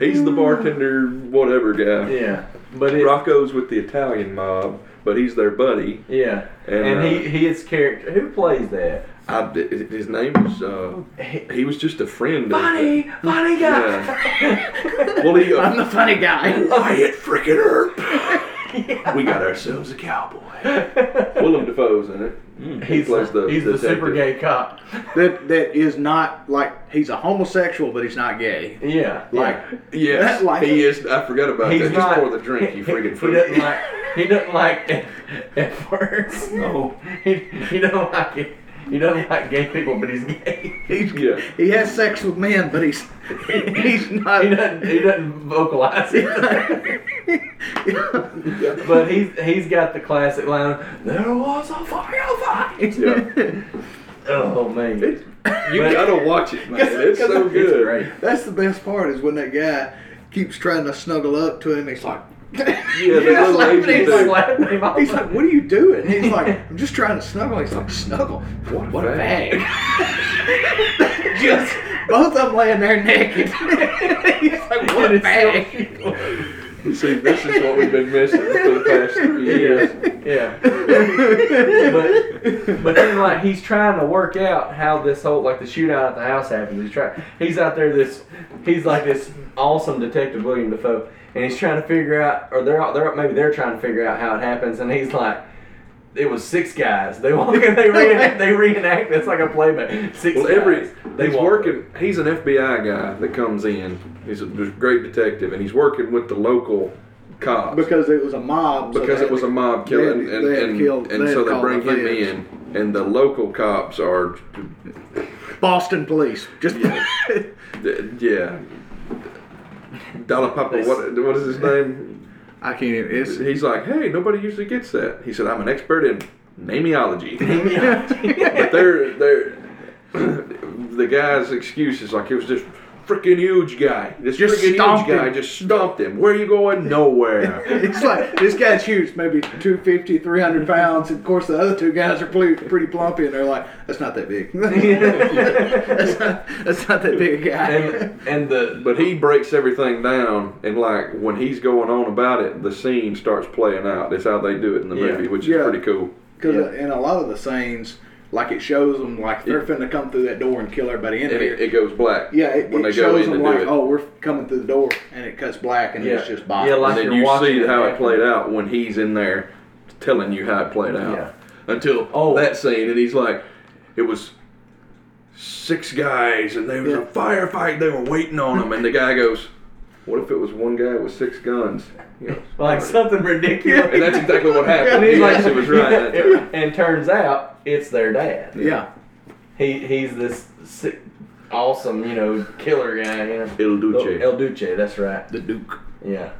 Speaker 4: he's the bartender, whatever guy.
Speaker 6: Yeah, but it,
Speaker 4: Rocco's with the Italian mob, but he's their buddy.
Speaker 6: yeah,
Speaker 4: And,
Speaker 6: and
Speaker 4: uh,
Speaker 6: he he is character. Who plays that?
Speaker 4: I, his name was, uh, he was just a friend. Of,
Speaker 6: Funny, funny guy.
Speaker 4: yeah. Well, he, uh,
Speaker 9: I'm the funny guy.
Speaker 4: Wyatt frickin' Earp. We got ourselves a cowboy. Willem Dafoe's in it. He
Speaker 6: He's
Speaker 4: plays the
Speaker 6: he's the super
Speaker 4: detective.
Speaker 6: gay cop.
Speaker 9: That that is not like he's a homosexual, but he's not gay.
Speaker 6: Yeah,
Speaker 9: Like
Speaker 4: Yes,
Speaker 9: That like-
Speaker 4: he is. I forgot about
Speaker 6: He's
Speaker 4: that.
Speaker 6: not-
Speaker 4: Just pour the drink, you freaking
Speaker 6: He
Speaker 4: freak.
Speaker 6: doesn't like. He doesn't like F, F words. No, he, he don't like it. He doesn't like gay people, but he's gay.
Speaker 9: he's,
Speaker 4: Yeah.
Speaker 9: he has sex with men, but he's he's not.
Speaker 6: He doesn't. He doesn't vocalize it. but he's he's got the classic line. There was a firefight. Oh man,
Speaker 4: You
Speaker 6: But-
Speaker 4: gotta watch it, man. It's
Speaker 9: Cause-
Speaker 4: so
Speaker 9: cause
Speaker 4: good.
Speaker 9: That's the best part is when that guy keeps trying to snuggle up to him. He's like,
Speaker 4: Yeah, that little Asian
Speaker 9: like, he's
Speaker 6: He's
Speaker 4: dude.
Speaker 6: slapping him off.
Speaker 9: He's like, what are you doing? And he's like, I'm just trying to snuggle. He's like, snuggle? What, what a
Speaker 4: fag."
Speaker 9: bag. just both of them laying there naked. he's like, what a bag.
Speaker 4: See, this is what we've been missing for the past three years.
Speaker 6: Yeah. but but then like he's trying to work out how this whole like the shootout at the house happens. He's trying he's out there this he's like this awesome detective William Defoe and he's trying to figure out or they're out they're maybe they're trying to figure out how it happens and he's like it was six guys. They walk and they reenact. They reenact. It's like a playback. Six.
Speaker 4: Well, every
Speaker 6: guys. They
Speaker 4: he's
Speaker 6: walk.
Speaker 4: working. He's an FBI guy that comes in. He's a great detective, and he's working with the local cops.
Speaker 9: Because it was a mob. so
Speaker 4: because
Speaker 9: they-
Speaker 4: it was a mob killing,
Speaker 9: they had-
Speaker 4: and,
Speaker 9: they had
Speaker 4: and,
Speaker 9: killed-
Speaker 4: and
Speaker 9: they
Speaker 4: so
Speaker 9: had
Speaker 4: they
Speaker 9: called
Speaker 4: bring
Speaker 9: the
Speaker 4: him
Speaker 9: feds.
Speaker 4: in, and the local cops are,
Speaker 9: Boston police. Just
Speaker 4: th- yeah, Dollar Papa. What what is his name?
Speaker 9: I can't even. It's,
Speaker 4: He's like, hey, nobody usually gets that. He said, I'm an expert in nameology, but they're they're the guy's excuse is like it was this freaking huge guy. This
Speaker 9: Just
Speaker 4: freaking
Speaker 9: stomped
Speaker 4: huge guy
Speaker 9: him.
Speaker 4: just stomped him. Where you going? Nowhere.
Speaker 9: it's like this guy's huge, maybe 250, 300 pounds. And of course, the other two guys are pretty, pretty plumpy, and they're like, "That's not that big. that's, not, that's not that big a guy."
Speaker 6: and and the
Speaker 4: But he breaks everything down, and like when he's going on about it, the scene starts playing out. That's how they do it in the
Speaker 6: Yeah.
Speaker 4: movie, which is
Speaker 9: Yeah.
Speaker 4: pretty cool.
Speaker 9: Because in a lot of the scenes, like it shows them like they're finna come through that door and kill everybody in
Speaker 4: And
Speaker 9: here.
Speaker 4: it, it goes black.
Speaker 9: yeah, it,
Speaker 4: when
Speaker 9: it
Speaker 4: they go
Speaker 9: shows
Speaker 4: in to
Speaker 9: them
Speaker 4: do
Speaker 9: like,
Speaker 4: it.
Speaker 9: oh, we're coming through the door, and it cuts black, and
Speaker 6: yeah
Speaker 9: it's just box.
Speaker 6: yeah like
Speaker 4: and then
Speaker 6: you're
Speaker 4: you
Speaker 6: watching
Speaker 4: see how it
Speaker 6: happen.
Speaker 4: played out when he's in there telling you how it played out.
Speaker 6: Yeah.
Speaker 4: Until
Speaker 6: Oh.
Speaker 4: that scene, and he's like, it was six guys, and there was a firefight. They were waiting on him, and the guy goes, "What if it was one guy with six guns?" You know,
Speaker 6: like something ridiculous.
Speaker 4: and that's exactly what
Speaker 6: And
Speaker 4: happened.
Speaker 6: he's
Speaker 4: He
Speaker 6: like-
Speaker 4: actually was right. that time.
Speaker 6: and turns out it's their dad.
Speaker 9: yeah.
Speaker 6: He he's this sick, awesome, you know, Oh, killer guy. You know.
Speaker 4: Il Duce.
Speaker 6: El Duce, that's right.
Speaker 9: The Duke.
Speaker 6: Yeah.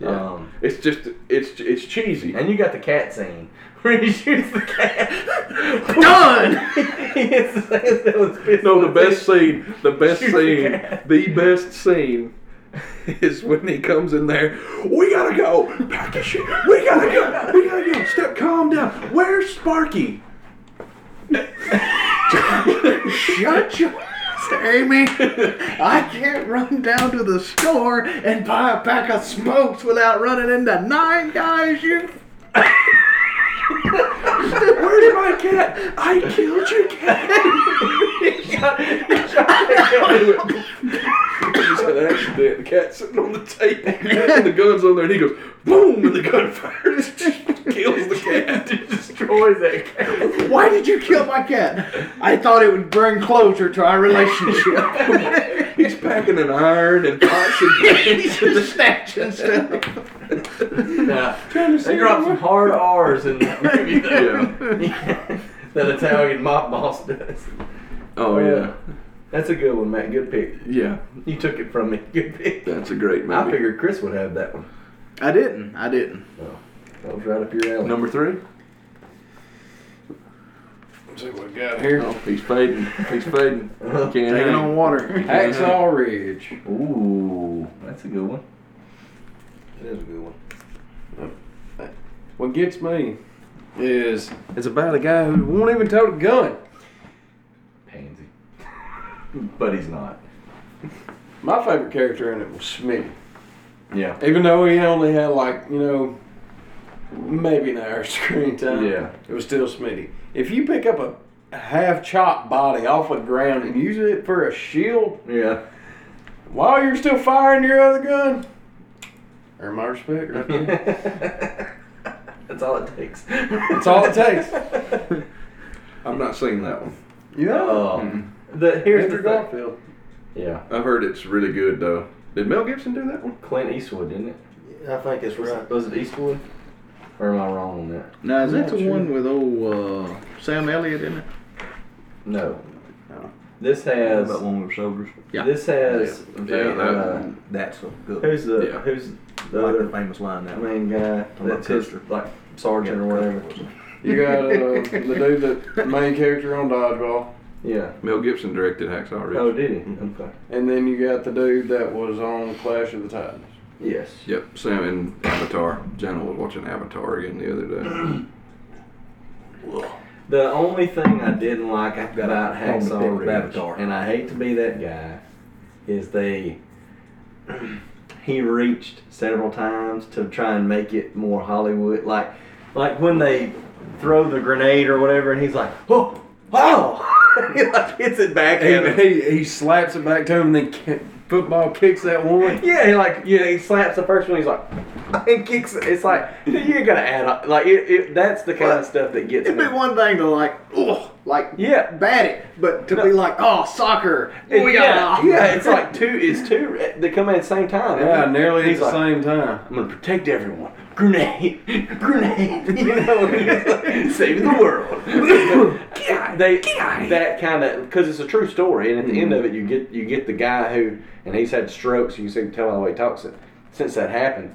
Speaker 4: Yeah.
Speaker 6: Um,
Speaker 4: It's just it's it's cheesy.
Speaker 6: and you got the cat scene where he shoots the cat.
Speaker 9: Done!
Speaker 6: It's- it's- that was pissed
Speaker 4: No, the
Speaker 6: off.
Speaker 4: best scene, the best
Speaker 6: Shoot the
Speaker 4: scene,
Speaker 6: cat.
Speaker 4: the best scene is when he comes in there. We gotta go, pack your shit. We gotta go. We gotta go. Step, calm down. Where's Sparky?
Speaker 9: Shut your ass, Amy. I can't run down to the store and buy a pack of smokes without running into nine guys. You.
Speaker 4: Where's my cat? I killed your cat. He's had an accident. The cat's sitting on the table, and the gun's on there, and he goes boom, and the gun fires, kills the cat.
Speaker 6: destroys that cat.
Speaker 9: Why did you kill my cat? I thought it would bring closure to our relationship.
Speaker 4: He's packing an iron and pots and
Speaker 9: He's just snatching stuff.
Speaker 6: Nah, they dropped some hard R's in that movie. Though. that Italian mob boss does.
Speaker 4: Oh yeah,
Speaker 6: That's a good one, Matt. Good pick.
Speaker 4: yeah.
Speaker 6: You took it from me. Good pick.
Speaker 4: That's a great movie.
Speaker 6: I figured Chris would have that one.
Speaker 9: I didn't. I didn't.
Speaker 6: That was right up your alley.
Speaker 4: Number three.
Speaker 3: See what we got here.
Speaker 4: Oh, he's fading. He's fading.
Speaker 6: Uh-huh.
Speaker 4: Can't
Speaker 9: Taking
Speaker 4: hang.
Speaker 9: on water.
Speaker 4: Can't hang.
Speaker 3: Hacksaw Ridge.
Speaker 6: Ooh, that's a good one. That is a good one.
Speaker 3: What gets me is it's about a guy who won't even tote a gun.
Speaker 6: Pansy. but he's not.
Speaker 3: My favorite character in it was Smitty.
Speaker 6: Yeah.
Speaker 3: Even though he only had like, you know, maybe an hour screen time.
Speaker 6: Yeah.
Speaker 3: It was still Smitty. If you pick up a half chopped body off the ground and use it for a shield
Speaker 6: Yeah.
Speaker 3: while you're still firing your other gun, earn my respect right there.
Speaker 6: That's all it takes.
Speaker 3: That's all it takes.
Speaker 4: I've not seen that one.
Speaker 3: Yeah.
Speaker 6: Um, the, here's the
Speaker 3: Andrew
Speaker 6: thing.
Speaker 3: Garfield.
Speaker 6: Yeah.
Speaker 4: I've heard it's really good though. Did Mel Gibson do that one?
Speaker 6: Clint Eastwood, didn't it?
Speaker 5: I think it's right.
Speaker 6: Was it Eastwood? Or am I wrong on that?
Speaker 9: Now is that
Speaker 3: Not
Speaker 9: the
Speaker 3: sure.
Speaker 9: one with old uh, Sam Elliott in it?
Speaker 6: No. This has
Speaker 5: About when we were sobers.
Speaker 9: Yeah.
Speaker 6: this has
Speaker 4: Yeah, that
Speaker 6: uh,
Speaker 5: That's a good.
Speaker 6: who's the
Speaker 4: Yeah.
Speaker 6: who's the
Speaker 5: like
Speaker 6: other
Speaker 5: the famous line now?
Speaker 6: main guy
Speaker 5: Talking about
Speaker 6: that's his,
Speaker 5: Custer.
Speaker 6: like sergeant or whatever.
Speaker 3: You got uh, the dude that the main character on Dodgeball,
Speaker 6: Yeah.
Speaker 4: Mel Gibson directed Hacksaw Ridge.
Speaker 6: Oh, did he?
Speaker 9: Mm-hmm.
Speaker 4: Mhm.
Speaker 6: Okay.
Speaker 3: and then you got the dude that was on Clash of the Titans.
Speaker 6: Yes.
Speaker 4: Yep, Sam in Avatar. Jenna was watching Avatar again the other day.
Speaker 6: The only thing I didn't like about
Speaker 5: a problem with
Speaker 6: Hacksaw Ridge,
Speaker 5: Avatar.
Speaker 6: and I hate to be that guy, is they he reached several times to try and make it more Hollywood, like like when they throw the grenade or whatever, and he's like, oh, wow, he like hits it back at him.
Speaker 3: And he, he slaps it back to him, and then ki- football kicks that one.
Speaker 6: Yeah, he like yeah, he slaps the first one. He's like, and kicks. it. It's like you gotta add up. Like it, it, that's the kind of stuff that gets
Speaker 9: It'd
Speaker 6: me.
Speaker 9: be one thing to like, oh, like
Speaker 6: Yeah.
Speaker 9: bat it, but to be like, oh, soccer,
Speaker 6: It-
Speaker 9: we
Speaker 6: yeah,
Speaker 9: got
Speaker 6: yeah, it's like two. It's two. They come in at the same time.
Speaker 3: Yeah, nearly at
Speaker 6: He's
Speaker 3: the
Speaker 6: like,
Speaker 3: same time.
Speaker 6: I'm gonna protect everyone. Grenade, grenade. You know, it's like, save the world. they that kind of because it's a true story, and at the end
Speaker 5: Mm-hmm.
Speaker 6: of it, you get you get the guy who and he's had strokes. You can see- tell by the way he talks it. Since that happened,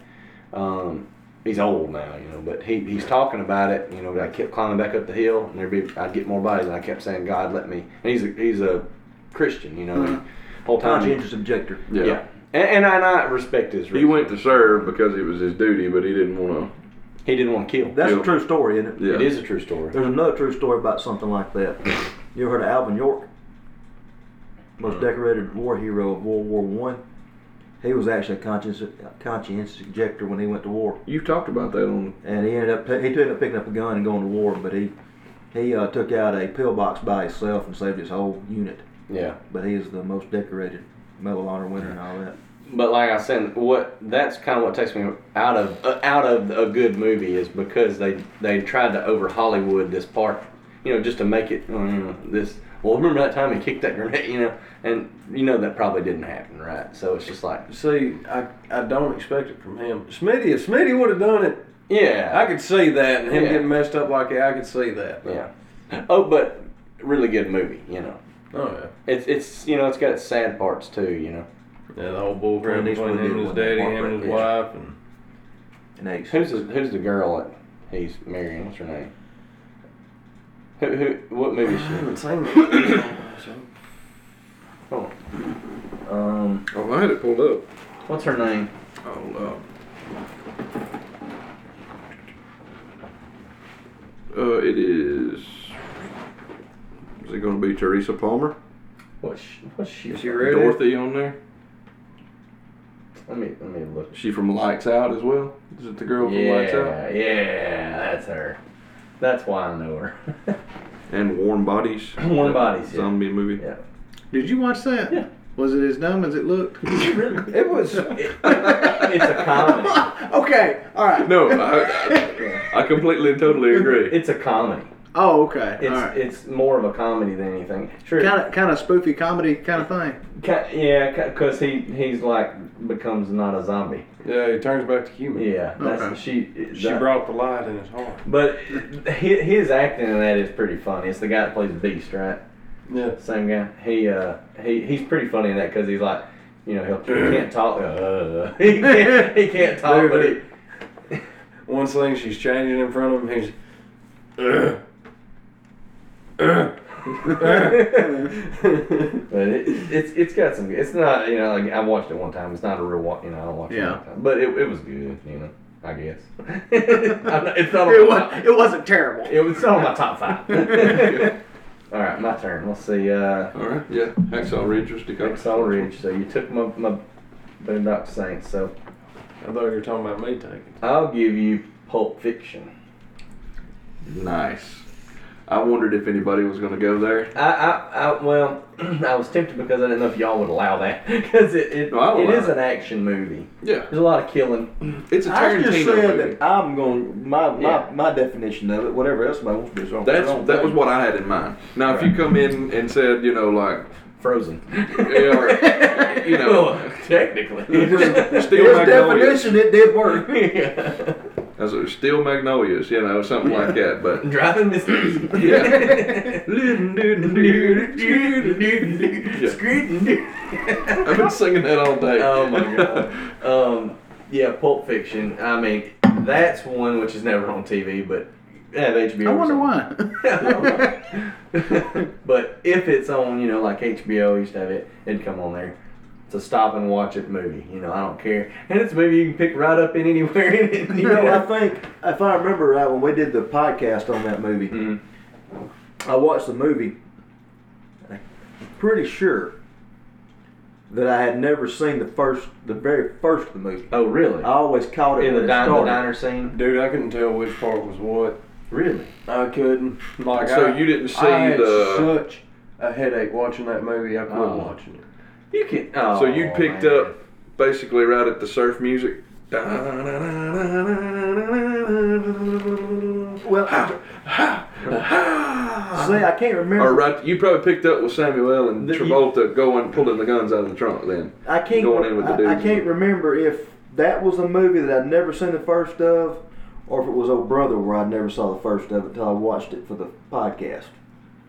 Speaker 6: um, he's old now, you know. But he, he's talking about it. You know, I kept climbing back up the hill, and there'd be I'd get more bodies, and I kept saying, God, let me. And he's a, he's a Christian, you know. And whole time, he-
Speaker 5: Mm-hmm. Conscientious objector.
Speaker 4: Yeah.
Speaker 6: yeah. And, and I, and I respect his.
Speaker 4: He went
Speaker 6: reason.
Speaker 4: to serve because it was his duty, but he didn't want
Speaker 6: He didn't want to kill.
Speaker 5: That's
Speaker 4: Yeah.
Speaker 5: a true story, isn't it?
Speaker 4: to. Yeah.
Speaker 6: It is a true story.
Speaker 5: There's another true story about something like that. You ever heard of Alvin York? Most decorated war hero of World War One. He was actually a conscientious, conscientious objector when he went to war,
Speaker 4: You've talked about that on.
Speaker 5: and he ended up he ended up picking up a gun and going to war. But he he uh, took out a pillbox by himself and saved his whole unit.
Speaker 6: Yeah.
Speaker 5: But he is the most decorated Medal of Honor winner and all that.
Speaker 6: But like I said, what that's kind of what takes me out of uh, out of a good movie is because they they tried to over Hollywood this part, you know, just to make it mm, this. Well, remember that time he kicked that grenade, you know, and you know that probably didn't happen, right? So it's just like,
Speaker 3: See, I, I don't expect it from him. Smitty, if Smitty would have done it, I
Speaker 6: yeah,
Speaker 3: could see that, and him
Speaker 6: Yeah.
Speaker 3: getting messed up like that, I could see that.
Speaker 6: yeah. Oh, but really good movie, you know.
Speaker 3: Oh yeah.
Speaker 6: It's it's you know it's got its sad parts too, you know.
Speaker 3: Yeah, the whole bull crap
Speaker 5: Clint
Speaker 3: between
Speaker 5: Eastwood
Speaker 3: him
Speaker 5: did
Speaker 3: and his
Speaker 5: one, that part
Speaker 3: daddy, him
Speaker 5: right
Speaker 3: and his
Speaker 5: there.
Speaker 3: wife, and
Speaker 5: and eggs.
Speaker 6: Who's the, who's the girl that he's marrying? What's her name? Who, who what movie is she? in? Oh, Um,
Speaker 4: Oh, I had it pulled up.
Speaker 6: what's her name?
Speaker 4: Oh, uh, uh, it is. Is it going to be Teresa Palmer?
Speaker 6: What's she, what's she?
Speaker 3: Is she
Speaker 6: from?
Speaker 3: ready?
Speaker 4: Dorothy on there?
Speaker 6: Let me let me look.
Speaker 4: She from Lights Out as well? Is it the girl from Lights Out?
Speaker 6: Yeah, yeah, that's her. That's why I know her.
Speaker 4: And Warm Bodies.
Speaker 6: Warm Bodies, yeah.
Speaker 4: Zombie movie.
Speaker 6: yeah.
Speaker 9: Did you watch that?
Speaker 6: Yeah.
Speaker 9: Was it as dumb as it looked?
Speaker 6: It was. it- it's a comedy.
Speaker 9: okay. All right.
Speaker 4: No, I, I completely and totally agree.
Speaker 6: It's a comedy.
Speaker 9: Oh, okay.
Speaker 6: It's
Speaker 9: all right.
Speaker 6: it's more of a comedy than anything. Sure.
Speaker 9: Kind of, kind of spoofy comedy kind of thing.
Speaker 6: Ki- yeah, because he he's like becomes not a zombie.
Speaker 3: Yeah, he turns back to human.
Speaker 6: Yeah, that's
Speaker 9: Okay.
Speaker 6: she.
Speaker 3: She
Speaker 6: that-
Speaker 3: brought the light in his heart.
Speaker 6: But his, his acting in that is pretty funny. It's the guy that plays Beast, right?
Speaker 3: Yeah.
Speaker 6: Same guy. He uh he he's pretty funny in that because he's like, you know, he'll, he can't talk. Uh, he can't he can't talk, but he,
Speaker 3: One thing she's changing in front of him, he's. "Ugh." Ugh.
Speaker 6: but it, it's it's got some. It's not you know like I watched it one time. It's not a real wa- you know I don't watch it
Speaker 9: Yeah.
Speaker 6: all the time. But it, it was good you know I guess. I'm not- it's not. on
Speaker 9: It,
Speaker 6: my
Speaker 9: was,
Speaker 6: top-
Speaker 9: it wasn't terrible.
Speaker 6: It was on my top five. all right, my turn. Let's see. Uh,
Speaker 4: All right, yeah. Hacksaw Ridge was Dakota.
Speaker 6: Solid Ridge. So you took my my Boondock Saints. So
Speaker 3: I thought you were talking about me taking. it.
Speaker 6: I'll give you Pulp Fiction.
Speaker 4: Nice. I wondered if anybody was going to go there.
Speaker 6: I, I, I well, I was tempted because I didn't know if y'all would allow that because it it,
Speaker 4: No, I would
Speaker 6: it
Speaker 4: allow
Speaker 6: is
Speaker 4: it.
Speaker 6: an action movie.
Speaker 4: Yeah.
Speaker 6: There's a lot of killing.
Speaker 4: It's a
Speaker 5: I just
Speaker 4: Tarantino
Speaker 5: said
Speaker 4: movie.
Speaker 5: that I'm going my my,
Speaker 6: Yeah.
Speaker 5: my definition of it. Whatever else somebody wants to do, is wrong.
Speaker 4: That's that was what I had in mind. Now, if you come in and said, you know, like,
Speaker 6: Frozen.
Speaker 4: yeah, or, you know,
Speaker 6: Well, technically.
Speaker 4: steel
Speaker 5: His
Speaker 4: magnolias,
Speaker 5: definition. It did work.
Speaker 4: as a steel magnolias, you know, something like that. But
Speaker 6: Driving Miss
Speaker 4: Yeah. I've been singing that all day.
Speaker 6: Oh my god. Um, yeah, Pulp Fiction. I mean, that's one which is never on TV, but yeah, HBO.
Speaker 9: I
Speaker 6: or
Speaker 9: wonder
Speaker 6: something.
Speaker 9: why.
Speaker 6: but if it's on, you know, like HBO used to have it, it'd come on there. It's a stop and watch it movie. You know, I don't care. And it's a movie you can pick right up in anywhere in it. You
Speaker 5: You know, I
Speaker 6: know?
Speaker 5: think if I remember right, when we did the podcast on that movie,
Speaker 6: Mhm.
Speaker 5: I watched the movie. I'm pretty sure that I had never seen the first, the very first of the movie.
Speaker 6: Oh, really?
Speaker 5: I always caught it
Speaker 6: in the,
Speaker 5: when it
Speaker 6: din- the
Speaker 5: started.
Speaker 6: diner scene?
Speaker 3: Dude, I couldn't tell which part was what.
Speaker 6: Really?
Speaker 3: I couldn't. Like,
Speaker 4: So
Speaker 3: I,
Speaker 4: you didn't see
Speaker 3: I had
Speaker 4: the-
Speaker 3: such a headache watching that movie. I quit
Speaker 6: Oh.
Speaker 3: watching it.
Speaker 6: You can. Oh,
Speaker 4: So you picked
Speaker 6: man.
Speaker 4: up basically right at the surf music. Or
Speaker 5: Well, see, I can't remember.
Speaker 4: right, you probably picked up with Samuel L. and
Speaker 5: The- you-
Speaker 4: Travolta going pulling the guns out of the trunk. Then
Speaker 5: I can't.
Speaker 4: going in with the
Speaker 5: I- I,
Speaker 4: dudes.
Speaker 5: can't remember if that was a movie that I'd never seen the first of, or if it was Old Brother where I never saw the first of it until I watched it for the podcast.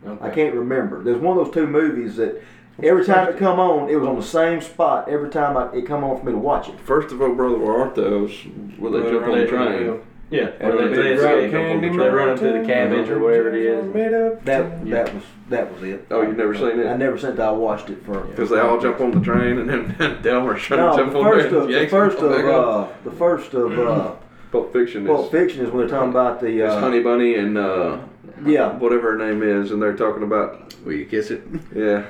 Speaker 6: Okay.
Speaker 5: I can't remember. There's one of those two movies that every time it come on, it was on the same spot every time I, it come on for me to watch it.
Speaker 4: First of all, brother, where aren't those? Where they jump on the train?
Speaker 6: Yeah. Or they,
Speaker 3: they
Speaker 6: they,
Speaker 3: did
Speaker 6: escape.
Speaker 3: rock candy
Speaker 6: they run up to the
Speaker 3: mountain.
Speaker 6: cabbage or whatever it is.
Speaker 3: Made up.
Speaker 5: That that was that was it.
Speaker 4: Oh, you've never seen
Speaker 5: I
Speaker 4: it?
Speaker 5: never seen that. I watched it for.
Speaker 4: Because they all jump on the train and then Delmer's trying to
Speaker 5: No,
Speaker 4: jump
Speaker 5: the
Speaker 4: on Oh,
Speaker 5: first
Speaker 4: there
Speaker 5: of
Speaker 4: and
Speaker 5: the
Speaker 4: yanks him
Speaker 5: first of
Speaker 4: back up.
Speaker 5: uh, the first of uh,
Speaker 4: Pulp Fiction is,
Speaker 5: Pulp Fiction is when they're talking about the
Speaker 4: is
Speaker 5: uh,
Speaker 4: Honey Bunny and uh,
Speaker 5: yeah
Speaker 4: whatever her name is, and they're talking about
Speaker 9: Will you kiss it?
Speaker 4: Yeah.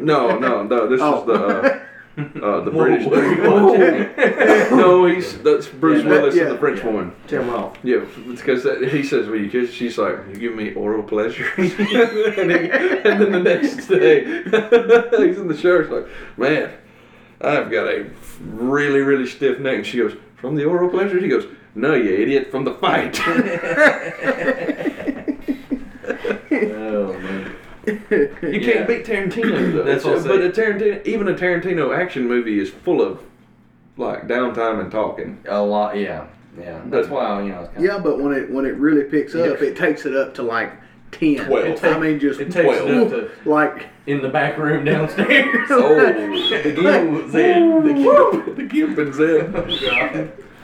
Speaker 4: No, no, no. This
Speaker 9: Oh.
Speaker 4: is the uh, uh, the British.
Speaker 6: Whoa, whoa,
Speaker 4: no, he's that's Bruce
Speaker 9: Yeah,
Speaker 4: Willis
Speaker 9: yeah.
Speaker 4: in the French one.
Speaker 5: Tim Roth.
Speaker 4: Yeah, it's because he says, "Will you kiss?" She's like, "You give me oral pleasure." and, he- and then the next day, he's in the shower. He's like, "Man, I've got a really, really stiff neck." And she goes, "From the oral pleasure?" He goes, "No, you idiot, from the fight."
Speaker 6: Oh, man.
Speaker 4: You
Speaker 6: Yeah.
Speaker 4: can't beat Tarantino though.
Speaker 6: That's what I'm
Speaker 4: but a Tarantino, even a Tarantino action movie is full of like downtime and talking.
Speaker 6: A lot, yeah. Yeah. That's why, you know, it's kind
Speaker 9: Yeah, but when it when it really picks up, it takes it up to like ten.
Speaker 4: Twelve.
Speaker 9: I mean, just
Speaker 6: It takes it up to-
Speaker 9: like
Speaker 6: in the back room downstairs.
Speaker 4: Oh,
Speaker 6: the gimp was in. Oh,
Speaker 4: the Gimp and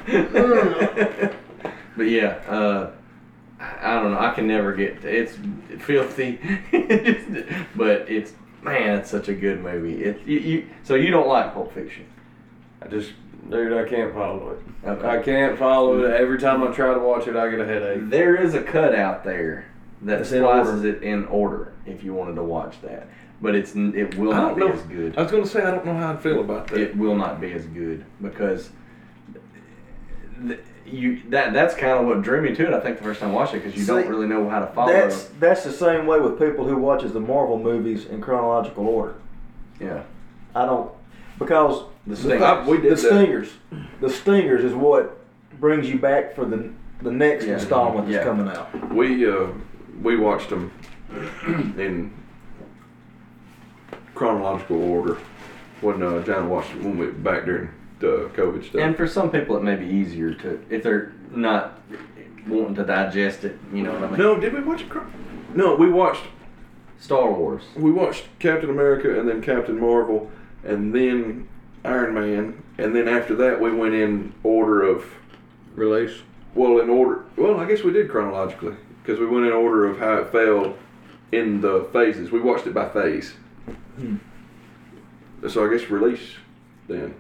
Speaker 4: Zed.
Speaker 6: But yeah, uh, I, I don't know. I can never get it's filthy, but it's man, it's such a good movie. It you, you so you don't like Pulp Fiction?
Speaker 3: I just, dude, I can't follow it.
Speaker 6: Okay.
Speaker 3: I can't follow it. Every time I try to watch it, I get a headache.
Speaker 6: There is a cut out there that
Speaker 3: It's in
Speaker 6: slices it in order if you wanted to watch that, but it's n- it will
Speaker 4: I
Speaker 6: not
Speaker 4: don't
Speaker 6: be
Speaker 4: know.
Speaker 6: as good.
Speaker 4: I was gonna say I don't know how I'd feel about that.
Speaker 6: It will not be as good because th- you that that's kind of what drew me to it. I think the first time I watched it because you
Speaker 5: See,
Speaker 6: don't really know how to follow.
Speaker 5: That's that's the same way with people who watches the Marvel movies in chronological order.
Speaker 6: yeah
Speaker 5: I don't because
Speaker 6: the
Speaker 5: the,
Speaker 6: sting.
Speaker 4: I- we did
Speaker 5: the
Speaker 4: that.
Speaker 5: stingers, the stingers is what brings you back for the the next
Speaker 6: Yeah.
Speaker 5: installment
Speaker 6: Yeah.
Speaker 5: that's coming out.
Speaker 4: We uh, we watched them in chronological order when uh, John watched when we back during the COVID stuff.
Speaker 6: And for some people, it may be easier to if they're not wanting to digest it. You know what I mean?
Speaker 4: no, did we watch? Chron- No, we watched
Speaker 6: Star Wars.
Speaker 4: we watched Captain America and then Captain Marvel and then Iron Man and then after that we went in order of
Speaker 10: Release.
Speaker 4: well in order well I guess we did chronologically because we went in order of how it fell in the phases. We watched it by phase.
Speaker 5: Hmm.
Speaker 4: So I guess release then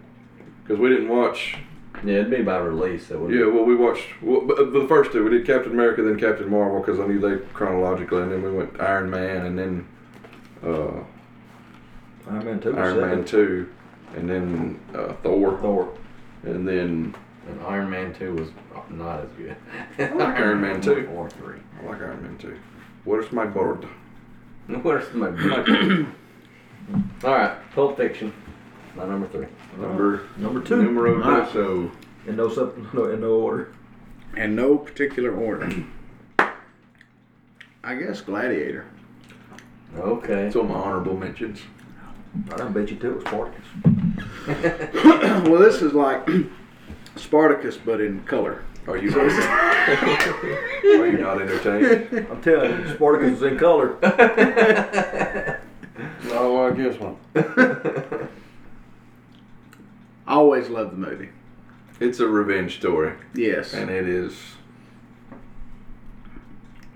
Speaker 4: because we didn't watch
Speaker 6: Yeah, it'd be by release. That would.
Speaker 4: yeah well we watched well, b- uh, the first two we did Captain America then Captain Marvel because I knew they chronologically and then we went Iron Man and then. Uh,
Speaker 5: Iron Man two.
Speaker 4: Iron Man
Speaker 5: two.
Speaker 4: two, and then uh, Thor,
Speaker 5: Thor.
Speaker 4: and then
Speaker 6: And Iron Man Two was not as good.
Speaker 4: like Iron Man 2.
Speaker 6: or three.
Speaker 4: I like Iron Man two. Where's my board?
Speaker 6: Where's my? All right, Pulp Fiction. My number three.
Speaker 4: Number
Speaker 5: Uh, Number two.
Speaker 4: numero
Speaker 9: Alright.
Speaker 4: so
Speaker 5: In no sub, no in no order.
Speaker 9: In no particular order. I guess Gladiator.
Speaker 6: Okay.
Speaker 4: It's on my honorable mentions.
Speaker 5: I bet you two it was Spartacus.
Speaker 9: well, this is like Spartacus, but in color.
Speaker 4: Are you? Are you not entertained?
Speaker 5: I'm telling you, Spartacus is in color.
Speaker 6: Mm-hmm.
Speaker 3: Oh, I guess one.
Speaker 9: I always loved the movie.
Speaker 4: It's a revenge story,
Speaker 9: Yes,
Speaker 4: and it is.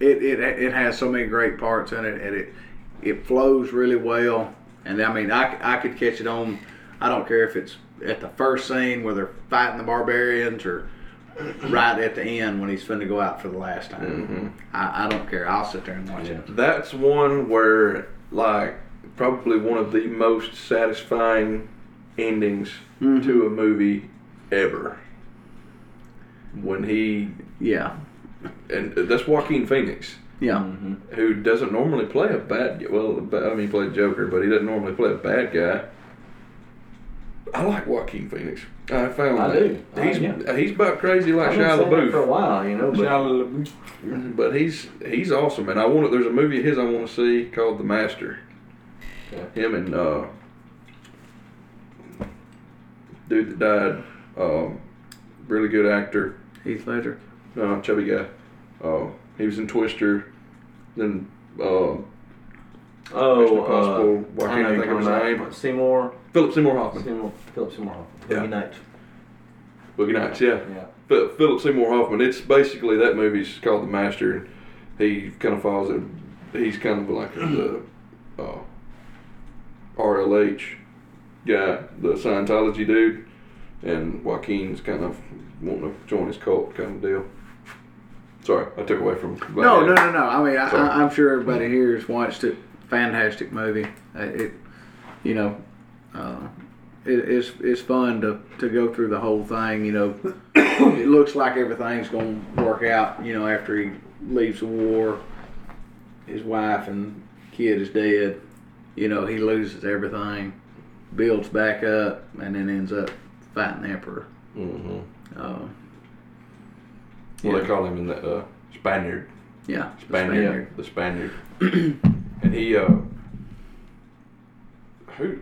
Speaker 9: it, it it has so many great parts in it, and it it flows really well. And I mean, I, c- I could catch it on. I don't care if it's at the first scene where they're fighting the barbarians, or right at the end when he's finna go out for the last time.
Speaker 4: hmm
Speaker 9: I, I don't care. I'll sit there and watch it.
Speaker 4: That's one where, like, probably one of the most satisfying endings
Speaker 3: Mm-hmm.
Speaker 4: to a movie ever. When he
Speaker 9: Yeah,
Speaker 4: and that's Joaquin Phoenix.
Speaker 9: yeah.
Speaker 4: who doesn't normally play a bad gu- well ba- I mean he played Joker but he doesn't normally play a bad guy I like Joaquin Phoenix I found
Speaker 6: I
Speaker 4: that.
Speaker 6: do. I-
Speaker 4: he's
Speaker 6: yeah.
Speaker 4: he's about crazy like
Speaker 6: I've been
Speaker 4: Shia
Speaker 6: saying that for a
Speaker 4: LaBeouf mm-hmm,
Speaker 6: while, you know, but
Speaker 3: Shia
Speaker 4: but he's he's awesome and I want there's a movie of his I want to see called The Master
Speaker 6: Okay.
Speaker 4: him and uh dude that died um really good actor
Speaker 9: Heath Ledger.
Speaker 4: No, chubby guy. Uh, he was in Twister. Then uh, Mission
Speaker 6: oh,
Speaker 4: Impossible,
Speaker 6: uh,
Speaker 4: why
Speaker 6: I
Speaker 4: can't
Speaker 6: know
Speaker 4: I
Speaker 6: you're
Speaker 4: think of his
Speaker 6: talking about
Speaker 4: name?
Speaker 6: Seymour,
Speaker 4: Philip Seymour Hoffman.
Speaker 6: Seymour, Philip Seymour. Hoffman.
Speaker 4: Yeah.
Speaker 5: Boogie Nights.
Speaker 4: Boogie Nights, yeah.
Speaker 6: Yeah.
Speaker 4: Phil Philip Seymour Hoffman. It's basically that movie's called The Master. He kind of falls in. He's kind of like the uh, RLH guy, the Scientology dude, and Joaquin's kind of wanting to join his cult kind of deal. Sorry, I took away from.
Speaker 9: No, no, no, no. I mean, I,
Speaker 4: Sorry.
Speaker 9: I, I'm sure everybody here has watched it. Fantastic movie. Uh, It, you know, uh, it, it's it's fun to, to go through the whole thing. You know, it looks like everything's gonna work out. You know, after he leaves the war, his wife and kid is dead. You know, he loses everything, builds back up, and then ends up fighting the emperor.
Speaker 4: Mm-hmm.
Speaker 9: Uh,
Speaker 4: Well,
Speaker 9: Yeah.
Speaker 4: they call him in the uh, Spaniard.
Speaker 9: yeah, the
Speaker 4: Spaniard,
Speaker 9: Spaniard.
Speaker 4: the Spaniard, and he uh, who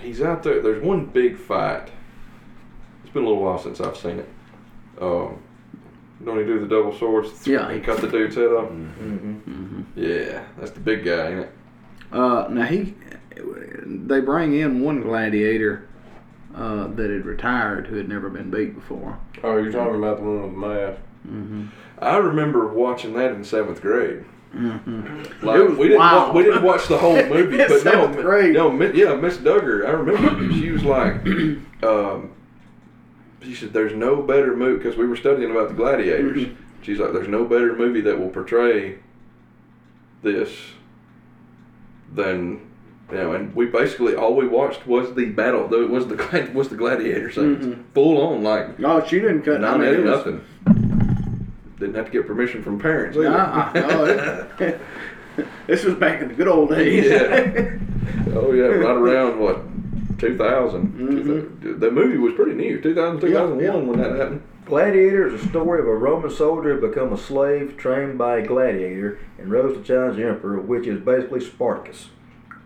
Speaker 4: he's out there. There's one big fight. It's been a little while since I've seen it. Um, don't he do the double swords?
Speaker 9: Yeah.
Speaker 4: he cut the dude's head off.
Speaker 11: Mm-hmm.
Speaker 9: Mhm.
Speaker 4: Yeah, that's the big guy, ain't it?
Speaker 9: Uh, now he, they bring in one gladiator
Speaker 12: uh, that had retired who had never been beat before.
Speaker 11: Oh, you're talking about the one with the mask.
Speaker 12: Mm-hmm.
Speaker 4: I remember watching that in seventh grade.
Speaker 12: Mm-hmm.
Speaker 4: Like,
Speaker 12: It was
Speaker 4: we didn't
Speaker 12: wild.
Speaker 4: wa- we didn't watch the whole movie,
Speaker 9: In
Speaker 4: but no,
Speaker 9: seventh grade.
Speaker 4: no, Mi- yeah, Miss Duggar, I remember she was like, um, she said, "There's no better movie," because we were studying about the gladiators.
Speaker 9: Mm-hmm.
Speaker 4: She's like, "There's no better movie that will portray this than." You know, and we basically all we watched was the battle. Though it was the glad- was the gladiator scenes, full on like
Speaker 9: No, she didn't cut. Mm-hmm. I
Speaker 4: not
Speaker 9: mean, it
Speaker 4: adding
Speaker 9: was-
Speaker 4: nothing. Didn't have to get permission from parents. either.
Speaker 9: Nuh-uh, no, it- this was back in the good old days.
Speaker 4: Yeah. Oh yeah, right around what 2000.
Speaker 9: Mm-hmm.
Speaker 4: The movie was pretty new, 2000, 2001 when that happened.
Speaker 7: Gladiator is a story of a Roman soldier who become a slave trained by a gladiator and rose to challenge the emperor, which is basically Spartacus.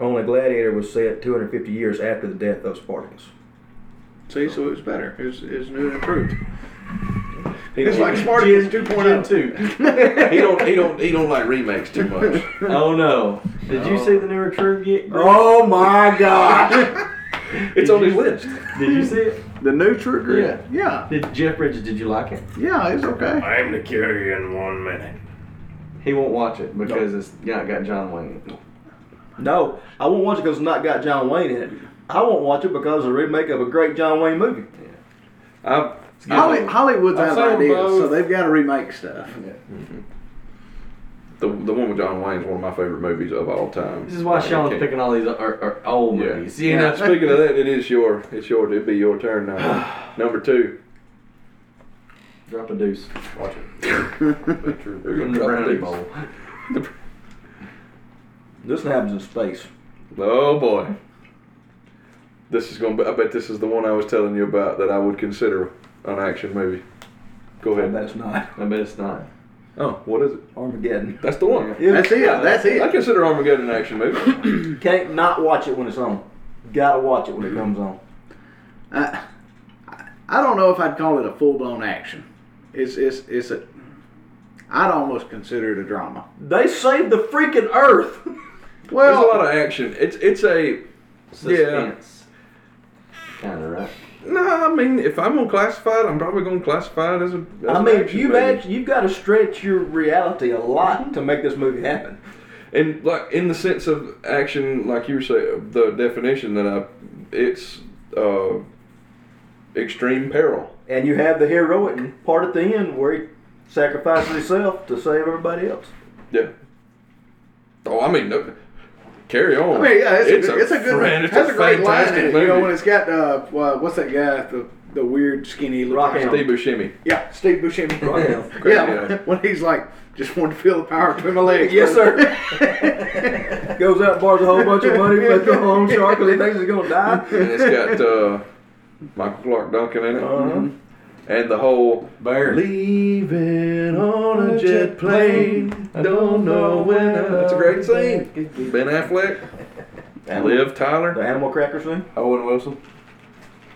Speaker 7: Only Gladiator was set 250 years after the death of Spartacus.
Speaker 9: See, so it was better. It was, it was new and improved.
Speaker 4: He
Speaker 9: It's
Speaker 4: don't,
Speaker 9: like Spartacus 2.0.
Speaker 4: he don't he don't he don't like remakes too much.
Speaker 6: Oh no! Did
Speaker 4: Oh.
Speaker 6: you see the new recruit get?
Speaker 7: Oh my God!
Speaker 4: It's on his list.
Speaker 6: Did you see it?
Speaker 9: The new True Grit.
Speaker 6: Yeah.
Speaker 9: Yeah,
Speaker 6: Did Jeff Bridges? Did you like it?
Speaker 9: yeah, it's okay.
Speaker 3: I'm the cure in one minute.
Speaker 6: He won't watch it because it's yeah, it got John Wayne.
Speaker 7: no, I won't watch it because it's not got John Wayne in it. I won't watch it because it's a remake of a great John Wayne movie.
Speaker 4: I've,
Speaker 9: Holly, Hollywood's
Speaker 11: I've
Speaker 9: out
Speaker 11: seen
Speaker 9: of ideas,
Speaker 11: both.
Speaker 9: so they've got to remake stuff.
Speaker 4: the the one with John Wayne is one of my favorite movies of all time.
Speaker 6: This is why
Speaker 4: Like,
Speaker 6: Sean's
Speaker 4: okay.
Speaker 6: picking all these or, or old
Speaker 4: Yeah.
Speaker 6: movies.
Speaker 4: See, now speaking of that, it is your it's your it'd be your turn now. Number two.
Speaker 6: Drop a deuce
Speaker 11: Watch it.
Speaker 4: We're
Speaker 6: in the
Speaker 4: gonna drop
Speaker 6: brownie
Speaker 4: these.
Speaker 6: bowl.
Speaker 7: This one happens in space.
Speaker 4: Oh boy. This is going to be, I bet this is the one I was telling you about that I would consider an action movie. Go
Speaker 7: I
Speaker 4: ahead.
Speaker 7: bet it's not.
Speaker 6: I bet it's not.
Speaker 4: Oh, what is it?
Speaker 7: Armageddon.
Speaker 4: That's the one.
Speaker 9: That's it. That's
Speaker 4: I
Speaker 9: it.
Speaker 4: consider Armageddon an action movie.
Speaker 7: Can't not watch it when it's on. Gotta watch it when
Speaker 4: Mm-hmm.
Speaker 7: it comes on.
Speaker 9: I, I don't know if I'd call it a full blown action. It's it's it's a. I'd almost consider it a drama.
Speaker 7: They saved the freaking Earth.
Speaker 4: There's a
Speaker 9: Well,
Speaker 4: lot of action. It's it's a
Speaker 6: Suspense. Kind of right.
Speaker 4: no. I mean, if I'm gonna classify it, I'm probably gonna classify it as a. As
Speaker 7: I
Speaker 4: an
Speaker 7: mean,
Speaker 4: action
Speaker 7: you've
Speaker 4: movie.
Speaker 7: act- you've got to stretch your reality a
Speaker 4: Mm-hmm.
Speaker 7: lot to make this movie happen.
Speaker 4: and like in the sense of action, like you were saying, the definition that I, it's uh, extreme peril.
Speaker 7: And you have the heroic part at the end where he sacrifices himself to save everybody else.
Speaker 4: Yeah. Oh, I mean, no, carry on.
Speaker 9: I mean, yeah, it's, a, good- it's a good.
Speaker 4: friend-
Speaker 9: It's has a, great line in
Speaker 4: fantastic
Speaker 9: it. You know, when it's got uh, well, what's that guy? The the weird skinny looking.
Speaker 7: Rock
Speaker 4: Steve Buscemi.
Speaker 9: Yeah, Steve Buscemi.
Speaker 4: Great
Speaker 9: yeah,
Speaker 4: guy.
Speaker 9: when he's like, just wanted to feel the power between my legs.
Speaker 7: Yes, sir. Goes out, borrows a whole bunch of money, plays the long shark, because he thinks he's gonna
Speaker 4: And
Speaker 7: die.
Speaker 4: it's got uh, Michael Clark Duncan in it. Mm-hmm.
Speaker 7: Uh-huh.
Speaker 4: And the whole
Speaker 11: Bear.
Speaker 4: leaving on a jet plane, don't know when. I-" That's a great scene. Ben Affleck, Liv
Speaker 7: The
Speaker 4: Tyler.
Speaker 7: animal cracker scene.
Speaker 11: Owen Wilson.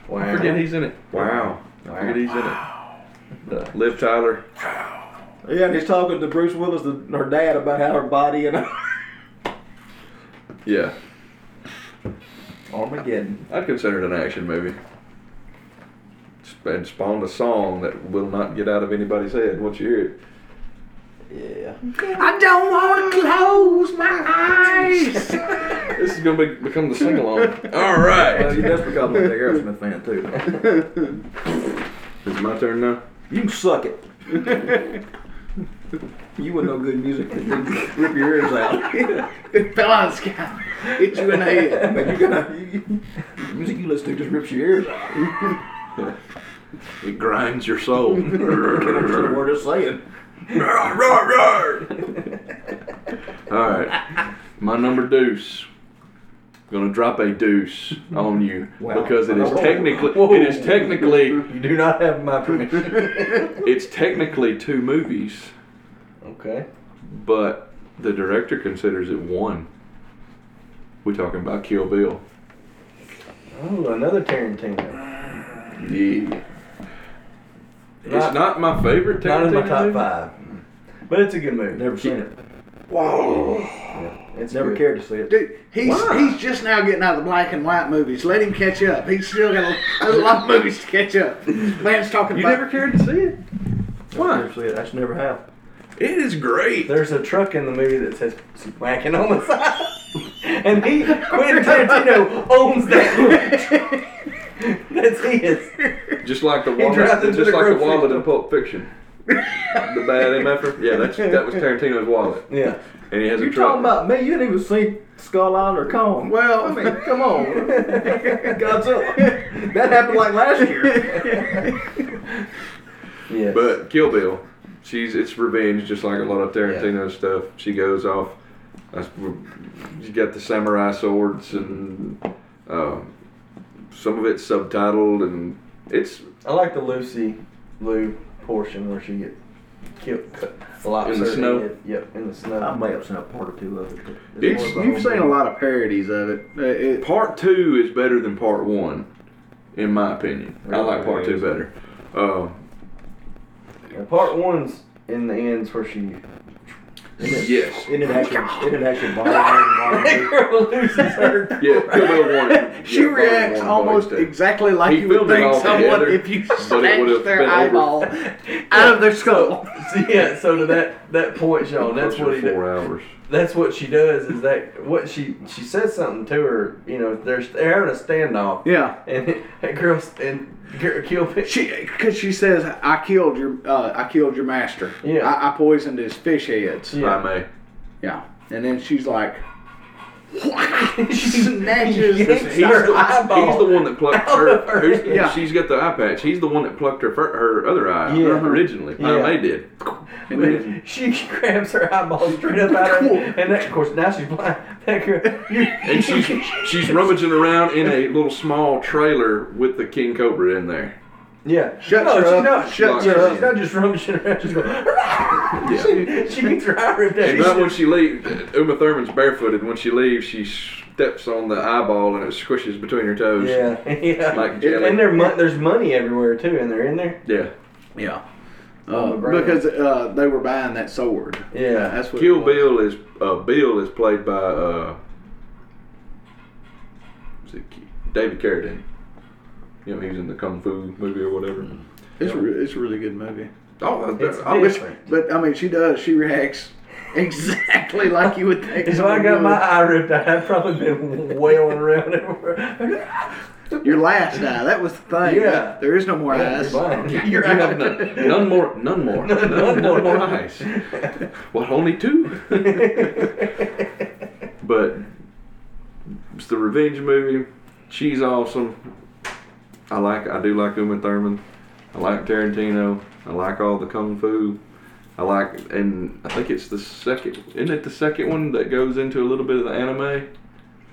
Speaker 6: Wow.
Speaker 4: I forget he's in it. Wow. I forget he's in it. Liv Tyler.
Speaker 7: Yeah, and he's talking to Bruce Willis, the, her dad, about how her body and
Speaker 4: Yeah,
Speaker 7: Armageddon.
Speaker 4: I'd consider it an action movie. Sp- And spawned a song that will not get out of anybody's head once you hear it.
Speaker 9: I don't want to close my eyes.
Speaker 4: This is gonna be, become the sing along. All right.
Speaker 7: that's because I'm a big Aerosmith fan too.
Speaker 4: It's my turn now.
Speaker 7: You can suck it. you wouldn't know good music that didn't rip your ears out.
Speaker 9: it fell out of the sky. Hit you in the head.
Speaker 7: But you gotta, you, you- the music you listen to just rips your ears out.
Speaker 4: It grinds your soul.
Speaker 7: I'm sure we're just saying.
Speaker 4: All right. My number deuce. Gonna drop a deuce on you
Speaker 7: Wow.
Speaker 4: because it is technically it is technically
Speaker 6: You do not have my permission.
Speaker 4: it's technically two movies,
Speaker 6: okay.
Speaker 4: but the director considers it one. We talking about Kill Bill.
Speaker 6: Oh, another Tarantino.
Speaker 4: Yeah. It's
Speaker 6: Not-
Speaker 4: not my favorite
Speaker 6: Not
Speaker 4: Tarantino
Speaker 6: in my top
Speaker 4: movie.
Speaker 6: five, but it's a good movie.
Speaker 7: Never seen it.
Speaker 3: Whoa.
Speaker 5: It's never cared to see it.
Speaker 9: Dude, he's he's just now getting out of the black and white movies. Let him catch up. He's still got a, there's a lot of movies to catch up. Man's talking
Speaker 4: You
Speaker 9: about
Speaker 4: never cared to see it?
Speaker 5: Never see it. I just never have.
Speaker 4: It is great.
Speaker 6: There's a truck in the movie that says smacking on the side. And he, Quentin Tarantino, owns that truck. That's his.
Speaker 4: Just like the
Speaker 6: drives
Speaker 4: wallet,
Speaker 6: into
Speaker 4: just
Speaker 6: the
Speaker 4: like the
Speaker 6: grocery
Speaker 4: wallet
Speaker 6: store.
Speaker 4: in Pulp Fiction. the bad MFer. Yeah, that's that was Tarantino's wallet,
Speaker 6: Yeah.
Speaker 4: and he has
Speaker 5: You're
Speaker 4: a truck.
Speaker 5: talking about me. You didn't even see Skull Island or Kong.
Speaker 9: Well-
Speaker 5: I mean, come on, Godzilla. That happened like last year.
Speaker 6: Yes.
Speaker 4: But Kill Bill, she's it's revenge, just like a lot of Tarantino stuff. She goes off. that's- You got the samurai swords, and uh, some of it's subtitled, and it's
Speaker 6: I like the Lucy Lou portion where she get killed cut a lot
Speaker 4: In the snow?
Speaker 6: Yep, in the snow.
Speaker 5: I may have seen a part or two of it. but
Speaker 4: It's-
Speaker 5: more of
Speaker 9: You've seen a lot of parodies of it. Uh, it
Speaker 4: part two is better than part one, in my opinion. I like part two better. Uh,
Speaker 6: And part one's in the ends where she
Speaker 4: yes,
Speaker 5: It didn't actually. It didn't actually bother me. bother me.
Speaker 6: girl loses her.
Speaker 4: yeah, Kill Bill one.
Speaker 9: she
Speaker 4: yeah, Bill
Speaker 9: reacts
Speaker 4: one
Speaker 9: almost
Speaker 4: blazed it.
Speaker 9: exactly like
Speaker 4: He
Speaker 9: you would
Speaker 4: filmed it
Speaker 9: think
Speaker 4: all
Speaker 9: someone
Speaker 4: together,
Speaker 9: if you
Speaker 4: but it would
Speaker 9: snatched
Speaker 4: have
Speaker 9: their
Speaker 4: been over.
Speaker 9: eyeball out of their skull.
Speaker 6: yeah, so to that that point, Sean, Oh, that's what he did.
Speaker 4: Four hours.
Speaker 6: that's what she does is that what she she says something to her you know they're, they're having a standoff
Speaker 9: Yeah.
Speaker 6: and that girl's and girl kill fish
Speaker 9: She, because she says, "I killed your, uh, I killed your master.
Speaker 6: Yeah.
Speaker 9: I, I poisoned his fish heads."
Speaker 4: I may.
Speaker 9: Yeah. And then she's like,
Speaker 6: yanks
Speaker 9: snatches his-
Speaker 6: her
Speaker 9: he's-
Speaker 6: eyeball
Speaker 4: He's the one that plucked
Speaker 6: out
Speaker 4: her.
Speaker 6: of her
Speaker 4: who's-
Speaker 6: head.
Speaker 4: She's got the eye patch. He's the one that plucked her fir- her other eye Uh-huh.
Speaker 6: Yeah.
Speaker 4: originally.
Speaker 6: Yeah.
Speaker 4: Yeah. They did.
Speaker 9: and then-
Speaker 6: she grabs her eyeball straight up out of her and that, of course now she's blind that girl you,
Speaker 4: And she's she's rummaging around in a little small trailer with the king cobra in there.
Speaker 6: yeah
Speaker 9: Shuts
Speaker 6: no,
Speaker 9: her
Speaker 6: she's
Speaker 9: up,
Speaker 6: not
Speaker 4: shuts
Speaker 6: yeah,
Speaker 4: her
Speaker 6: she's
Speaker 4: up.
Speaker 6: not just rummaging around she's going she, she gets her eye ripped
Speaker 4: And right
Speaker 6: out
Speaker 4: when she leaves, Uma Thurman's barefooted. When she leaves, she steps on the eyeball and it squishes between her toes.
Speaker 6: yeah yeah
Speaker 4: Like jelly.
Speaker 6: and there, mon- there's money everywhere too and they're in there
Speaker 4: Yeah.
Speaker 9: yeah.
Speaker 6: On
Speaker 9: Uh,
Speaker 6: the brand.
Speaker 9: because uh, they were buying that sword.
Speaker 6: Yeah.
Speaker 9: that's what. it
Speaker 4: Kill
Speaker 9: was.
Speaker 4: Bill is uh, Bill is played by uh, is it Ki- David Carradine. You know he was in the Kung Fu movie or whatever.
Speaker 9: It's re- it's a really good movie.
Speaker 4: Oh,
Speaker 6: It's
Speaker 4: I wish
Speaker 6: different.
Speaker 9: But I mean, she does. She reacts exactly like you would think.
Speaker 6: If I
Speaker 9: someone
Speaker 6: got my
Speaker 9: would.
Speaker 6: eye ripped out, I'd probably been wailing around everywhere.
Speaker 9: your last eye. That was the thing.
Speaker 6: Yeah.
Speaker 9: there is no more
Speaker 6: Yeah,
Speaker 9: eyes.
Speaker 6: you're blind.
Speaker 9: You're
Speaker 4: You have
Speaker 9: out.
Speaker 4: none, none more, none more, none, more, more eyes. What, only two? but it's the revenge movie. She's awesome. I like, I do like Uma Thurman. I like Tarantino. I like all the kung fu. I like, and I think it's the second, isn't it the second one that goes into a little bit of the anime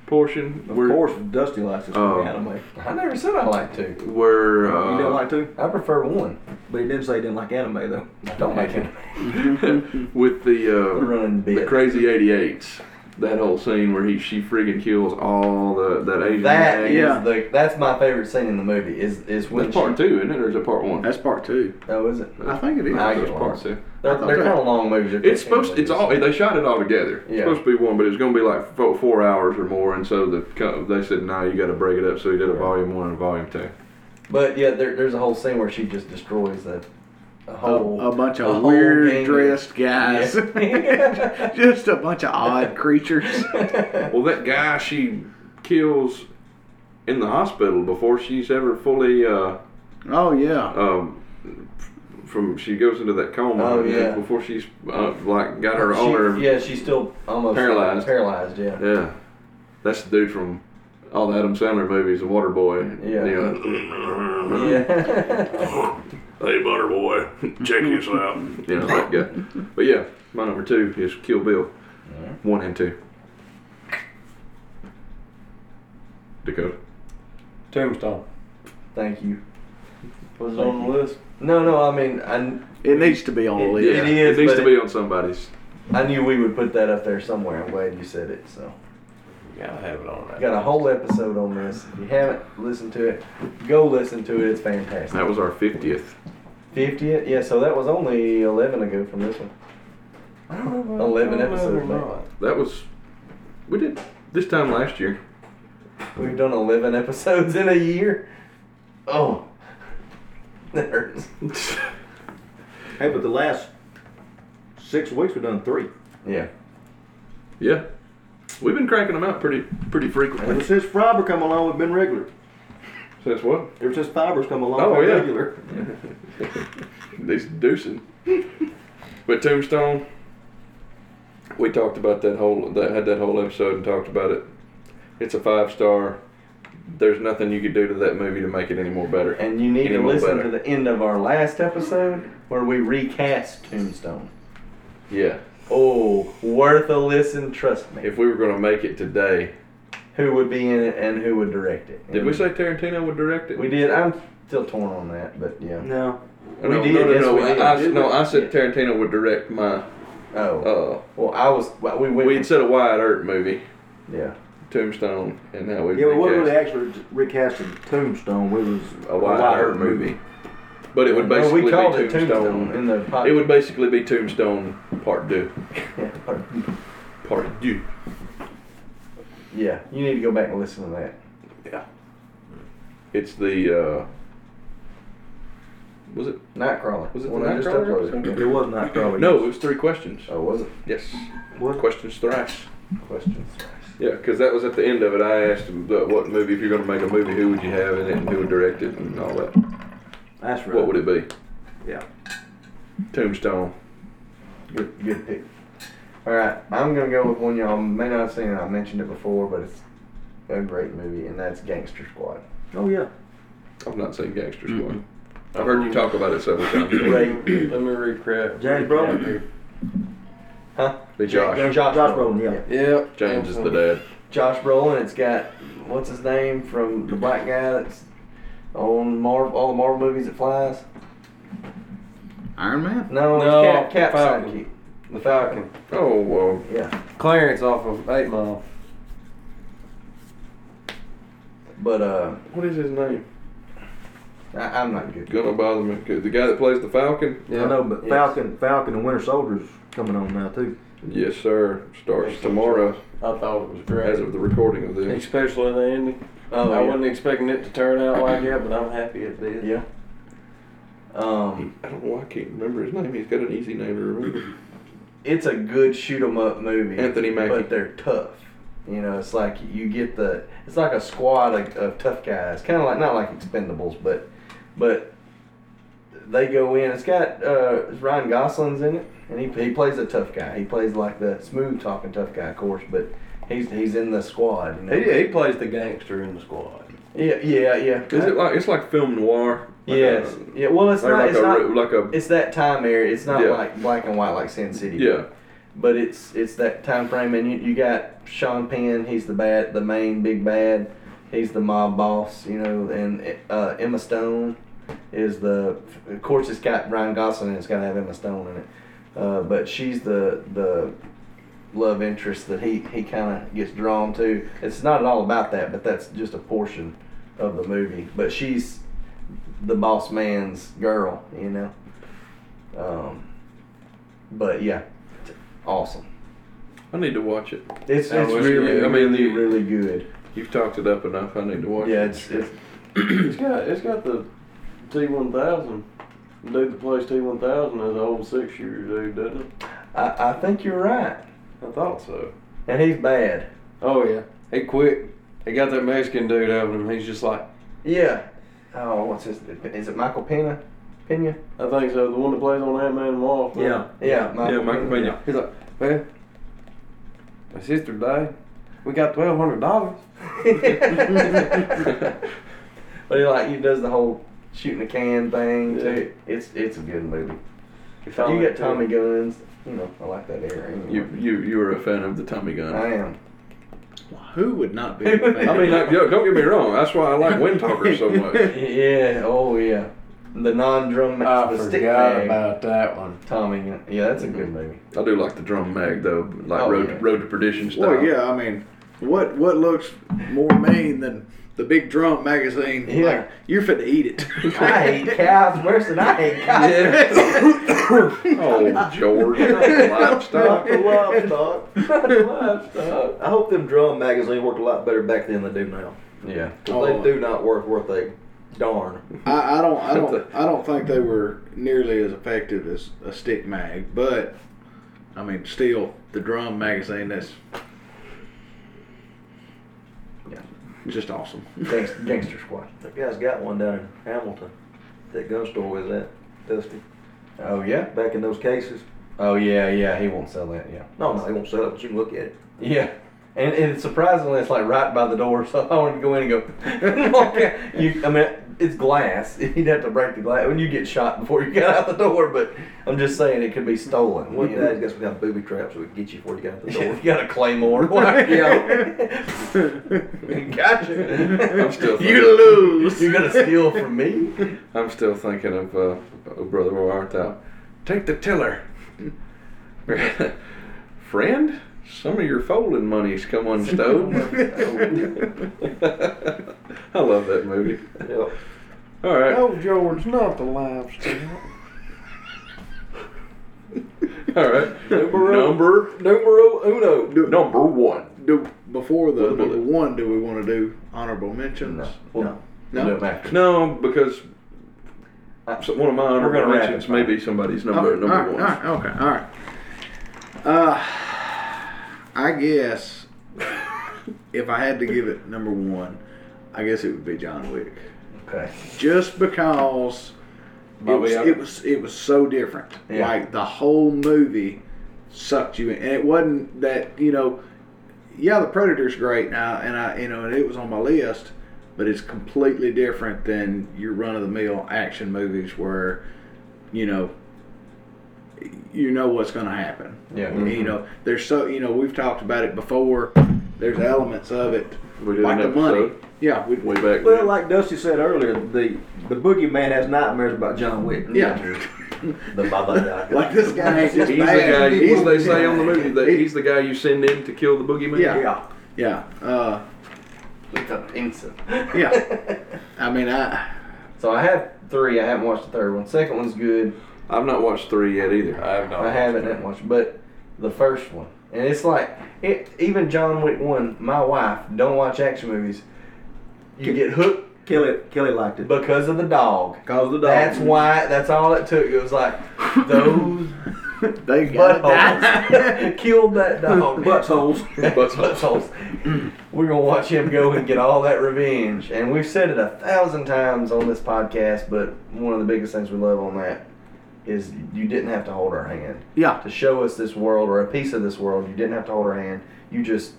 Speaker 4: portion?
Speaker 5: Of
Speaker 4: where,
Speaker 5: course, Dusty likes it.
Speaker 4: Oh.
Speaker 5: anime.
Speaker 6: I never said I like two.
Speaker 4: Where, uh,
Speaker 5: you didn't like two,
Speaker 6: I prefer one.
Speaker 5: but he didn't say he didn't like anime though.
Speaker 6: I don't like him.
Speaker 4: with the uh,
Speaker 6: Running
Speaker 4: the
Speaker 6: bit.
Speaker 4: crazy 88s. That whole scene where he she friggin' kills all the that Asian
Speaker 6: That
Speaker 4: gang.
Speaker 6: is
Speaker 9: Yeah.
Speaker 6: the that's my favorite scene in the movie. Is is when
Speaker 4: That's part
Speaker 6: she,
Speaker 4: two, isn't it? Or is it part one?
Speaker 9: That's part two.
Speaker 6: Oh, is it?
Speaker 9: I think it is.
Speaker 6: I
Speaker 4: That's
Speaker 6: get
Speaker 4: part
Speaker 6: lost.
Speaker 4: two.
Speaker 6: They're,
Speaker 9: thought
Speaker 6: they're
Speaker 9: that-
Speaker 6: kind of long movies. They're
Speaker 4: It's supposed.
Speaker 6: 15
Speaker 4: It's all.
Speaker 6: minutes.
Speaker 4: They shot it all together. It's
Speaker 6: Yeah.
Speaker 4: supposed to be one, but it's going to be like four, four hours or more. And so the co- they said, "No, you got to break it up." So he did a volume one and a volume two.
Speaker 6: But yeah, there, there's a whole scene where she just destroys the
Speaker 4: Oh,
Speaker 6: a
Speaker 9: A,
Speaker 6: whole
Speaker 9: a bunch of
Speaker 6: whole gang
Speaker 9: weird
Speaker 6: of-
Speaker 9: dressed guys.
Speaker 6: Yeah.
Speaker 9: Just a bunch of odd creatures.
Speaker 4: Well, that guy she kills in the hospital before she's ever fully. Uh,
Speaker 9: Oh yeah.
Speaker 4: um, from she goes into that coma
Speaker 6: Oh,
Speaker 4: and
Speaker 6: yeah.
Speaker 4: before she's uh, like got her
Speaker 6: She-
Speaker 4: all her yeah.
Speaker 6: yeah, she's still almost
Speaker 4: Paralyzed.
Speaker 6: Paralyzed, yeah.
Speaker 4: that's the dude from all the Adam Sandler movies the Water Boy
Speaker 6: Yeah.
Speaker 4: you know,
Speaker 6: Yeah.
Speaker 1: Hey, Butterboy, check this out.
Speaker 4: you know that guy but yeah my number two is Kill Bill one and two Dakota
Speaker 10: Tombstone.
Speaker 6: Thank you. Was it on the list? No, no. I mean, I, kn-
Speaker 9: It needs to be on the list.
Speaker 6: It is,
Speaker 4: it needs
Speaker 6: but
Speaker 4: to
Speaker 6: it-
Speaker 4: be on somebody's
Speaker 6: I knew we would put that up there somewhere. I'm glad you said it. So,
Speaker 10: Gotta have it on
Speaker 6: I
Speaker 10: that.
Speaker 6: got a whole episode on this. If you haven't listened to it, go listen to it. It's fantastic.
Speaker 4: that was our 50th
Speaker 6: Fiftieth, yeah. So that was only eleven ago from this one.
Speaker 13: I don't know if I- I don't
Speaker 6: 11
Speaker 13: know if
Speaker 6: episodes
Speaker 13: I'm
Speaker 6: back.
Speaker 13: not.
Speaker 4: That was we did this time last year.
Speaker 6: We've done 11 episodes in a year. Oh, that hurts.
Speaker 7: Hey, but the last six weeks we've done three.
Speaker 6: Yeah.
Speaker 4: Yeah, we've been cranking them out pretty pretty frequently.
Speaker 7: Ever since Fiber come along, we've been regular.
Speaker 4: Since what?
Speaker 7: Ever since Fiber's come along,
Speaker 4: Oh,
Speaker 7: we're
Speaker 4: yeah.
Speaker 7: regular.
Speaker 4: These deucing. but Tombstone, we talked about that whole that had that whole episode and talked about it. It's a five star. There's nothing you could do to that movie to make it any more better.
Speaker 6: And you need
Speaker 4: Any
Speaker 6: to
Speaker 4: more
Speaker 6: listen
Speaker 4: better.
Speaker 6: to the end of our last episode where we recast Tombstone.
Speaker 4: yeah,
Speaker 6: Oh, worth a listen, trust me.
Speaker 4: if we were gonna make it today,
Speaker 6: who would be in it and who would direct it?
Speaker 4: did we say Tarantino would direct it?
Speaker 6: Mm. We did. I'm still torn on that, but yeah.
Speaker 7: No.
Speaker 4: No,
Speaker 6: we
Speaker 4: no,
Speaker 6: did,
Speaker 4: no,
Speaker 6: yes,
Speaker 4: no.
Speaker 6: we did.
Speaker 4: I, I, no, I
Speaker 6: Yeah.
Speaker 4: said Tarantino would direct my.
Speaker 6: Oh,
Speaker 4: Uh,
Speaker 6: well, I was. Well, we went.
Speaker 4: we had said a Wyatt Earp movie,
Speaker 6: yeah.
Speaker 4: Tombstone, and now we've
Speaker 7: Yeah, we wasn't
Speaker 4: recast
Speaker 7: really actually recasting Tombstone. We was
Speaker 4: a Wyatt, Earp movie. But it would
Speaker 6: No,
Speaker 4: basically
Speaker 6: we called
Speaker 4: be
Speaker 6: it Tombstone in the podcast.
Speaker 4: It would basically be Tombstone Part Two.
Speaker 6: Yeah.
Speaker 4: Part Two.
Speaker 6: Yeah, you need to go back and listen to that.
Speaker 4: Yeah. It's the. Uh, was it?
Speaker 6: Nightcrawler.
Speaker 4: Was it
Speaker 6: One
Speaker 4: the
Speaker 6: I just
Speaker 4: Nightcrawler
Speaker 6: uploaded.
Speaker 4: episode?
Speaker 7: It was not probably.
Speaker 4: No, it was three questions.
Speaker 6: Oh, was it?
Speaker 4: Yes.
Speaker 7: What?
Speaker 4: Questions thrice.
Speaker 6: Questions.
Speaker 4: Yeah, because that was at the end of it. I asked him about what movie, if you're going to make a movie, who would you have in it and who would direct it and all that.
Speaker 7: That's right.
Speaker 4: What would it be?
Speaker 7: Yeah.
Speaker 4: Tombstone.
Speaker 6: Good, good pick. All right, I'm gonna go with one y'all may not have seen. it. I mentioned it before, but it's a great movie, and that's Gangster Squad.
Speaker 7: Oh yeah.
Speaker 4: I've not seen Gangster Squad. I've heard you talk about it several times.
Speaker 6: Great.
Speaker 3: Let me recap.
Speaker 7: James Brolin.
Speaker 6: Huh?
Speaker 4: Be Josh.
Speaker 7: Josh Brolin. Yeah.
Speaker 3: Yeah.
Speaker 4: James is the dad.
Speaker 6: Josh Brolin. It's got what's his name from the black guy that's on Marvel, all the Marvel movies that flies.
Speaker 14: Iron Man.
Speaker 6: No, it's
Speaker 3: No,
Speaker 6: Cap, Cap
Speaker 3: Falcon.
Speaker 6: sidekick. The Falcon.
Speaker 4: Oh, uh,
Speaker 6: Yeah,
Speaker 3: Clarence off of Eight Mile.
Speaker 6: but uh,
Speaker 4: what is his name?
Speaker 6: I, I'm not good.
Speaker 4: Gonna bother me. 'Cause The guy that plays the Falcon?
Speaker 7: I know, but
Speaker 6: Yes.
Speaker 7: Falcon, Falcon, and Winter Soldier's coming on now too.
Speaker 4: Yes, sir. Starts tomorrow
Speaker 3: I thought it was
Speaker 4: as
Speaker 3: great.
Speaker 4: of the recording of this.
Speaker 3: Especially the ending.
Speaker 6: Oh,
Speaker 3: I
Speaker 6: yeah.
Speaker 3: wasn't expecting it to turn out like that, but I'm happy it did.
Speaker 6: Yeah. Um,
Speaker 4: I don't know why I can't remember his name. He's got an easy name to remember.
Speaker 6: it's a good shoot 'em up movie.
Speaker 4: Anthony Mackie.
Speaker 6: But they're tough. You know, it's like you get the it's like a squad of, of tough guys. Kind of like not like Expendables, but but they go in. It's got uh, Ryan Gosling's in it, and he he plays a tough guy. He plays like the smooth talking tough guy, of course, but. He's, he's in the squad. You know?
Speaker 3: He, he plays the gangster in the squad.
Speaker 6: Yeah, yeah, yeah.
Speaker 4: Is it like it's like film noir? Like uh,
Speaker 6: yes.
Speaker 4: a-
Speaker 6: yeah. Well, it's
Speaker 4: like,
Speaker 6: not.
Speaker 4: like
Speaker 6: it's
Speaker 4: a
Speaker 6: not.
Speaker 4: re- like a
Speaker 6: it's that time area. It's not
Speaker 4: Yeah.
Speaker 6: like black and white like Sin City.
Speaker 4: yeah.
Speaker 6: but it's it's that time frame, and you, you got Sean Penn. He's the bad, the main big bad. He's the mob boss, you know, and uh, Emma Stone is the. Of course, it's got Ryan Gosling. and It's got to have Emma Stone in it, uh, but she's the the love interest that he he kind of gets drawn to. It's not at all about that, but that's just a portion of the movie. But she's the boss man's girl, you know. Um, but yeah, awesome.
Speaker 4: I need to watch it.
Speaker 6: It's,
Speaker 4: I
Speaker 6: it's
Speaker 4: wish-
Speaker 6: really,
Speaker 4: yeah, I mean,
Speaker 6: really,
Speaker 4: the-
Speaker 6: really good.
Speaker 4: You've talked it up enough. I need to watch
Speaker 6: Yeah,
Speaker 4: it.
Speaker 6: it's, it's
Speaker 3: It's got it's got the T one thousand. Dude that plays T one thousand is an old six shooter dude, doesn't it?
Speaker 6: I, I think you're right.
Speaker 3: I thought so.
Speaker 6: And he's bad.
Speaker 3: Oh yeah. He quit. They got that Mexican dude having him. He's just like
Speaker 6: Yeah. Oh, what's his? Is it Michael Pena? Pena?
Speaker 3: I think so, the one that plays on Ant Man and Wasp. right?
Speaker 7: Yeah.
Speaker 6: Yeah, Michael,
Speaker 4: yeah, Michael Pena.
Speaker 3: He's like, Well, my sister died. We got twelve hundred dollars.
Speaker 6: but he like he does the whole shooting a can thing too. It's it's a good movie. you got Tommy Guns. You know, I like that era. Anyway.
Speaker 4: You you you were a fan of the Tommy gun.
Speaker 6: I am.
Speaker 9: Who would not be? a fan?
Speaker 4: I mean, like, yo, don't get me wrong. That's why I like Wind Talkers so much.
Speaker 6: Yeah. Oh yeah. The non-drum
Speaker 3: I
Speaker 6: the stick
Speaker 3: forgot
Speaker 6: bag.
Speaker 3: about that one.
Speaker 6: Tommy. Gun- Yeah, that's a good movie.
Speaker 4: I do like the drum mag though, like
Speaker 6: Oh,
Speaker 4: Road
Speaker 6: yeah.
Speaker 4: Road to Perdition style.
Speaker 9: Well, yeah, I mean, what what looks more mean than the big drum magazine.
Speaker 6: Yeah.
Speaker 9: Like, you're fit to eat it.
Speaker 6: I hate cows worse than I hate cows.
Speaker 4: Oh, George, not livestock.
Speaker 5: Dr. Livestock. Dr. Livestock. I hope them drum magazines worked a lot better back then than they do now.
Speaker 4: Yeah.
Speaker 5: 'Cause
Speaker 9: Oh.
Speaker 5: they do not work worth a darn.
Speaker 9: I, I don't I don't I don't think they were nearly as effective as a stick mag, but I mean still the drum magazine that's
Speaker 6: Yeah.
Speaker 9: just awesome.
Speaker 6: Gangster, gangster squad.
Speaker 5: That guy's got one down in Hamilton. That gun store was at, Dusty.
Speaker 6: Oh yeah.
Speaker 5: Back in those cases.
Speaker 6: Oh yeah, yeah. He won't sell that. Yeah.
Speaker 5: No, no, they won't sell it, but you can look at it.
Speaker 6: Yeah. And, and it's surprisingly, it's like right by the door. So I wanted to go in and go. you, I mean, it's glass. You'd have to break the glass. When you get shot before you got out the door, but I'm just saying it could be stolen.
Speaker 5: One
Speaker 6: you
Speaker 5: day,
Speaker 6: know.
Speaker 5: he's got some kind of booby traps that would get you before you got out the
Speaker 6: Yeah,
Speaker 5: door.
Speaker 6: you got a claymore. yeah. gotcha.
Speaker 4: I'm still thinking,
Speaker 9: You lose.
Speaker 6: You're gonna steal from me?
Speaker 4: I'm still thinking of uh, oh, brother, where art thou? Take the tiller. Friend, some of your folding money's come unstowed. I love that movie.
Speaker 5: Yep.
Speaker 4: All right.
Speaker 3: No, George, not the livestock.
Speaker 4: All right. Number
Speaker 5: Numero uno.
Speaker 4: number one.
Speaker 9: Do before the
Speaker 4: With a
Speaker 9: number
Speaker 4: bullet.
Speaker 9: one, do we want to do honorable mentions?
Speaker 6: No.
Speaker 5: No.
Speaker 9: No?
Speaker 6: No, matter.
Speaker 4: No, because so- one of my
Speaker 6: We're
Speaker 4: honorable
Speaker 6: gonna wrap
Speaker 4: mentions
Speaker 6: it.
Speaker 4: may be somebody's
Speaker 9: Okay,
Speaker 4: number number
Speaker 9: all
Speaker 4: one.
Speaker 9: right, all right, okay, all right. Uh, I guess if I had to give it number one, I guess it would be John Wick.
Speaker 6: Okay.
Speaker 9: Just because it was, it was it was so different.
Speaker 6: Yeah.
Speaker 9: Like the whole movie sucked you in, and it wasn't that you know. Yeah, the Predator's great now, and I you know, and it was on my list, but it's completely different than your run of the mill action movies where, you know, you know what's going to happen.
Speaker 6: Yeah.
Speaker 4: Mm-hmm.
Speaker 9: You know, there's so you know we've talked about it before. There's elements of it
Speaker 4: We did
Speaker 9: like
Speaker 4: an
Speaker 9: the money.
Speaker 4: episode
Speaker 9: Yeah, we,
Speaker 4: way back.
Speaker 5: Well,
Speaker 4: then.
Speaker 5: like Dusty said earlier, the the boogeyman has nightmares about John Wick.
Speaker 9: yeah.
Speaker 6: The Baba Yaga.
Speaker 9: Like this guy ain't just
Speaker 4: he's the guy.
Speaker 9: bad.
Speaker 4: What do they say on the movie? That he's the guy you send in to kill the boogeyman.
Speaker 9: Yeah. Yeah. Uh,
Speaker 6: With a pencil.
Speaker 9: yeah. I mean, I.
Speaker 6: So I have three. I haven't watched the third one. Second one's good.
Speaker 4: I've not watched three yet either.
Speaker 10: I have not.
Speaker 6: I haven't that much, but the first one, and it's like it, even John Wick one. My wife don't watch action movies. You get hooked
Speaker 5: Kelly Kelly liked it.
Speaker 6: because of the dog.
Speaker 5: Cause the dog.
Speaker 6: That's why. That's all it took. It was like those
Speaker 9: They
Speaker 6: buttholes killed that dog.
Speaker 5: buttholes.
Speaker 6: buttholes. We're gonna watch him go and get all that revenge, and we've said it a thousand times on this podcast. But one of the biggest things we love on that is you didn't have to hold our hand
Speaker 9: Yeah.
Speaker 6: to show us this world or a piece of this world. You didn't have to hold our hand. You just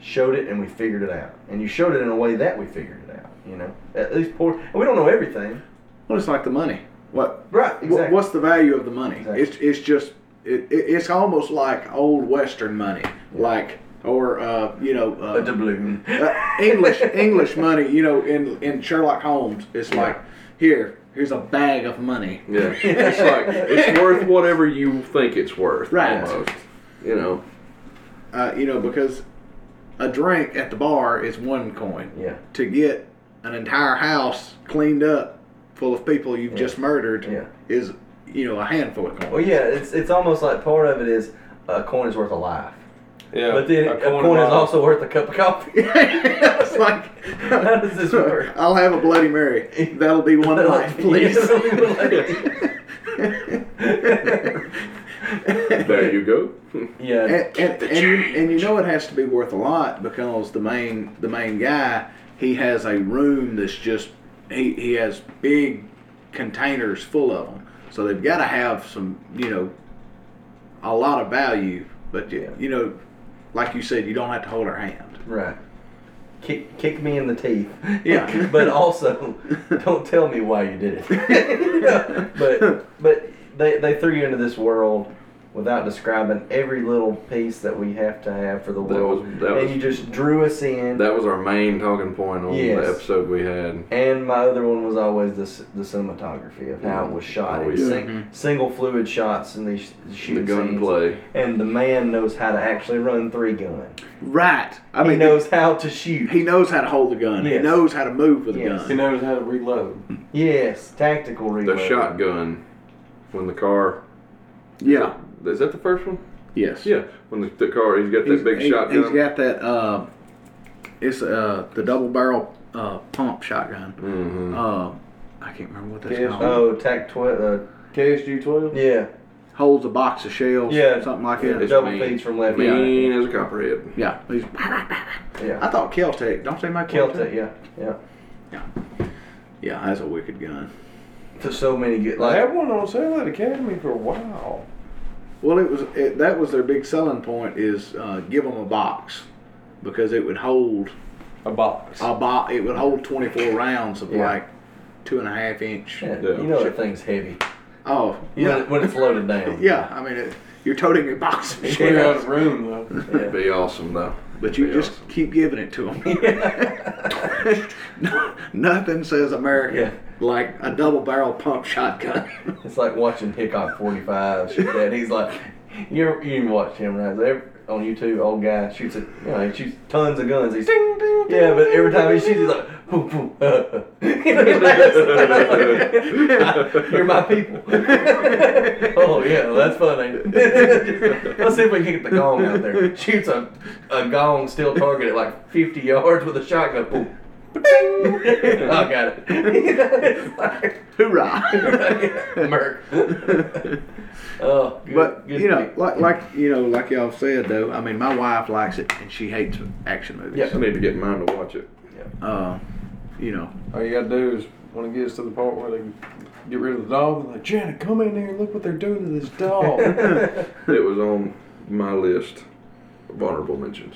Speaker 6: showed it and we figured it out. And you showed it in a way that we figured it out, you know? At least poor. And we don't know everything.
Speaker 9: Well, it's like the money. What?
Speaker 6: Right,
Speaker 9: wh-
Speaker 6: exactly.
Speaker 9: What's the value of the money?
Speaker 6: Exactly.
Speaker 9: It's it's just it, it, it's almost like old Western money, like or uh, you know uh,
Speaker 6: a doubloon.
Speaker 9: uh, English English money. You know, in in Sherlock Holmes, it's like here here's a bag of money.
Speaker 4: Yeah, it's like it's worth whatever you think it's worth.
Speaker 9: Right.
Speaker 4: Almost. You know.
Speaker 9: Uh, you know, because a drink at the bar is one coin.
Speaker 6: Yeah.
Speaker 9: to get an entire house cleaned up full of people you've just murdered
Speaker 6: Yeah.
Speaker 9: is you know a handful of coins.
Speaker 6: Well, yeah, it's, it's almost like part of it is a coin is worth a life.
Speaker 10: Yeah.
Speaker 6: But then a coin, is also worth a cup of coffee.
Speaker 9: it's like
Speaker 6: How does this work?
Speaker 9: I'll have a Bloody Mary. That'll be one life, please.
Speaker 4: There you go.
Speaker 6: yeah.
Speaker 9: and, and, and, you, and you know it has to be worth a lot because the main the main guy he has a room that's just he, he has big containers full of them so they've got to have some you know a lot of value but you, you know like you said you don't have to hold our hand
Speaker 6: Right. Kick, kick me in the teeth.
Speaker 9: Yeah.
Speaker 6: but also, don't tell me why you did it. but but they, they threw you into this world without describing every little piece that we have to have for the
Speaker 4: That
Speaker 6: world.
Speaker 4: was that
Speaker 6: and you
Speaker 4: was
Speaker 6: just drew us in.
Speaker 4: that was our main talking point on
Speaker 6: Yes.
Speaker 4: the episode we had.
Speaker 6: and my other one was always the, c- the cinematography of how it was shot.
Speaker 4: Oh,
Speaker 6: It's
Speaker 4: yeah.
Speaker 6: sing-
Speaker 9: Mm-hmm.
Speaker 6: single fluid shots and these
Speaker 4: The
Speaker 6: shooting
Speaker 4: gun
Speaker 6: scenes.
Speaker 4: play.
Speaker 6: And the man knows how to actually run three gun.
Speaker 9: Right. I
Speaker 6: He
Speaker 9: mean,
Speaker 6: knows how to shoot.
Speaker 9: he knows how to hold a gun. He
Speaker 6: Yes.
Speaker 9: knows how to move with a
Speaker 6: Yes.
Speaker 9: gun.
Speaker 3: He knows how to reload.
Speaker 6: Yes, tactical
Speaker 4: The
Speaker 6: reload.
Speaker 4: shotgun when the car
Speaker 9: Yeah.
Speaker 4: is that the first one?
Speaker 9: Yes.
Speaker 4: Yeah, when the, the car he's got that
Speaker 9: He's-
Speaker 4: big
Speaker 9: he-
Speaker 4: shotgun.
Speaker 9: He's got that. Uh, it's uh, the double barrel uh, pump shotgun.
Speaker 4: Mhm.
Speaker 9: Uh, I can't remember what that's
Speaker 3: Yes.
Speaker 9: called.
Speaker 6: Oh, tac twi- uh,
Speaker 3: KSG 12?
Speaker 6: yeah,
Speaker 9: Holds a box of shells.
Speaker 6: Yeah.
Speaker 9: Something like
Speaker 6: yeah.
Speaker 9: that.
Speaker 6: Double
Speaker 4: mean.
Speaker 6: feeds from left. Yeah,
Speaker 4: Mean as a copperhead.
Speaker 9: Yeah. He's,
Speaker 6: yeah.
Speaker 9: I thought Keltec. Don't they make
Speaker 6: Killed it. Yeah, yeah.
Speaker 9: Yeah, that's a wicked gun.
Speaker 6: There's so many good.
Speaker 3: I
Speaker 6: Like,
Speaker 3: had one on sale at Academy for a while.
Speaker 9: Well, it was it, that was their big selling point is uh, give them a box because it would hold
Speaker 3: A box.
Speaker 9: a bo- It would hold 24 rounds of
Speaker 6: Yeah.
Speaker 9: like two and a half inch.
Speaker 6: yeah,
Speaker 4: Yeah.
Speaker 6: you know that thing's heavy.
Speaker 9: Oh
Speaker 6: Yeah.
Speaker 9: yeah,
Speaker 6: When, when it's loaded down.
Speaker 9: yeah. I mean, it, you're toting a box of
Speaker 3: Clear out
Speaker 9: shells,
Speaker 3: of room, though.
Speaker 6: Yeah.
Speaker 4: Be awesome though.
Speaker 9: but you
Speaker 4: Be
Speaker 9: just
Speaker 4: awesome.
Speaker 9: keep giving it to them. Nothing says America
Speaker 6: Yeah.
Speaker 9: like a double barrel pump shotgun.
Speaker 6: It's like watching Hickok 45 shoot that. He's like, you ever, you watch him right there on YouTube? Old guy shoots it. You know, he shoots tons of guns. He's yeah, but every time he shoots, he's like, boom, boom. You're my people. oh yeah, well, that's funny. Let's see if we can get the gong out there. Shoots a, a gong still target at like 50 yards with a shotgun. Boom. I got it. It's like-
Speaker 9: Hoorah!
Speaker 6: Merc. oh, good,
Speaker 9: But
Speaker 6: good
Speaker 9: you know,
Speaker 6: pick.
Speaker 9: like like you know, like y'all said though. I mean, my wife likes it, and she hates action movies.
Speaker 6: Yeah.
Speaker 4: I need to get mine to watch it.
Speaker 9: Uh, you know,
Speaker 3: All you gotta do is when it gets to the part where they get rid of the dog, they're like, Janet, come in there and look what they're doing to this dog.
Speaker 4: It was on my list of honorable mentions.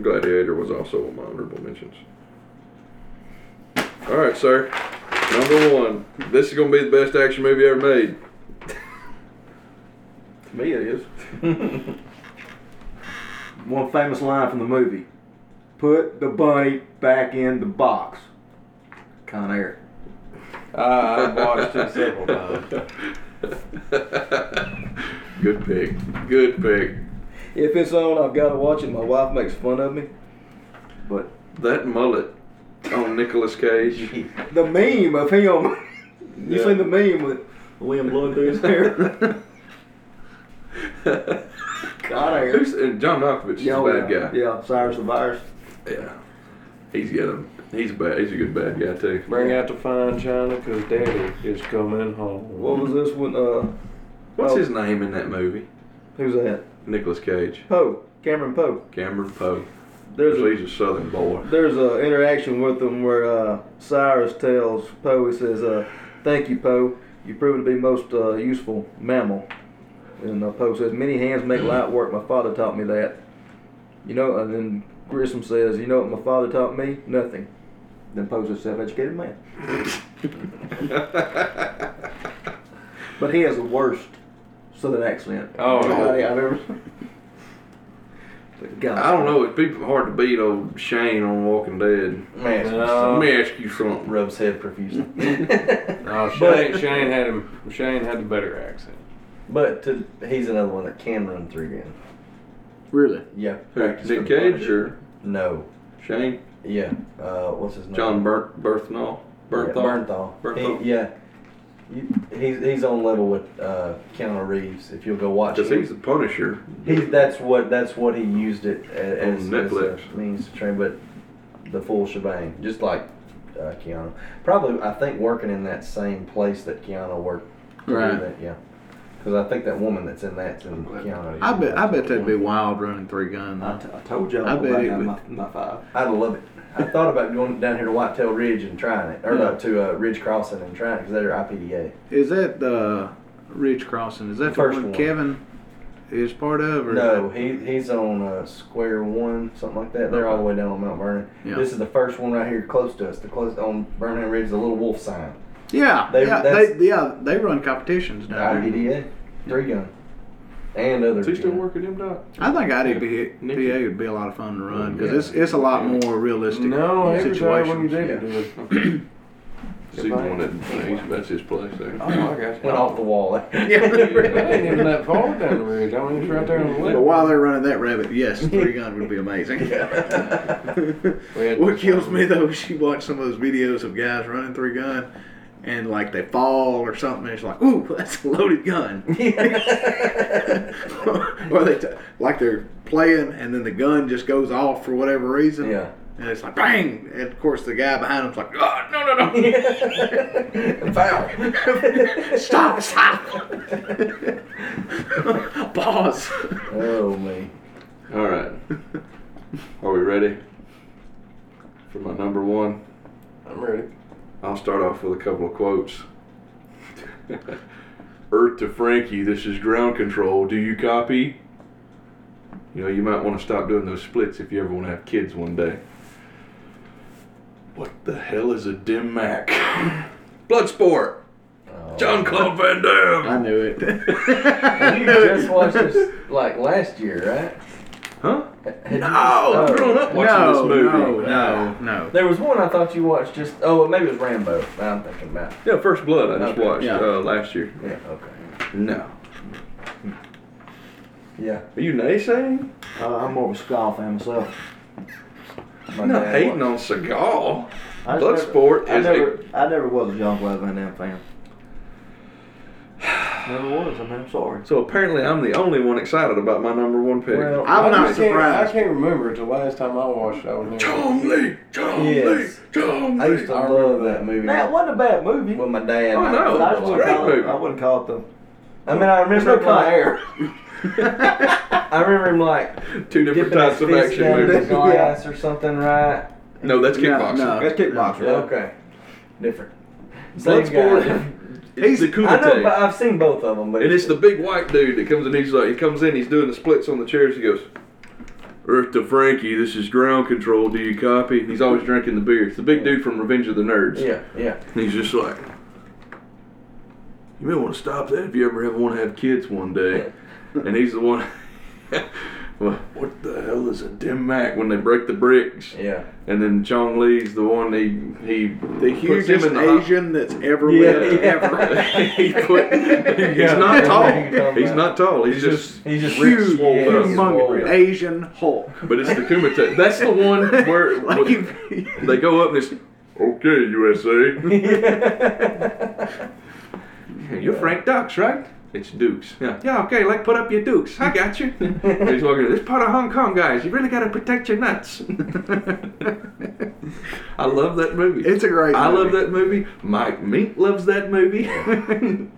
Speaker 4: Gladiator was also on my honorable mentions. All right, sir. Number one. This is gonna be the best action movie ever made. to me, it is.
Speaker 7: One famous line from the movie: "Put the bunny back in the box." Con Air.
Speaker 3: uh, I watched it several times.
Speaker 4: Good pick. Good pick.
Speaker 7: If it's on, I've got to watch it. My wife makes fun of me, but
Speaker 4: That mullet on Nicolas Cage.
Speaker 7: the meme of him. you
Speaker 4: Yeah.
Speaker 7: seen the meme with Liam blowing through his hair? Con Air.
Speaker 4: Who's, and John Malkovich is
Speaker 7: Yeah,
Speaker 4: a
Speaker 7: oh,
Speaker 4: bad
Speaker 7: yeah.
Speaker 4: guy.
Speaker 7: Yeah, Cyrus the Virus.
Speaker 4: Yeah. He's got a he's bad he's a good bad guy too.
Speaker 3: Bring out the fine china, cause daddy is coming home.
Speaker 7: What was this one? Uh,
Speaker 4: What's
Speaker 7: Oh.
Speaker 4: his name in that movie?
Speaker 7: who's that?
Speaker 4: Nicolas Cage.
Speaker 7: Poe. Cameron Poe.
Speaker 4: Cameron Poe.
Speaker 7: There's a,
Speaker 4: He's a southern boy.
Speaker 7: there's a interaction with them where uh, Cyrus tells Poe, he says, uh, "Thank you, Poe. You proven to be most uh, useful mammal." And uh, Poe says, "Many hands make light work. My father taught me that." You know, and then Grissom says, "You know what my father taught me? Nothing." Then Poe's a self-educated man, but he has the worst southern accent.
Speaker 3: Oh,
Speaker 7: Anybody
Speaker 3: yeah.
Speaker 7: I've ever. God.
Speaker 4: I don't know, it's people hard to beat old Shane on Walking Dead.
Speaker 6: man,
Speaker 4: Let
Speaker 3: No,
Speaker 4: me ask you something.
Speaker 6: rubs head profusely.
Speaker 3: no Shane, Shane had him. Shane had the better accent.
Speaker 6: but to, he's another one that can run three gun.
Speaker 9: really.
Speaker 6: Yeah. practice
Speaker 4: Nick
Speaker 6: for the
Speaker 4: Cage
Speaker 6: bunny.
Speaker 4: or
Speaker 6: No.
Speaker 4: Shane?
Speaker 6: Yeah. Uh, what's his name?
Speaker 4: John Ber- Berthnall?
Speaker 6: Yeah,
Speaker 4: Berthnall?
Speaker 6: Bernthal.
Speaker 4: Bernthal.
Speaker 6: He, yeah. You- He's, he's on level with uh, Keanu Reeves. If you'll go watch
Speaker 4: Because
Speaker 6: him,
Speaker 4: he's the Punisher.
Speaker 6: he, that's what that's what he used it a-
Speaker 4: On
Speaker 6: as, as a
Speaker 4: Netflix.
Speaker 6: means to train, but the full shebang, just like uh, Keanu. Probably, I think working in that same place that Keanu worked. to do
Speaker 9: Right.
Speaker 6: That, yeah. Because I think that woman that's in that's in Keanu.
Speaker 9: I bet I bet that'd be wild running three gun.
Speaker 7: I,
Speaker 9: though.
Speaker 7: t- I told y'all
Speaker 9: I
Speaker 7: I
Speaker 9: bet
Speaker 7: bet
Speaker 9: it
Speaker 7: my,
Speaker 9: would-
Speaker 7: my five.
Speaker 6: I'd love it. I thought about going down here to Whitetail Ridge and trying it, or no, to uh, Ridge Crossing and trying it because they're IPDA.
Speaker 9: Is that the Ridge Crossing? Is that the
Speaker 6: First
Speaker 9: one
Speaker 6: one.
Speaker 9: Kevin is part of? Or is
Speaker 6: No,
Speaker 9: that-
Speaker 6: he he's on uh, Square One, something like that. They're all the way down on Mount Vernon.
Speaker 9: Yeah.
Speaker 6: This is the first one right here close to us. The close on Vernon Ridge, the little wolf sign.
Speaker 9: yeah,
Speaker 6: They-
Speaker 9: yeah,
Speaker 6: that's-
Speaker 9: they, yeah, they run competitions down there.
Speaker 6: IPDA, three gun. and other.
Speaker 4: Does he still
Speaker 6: yeah.
Speaker 4: work at M Dot?
Speaker 9: I think IDPA
Speaker 4: Nikki.
Speaker 9: PA would be a lot of fun to run because it's it's a lot more realistic.
Speaker 3: No, every time when you
Speaker 9: situations.
Speaker 3: did it, dude.
Speaker 4: Is he the one that he's, that's his place there?
Speaker 3: Oh, I got you.
Speaker 6: Went off the wall.
Speaker 3: That ain't even that far down the ridge. I mean, it's right there on the
Speaker 9: But
Speaker 3: left.
Speaker 9: while they're running that rabbit, yes, three gun would be amazing.
Speaker 3: We had-
Speaker 9: What kills me though is you watch some of those videos of guys running three gun, and like they fall or something, and it's like, ooh, that's a loaded gun. or they t- like they're playing, and then the gun just goes off for whatever reason.
Speaker 6: Yeah.
Speaker 9: And it's like bang, and of course the guy behind him's like, oh, no, no, no,
Speaker 6: Foul.
Speaker 9: stop, stop, pause.
Speaker 6: Oh me.
Speaker 4: All right. Are we ready for my number one?
Speaker 15: I'm ready.
Speaker 4: I'll start off with a couple of quotes. Earth to Frankie, this is ground control. Do you copy? You know, you might want to stop doing those splits if you ever want to have kids one day. What the hell is a dim mac? Bloodsport. John Claude Van Damme.
Speaker 9: I knew it.
Speaker 6: You just watched this like last year, right?
Speaker 4: Huh?
Speaker 6: Had you-
Speaker 4: Oh, I'm growing up watching
Speaker 9: no,
Speaker 4: this movie.
Speaker 9: no, no, no.
Speaker 6: There was one I thought you watched just. Oh, maybe it was Rambo. that I'm thinking about.
Speaker 4: Yeah, First Blood. I just
Speaker 6: Okay.
Speaker 4: watched
Speaker 9: Yeah.
Speaker 4: uh, last year.
Speaker 6: Yeah. Okay.
Speaker 4: No.
Speaker 6: Yeah.
Speaker 4: Are you naysaying?
Speaker 7: Uh, I'm more of a Seagal fan myself.
Speaker 6: My
Speaker 4: I'm not
Speaker 6: dad
Speaker 4: hating
Speaker 6: watched-
Speaker 4: on Seagal.
Speaker 7: I just
Speaker 4: Bloodsport
Speaker 7: never,
Speaker 4: is
Speaker 7: I
Speaker 4: a-
Speaker 7: never, I never was a John Claude Van Damme fan. never was. I mean, I'm sorry.
Speaker 4: So apparently, I'm the only one excited about my number one pick.
Speaker 6: Well,
Speaker 9: I'm
Speaker 3: I
Speaker 9: not
Speaker 3: just can't- I
Speaker 9: surprised.
Speaker 3: can't remember it the last time I watched it. I was here.
Speaker 4: Tom Lee, Tom
Speaker 6: Yes.
Speaker 4: Lee, Tom
Speaker 6: I used
Speaker 4: Lee.
Speaker 6: to love that movie.
Speaker 7: Now, it wasn't a bad movie.
Speaker 6: With my dad.
Speaker 4: Oh, no.
Speaker 7: but I, just
Speaker 4: it's a
Speaker 7: wouldn't
Speaker 4: great
Speaker 7: call it,
Speaker 4: movie.
Speaker 7: I wouldn't call it the.
Speaker 6: I mean, I remember
Speaker 7: There's
Speaker 6: him
Speaker 7: no
Speaker 6: like,
Speaker 7: cut.
Speaker 6: I remember him like
Speaker 4: Two different
Speaker 6: dipping his
Speaker 4: types of
Speaker 6: fist
Speaker 4: action
Speaker 6: down in the
Speaker 4: movies.
Speaker 6: glass or something, right?
Speaker 4: No, that's kickboxing.
Speaker 9: No, no.
Speaker 7: That's kickboxer.
Speaker 6: Yeah, okay. Different. Same guy.
Speaker 4: Bloodsport. He's the
Speaker 6: I know, but
Speaker 4: kumite.
Speaker 6: I've seen both of them. But
Speaker 4: And it's the big white dude that comes in. He's like, he comes in. He's doing the splits on the chairs. He goes, "Earth to Frankie, this is ground control. Do you copy?" He's always drinking the beer. It's the big dude from Revenge of the Nerds.
Speaker 6: Yeah, yeah.
Speaker 4: And he's just like, you may want to stop that if you ever ever want to have kids one day. and he's the one. Well, what the hell is a dim mac when they break the bricks?
Speaker 6: Yeah.
Speaker 4: And then Chong Lee's the one he he
Speaker 9: The
Speaker 4: puts him
Speaker 9: hugest
Speaker 4: in the
Speaker 9: Asian that's ever
Speaker 6: Yeah,
Speaker 9: lived.
Speaker 6: yeah.
Speaker 9: Ever.
Speaker 4: he put, he's
Speaker 6: Yeah.
Speaker 4: not
Speaker 6: What are you
Speaker 4: tall.
Speaker 6: talking
Speaker 4: He's
Speaker 6: about?
Speaker 4: not tall. He's just
Speaker 6: He's just
Speaker 4: ripped,
Speaker 6: huge.
Speaker 4: swole
Speaker 6: Yeah,
Speaker 4: up.
Speaker 6: he's
Speaker 9: Humongous
Speaker 6: swole.
Speaker 9: Asian Hulk.
Speaker 4: But it's the Kumite. That's the one where where they go up and it's okay, USA. You're Frank Dukes, right? It's Dukes. Yeah. Yeah. Okay. Like, put up your Dukes. I got you. He's walking. This part of Hong Kong, guys. You really got to protect your nuts. I love that movie.
Speaker 9: It's a great
Speaker 4: I love
Speaker 9: movie.
Speaker 4: that movie. Mike Mink loves that movie.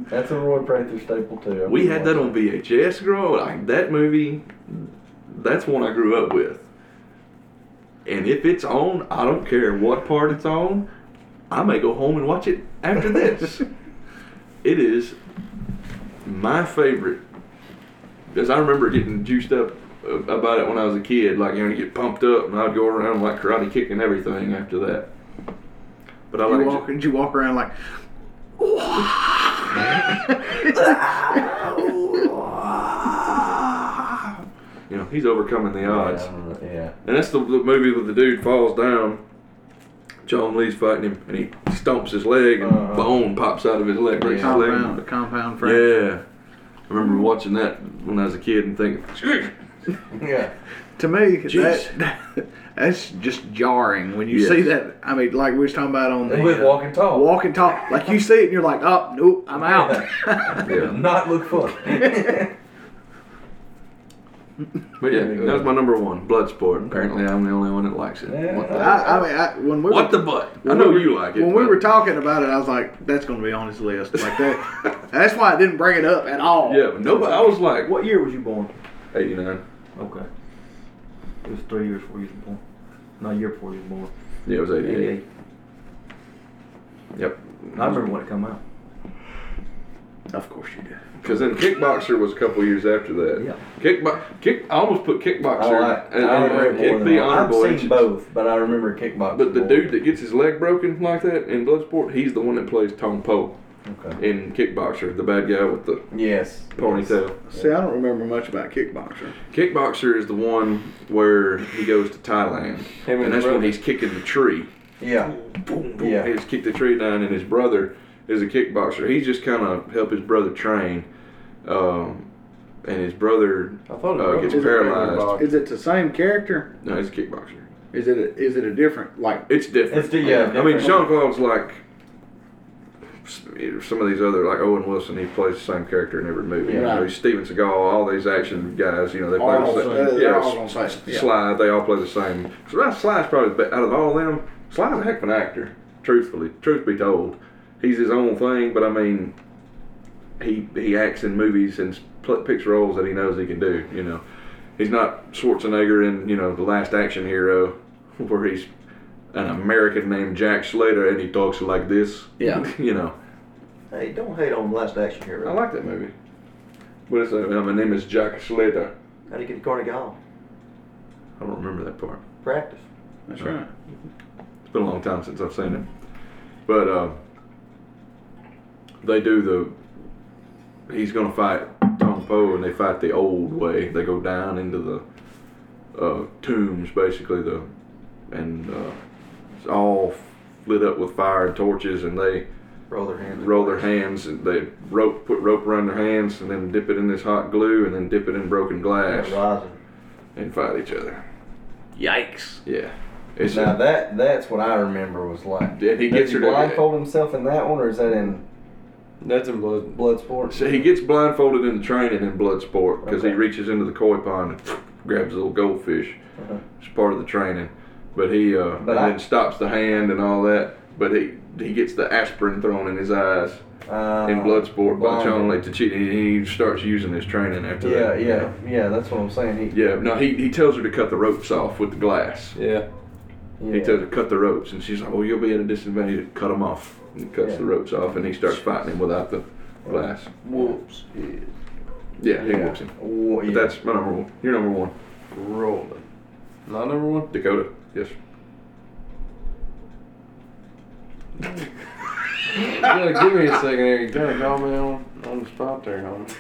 Speaker 6: That's a Roy Prather staple too.
Speaker 4: we had that on VHS, girl. Like that movie. That's one I grew up with. And if it's on, I don't care what part it's on. I may go home and watch it after this. it is my favorite because I remember getting juiced up uh, about it when I was a kid. Like you know, you get pumped up, and I'd go around like karate kicking everything after that. But I
Speaker 9: You
Speaker 4: like
Speaker 9: walk, and you walk around like,
Speaker 4: you know he's overcoming the odds.
Speaker 6: Yeah.
Speaker 4: And that's the, the movie where the dude falls down. John Lee's fighting him, and he stomps his leg, and
Speaker 6: Uh-huh.
Speaker 4: bone pops out of his leg, breaks his leg.
Speaker 9: compound, compound fracture.
Speaker 4: Yeah, I remember watching that when I was a kid and thinking,
Speaker 6: Yeah.
Speaker 9: To me,
Speaker 4: Jeez.
Speaker 9: that, that's just jarring when you
Speaker 4: Yes.
Speaker 9: see that. I mean, like we was talking about on the
Speaker 6: With
Speaker 9: uh,
Speaker 6: walking tall.
Speaker 9: walk and talk. Like you see it, and you're like, oh, nope, I'm out.
Speaker 4: yeah.
Speaker 6: Not look fun.
Speaker 4: But yeah, that was my number one, Bloodsport. Apparently, I'm the only one that likes it.
Speaker 6: Yeah.
Speaker 4: What
Speaker 9: I,
Speaker 4: the,
Speaker 9: I mean, I, when we
Speaker 4: what
Speaker 9: were,
Speaker 4: the butt? I
Speaker 9: when
Speaker 4: know
Speaker 9: we were-
Speaker 4: you like it.
Speaker 9: When we
Speaker 4: but-
Speaker 9: were talking about it, I was like, that's going to be on his list. Like that. that's why I didn't bring it up at all.
Speaker 4: yeah, but nobody. I was like,
Speaker 7: What year was you born?
Speaker 4: 89.
Speaker 7: Okay. It was three years before you were born. No, a year before you were born.
Speaker 4: Yeah, it was 88.
Speaker 7: 88.
Speaker 4: Yep.
Speaker 7: I remember when it come out.
Speaker 9: Of course you do.
Speaker 4: Because then Kickboxer was a couple years after that.
Speaker 7: Yeah.
Speaker 4: Kickbo- kick. I almost put
Speaker 6: I
Speaker 4: Kickboxer.
Speaker 6: like.
Speaker 4: and-
Speaker 6: I
Speaker 4: and- uh,
Speaker 6: remember
Speaker 4: kick
Speaker 6: more than
Speaker 4: the
Speaker 6: one.
Speaker 4: honorable
Speaker 6: I've seen
Speaker 4: mentions.
Speaker 6: both, but I remember kickboxing.
Speaker 4: But the
Speaker 6: more.
Speaker 4: dude that gets his leg broken like that in Bloodsport, he's the one that plays Tong Po.
Speaker 6: Okay.
Speaker 4: in Kickboxer, the bad guy with the
Speaker 6: Yes.
Speaker 4: ponytail.
Speaker 9: See, I don't remember much about kickboxer.
Speaker 4: Kickboxer is the one where he goes to Thailand,
Speaker 16: Him and
Speaker 4: and that's
Speaker 16: the brother.
Speaker 4: when he's kicking the tree.
Speaker 6: Yeah. Yeah.
Speaker 4: He's kicked the tree down, and his brother is a kickboxer. He's just kind of help his brother train, um, and his brother
Speaker 16: I
Speaker 3: Oh,
Speaker 16: thought it
Speaker 4: uh, gets
Speaker 9: Is it
Speaker 4: paralyzed.
Speaker 9: Is it the same character?
Speaker 4: No, he's a kickboxer.
Speaker 9: Is it a, is it a different like?
Speaker 4: It's different.
Speaker 6: It's di- yeah,
Speaker 4: I mean,
Speaker 6: different.
Speaker 4: Sean Claude's like s- some of these other, like Owen Wilson. He plays the same character in every movie. You know,
Speaker 9: Right.
Speaker 4: Steven Seagal, all these action guys. You know, they play
Speaker 9: All
Speaker 4: the
Speaker 9: the
Speaker 4: same.
Speaker 9: same.
Speaker 4: yeah,
Speaker 9: They're all gonna say it, yeah.
Speaker 4: Sly. They all play the same. So that's Sly's probably the be- out of all of them. Sly's a heck of an actor. Truthfully, truth be told, he's his own thing. But I mean, he he acts in movies and pl- picks roles that he knows he can do. You know, he's not Schwarzenegger in you know the Last Action Hero, where he's an American named Jack Slater and he talks like this.
Speaker 9: Yeah.
Speaker 4: you know,
Speaker 7: Hey, don't hate on Last Action
Speaker 4: I
Speaker 7: Hero.
Speaker 4: like that movie. What is that? Uh, my name is Jack Slater.
Speaker 7: How do you get to Carnegie Hall?
Speaker 4: I don't remember that part.
Speaker 7: Practice.
Speaker 9: That's right.
Speaker 4: It's been a long time since I've seen it, but uh, they do the. He's gonna fight Tong Po, and they fight the old way. They go down into the uh, tombs, basically the, and uh, it's all lit up with fire and torches, and they
Speaker 7: Roll their hands.
Speaker 4: roll their hands and they rope put rope around their hands and then dip it in this hot glue and then dip it in broken glass
Speaker 7: Rising.
Speaker 4: and fight each other.
Speaker 6: Yikes.
Speaker 4: Yeah, it's
Speaker 6: Now
Speaker 4: a,
Speaker 6: that that's what I remember was like.
Speaker 4: Yeah, he
Speaker 6: Does
Speaker 4: gets
Speaker 6: he
Speaker 4: her to-
Speaker 6: blindfold himself in that one, or is that in
Speaker 3: That's in blood.
Speaker 6: Bloodsport?
Speaker 4: so he gets blindfolded in the training in Bloodsport because he
Speaker 6: Okay.
Speaker 4: reaches into the koi pond and grabs a little goldfish.
Speaker 6: Uh-huh.
Speaker 4: It's part of the training, but he uh,
Speaker 6: But
Speaker 4: and
Speaker 6: I-
Speaker 4: then stops the hand and all that. But he he gets the aspirin thrown in his eyes
Speaker 6: Uh,
Speaker 4: in Bloodsport by
Speaker 6: blinded.
Speaker 4: John Lee to cheat. He he starts using his training after
Speaker 6: Yeah,
Speaker 4: that.
Speaker 6: yeah, yeah. That's what I'm saying. He,
Speaker 4: Yeah, no, he, he tells her to cut the ropes off with the glass.
Speaker 3: Yeah.
Speaker 6: yeah.
Speaker 4: He tells her cut the ropes, and she's like, "Well, you'll be at a disadvantage. Cut them off." And he cuts
Speaker 6: Yeah.
Speaker 4: the ropes off, and he starts fighting him without the glass.
Speaker 3: Whoops.
Speaker 4: Yeah, he whoops him.
Speaker 6: Wha-
Speaker 4: But
Speaker 6: yeah.
Speaker 4: that's my number one. Your number one,
Speaker 3: Rolling. My number one.
Speaker 4: Dakota. Yes.
Speaker 3: You gotta give me a second here. You gotta call me on, on the spot there, homie.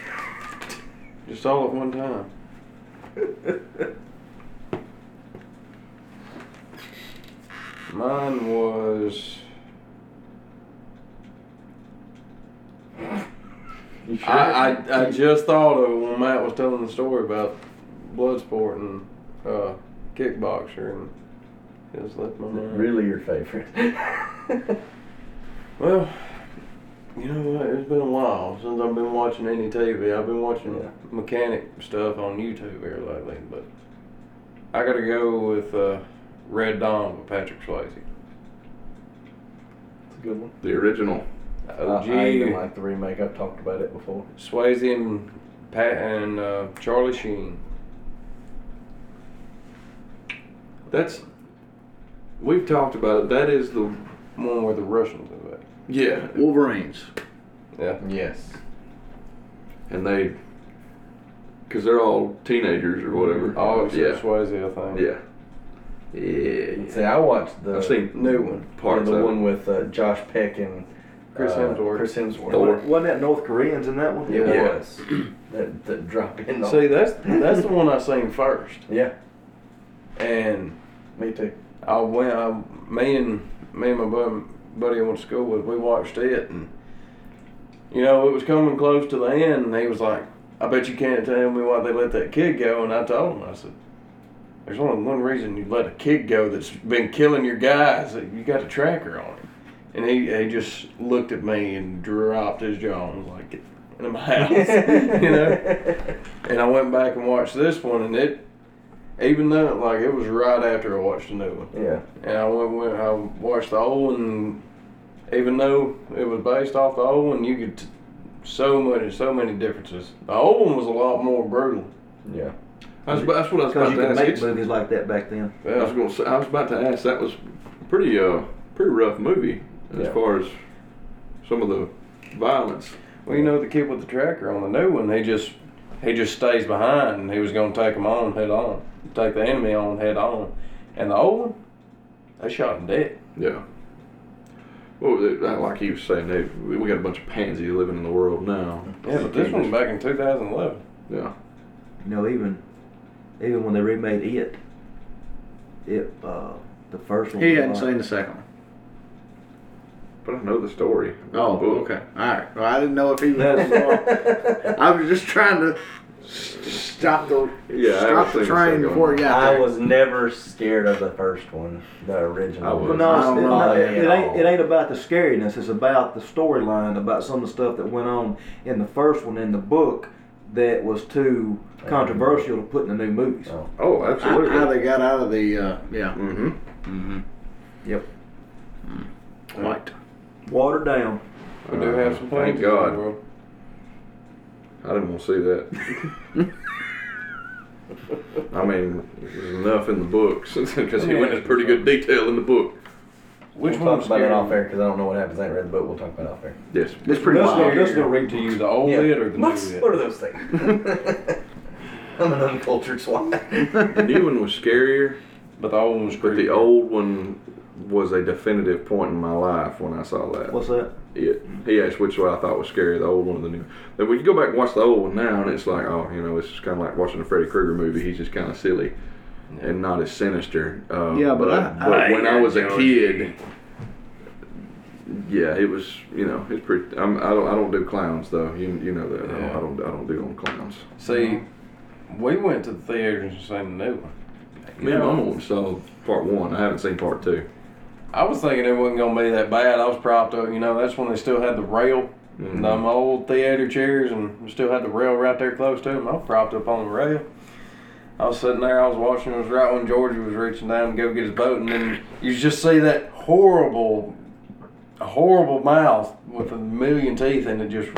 Speaker 3: Just all at one time. Mine was.
Speaker 6: You sure?
Speaker 3: I, I, I just thought of it when Matt was telling the story about Bloodsport and uh, Kickboxer, and it just left my mind.
Speaker 6: really your favorite.
Speaker 3: Well, you know what? It's been a while since I've been watching any TV. I've been watching
Speaker 6: Yeah.
Speaker 3: mechanic stuff on YouTube here lately, but I gotta go with uh, Red Dawn with Patrick Swayze.
Speaker 6: It's a good one.
Speaker 4: The original.
Speaker 3: OG
Speaker 6: I, I even like the remake. I've talked about it before.
Speaker 3: Swayze and Pat and uh, Charlie Sheen.
Speaker 4: That's. We've talked about it. That is the.
Speaker 3: One where the Russians are back.
Speaker 4: Yeah,
Speaker 9: Wolverines.
Speaker 3: Yeah.
Speaker 6: Yes.
Speaker 4: and they. Because they're all teenagers or whatever.
Speaker 3: All except
Speaker 4: yeah.
Speaker 3: Swayze, I think.
Speaker 4: Yeah. Oh, Yeah.
Speaker 6: See, I watched the
Speaker 4: I've seen
Speaker 3: New one.
Speaker 6: yeah,
Speaker 4: parts
Speaker 6: the
Speaker 4: of it.
Speaker 6: one with uh, Josh Peck and
Speaker 3: Chris
Speaker 6: uh,
Speaker 3: Hemsworth.
Speaker 6: Chris Hemsworth.
Speaker 4: Thor.
Speaker 7: Wasn't that North Koreans in that one?
Speaker 6: It
Speaker 4: Yeah.
Speaker 6: was that, that drop in. on-
Speaker 3: See, that's that's the one I seen first,
Speaker 6: yeah,
Speaker 3: and
Speaker 6: me too.
Speaker 3: I went. I, me and me and my buddy, buddy I went to school with, we watched it, and you know it was coming close to the end, and he was like, "I bet you can't tell me why they let that kid go." And I told him, I said, "There's only one reason you let a kid go that's been killing your guys. That you got a tracker on him." And he, he just looked at me and dropped his jaw and was like, "Get in my house," you know. And I went back and watched this one, and it, even though like it was right after I watched the new one.
Speaker 6: Yeah,
Speaker 3: And I went, went I watched the old one. Even though it was based off the old one, you could t- so many so many differences. The old one was a lot more brutal.
Speaker 6: yeah.
Speaker 4: That's, that's what I was
Speaker 7: Because
Speaker 4: about
Speaker 7: you
Speaker 4: to
Speaker 7: could
Speaker 4: ask.
Speaker 7: make
Speaker 4: It's-
Speaker 7: movies like that back then.
Speaker 4: I was going to say, I was about to ask. That was pretty uh pretty rough movie as
Speaker 6: Yeah.
Speaker 4: far as some of the violence.
Speaker 3: Well, you know the kid with the tracker on the new one, he just he just stays behind, and he was gonna take him on head on, take the enemy on head on, and the old one, they shot him dead.
Speaker 4: Yeah. Well, they- like like he was saying, they, we we got a bunch of pansy living in the world now.
Speaker 3: Yeah, but this one's back in 2011.
Speaker 4: Yeah.
Speaker 5: You know, even even when they remade it, it uh, the first one.
Speaker 17: He
Speaker 5: was
Speaker 17: hadn't
Speaker 5: like-
Speaker 17: seen the second one.
Speaker 4: But I know the story.
Speaker 17: Oh,
Speaker 4: Book.
Speaker 17: okay. All right. Well, I didn't know if he was.
Speaker 5: I
Speaker 17: I was just trying to s- stop the
Speaker 4: Yeah, I
Speaker 17: stop
Speaker 4: was
Speaker 17: the
Speaker 4: thinking the
Speaker 17: train
Speaker 4: second
Speaker 17: before
Speaker 4: one.
Speaker 17: he got
Speaker 6: I
Speaker 17: there.
Speaker 6: was never scared of the first one, the original.
Speaker 4: I was.
Speaker 5: Well,
Speaker 17: I
Speaker 5: no,
Speaker 17: don't
Speaker 5: it's,
Speaker 17: know
Speaker 5: no,
Speaker 17: that
Speaker 5: it,
Speaker 6: at
Speaker 5: ain't,
Speaker 6: all.
Speaker 5: it ain't about the scariness. It's about the storyline, about some of the stuff that went on in the first one in the book that was too controversial to put in the new movies.
Speaker 6: Oh.
Speaker 4: Oh,
Speaker 17: How
Speaker 4: absolutely.
Speaker 17: how they got out of the uh, yeah
Speaker 4: mm-hmm.
Speaker 5: Yep.
Speaker 4: Mm-hmm.
Speaker 17: light.
Speaker 5: Watered down.
Speaker 3: We do have some
Speaker 4: Uh, Thank
Speaker 3: planes.
Speaker 4: God. I didn't want to see that. I mean, there's enough in the books because he went into pretty good detail in the book.
Speaker 3: Which
Speaker 6: we'll talk
Speaker 3: one's
Speaker 6: about it
Speaker 3: scary?
Speaker 6: off air because I don't know what happens. I ain't read the book. We'll talk about it off air.
Speaker 4: Yes.
Speaker 17: It's pretty
Speaker 3: Let's go,
Speaker 17: wild.
Speaker 3: let's go read to you the old
Speaker 6: Yeah.
Speaker 3: lid or the new
Speaker 6: What's-
Speaker 3: lid.
Speaker 6: What are those things? I'm an uncultured swine.
Speaker 4: The new one was scarier,
Speaker 3: But the old one's
Speaker 4: but
Speaker 3: creepy.
Speaker 4: the old one was a definitive point in my life when I saw that.
Speaker 5: What's that?
Speaker 4: it. He asked which one I thought was scary, the old one or the new. Then when you go back and watch the old one now, and it's like, oh, you know, it's just kind of like watching a Freddy Krueger movie. He's just kind of silly and not as sinister. Uh,
Speaker 17: Yeah, but I-
Speaker 4: but
Speaker 1: I-
Speaker 4: when I was a
Speaker 1: I-
Speaker 4: kid, yeah, it was. You know, it's pretty. I'm, I don't. I don't do clowns though. You you know that. I, don't, I don't. I don't do on clowns.
Speaker 3: See,
Speaker 4: Uh-huh.
Speaker 3: we went to the theater and seen the new one.
Speaker 4: Me and Mama went and saw part one. I haven't seen part two.
Speaker 3: I was thinking it wasn't gonna be that bad. I was propped up. You know, that's when they still had the rail,
Speaker 4: Mhm.
Speaker 3: them old theater chairs, and still had the rail right there close to them. I was propped up on the rail. I was sitting there. I was watching. It was right when Georgia was reaching down to go get his boat, and then you just see that horrible, horrible mouth with a million teeth, and it just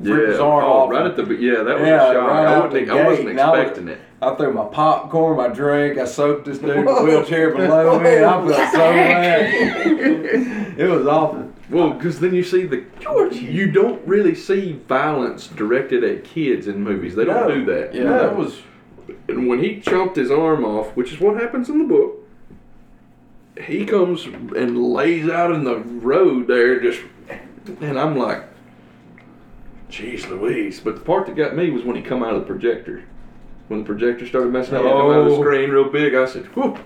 Speaker 3: ripped his arm
Speaker 4: oh,
Speaker 3: off.
Speaker 4: right at the be- yeah, that was
Speaker 3: Yeah,
Speaker 4: a shock.
Speaker 3: right
Speaker 4: I,
Speaker 3: out
Speaker 4: wasn't,
Speaker 3: the
Speaker 4: I wasn't
Speaker 3: gate, and I was-
Speaker 4: expecting it.
Speaker 3: I threw my popcorn, my drink, I soaked this dude in the wheelchair below me. I felt so bad. it was awful.
Speaker 4: Well, because then you see the You don't really see violence directed at kids in movies. They don't
Speaker 5: No.
Speaker 4: do that.
Speaker 3: Yeah, that was
Speaker 4: And when he chopped his arm off, which is what happens in the book, he comes and lays out in the road there, just. And I'm like, jeez Louise. But the part that got me was when he come out of the projector. When the projector started messing up, he come out of the
Speaker 3: Oh.
Speaker 4: screen real big. I said, whoop.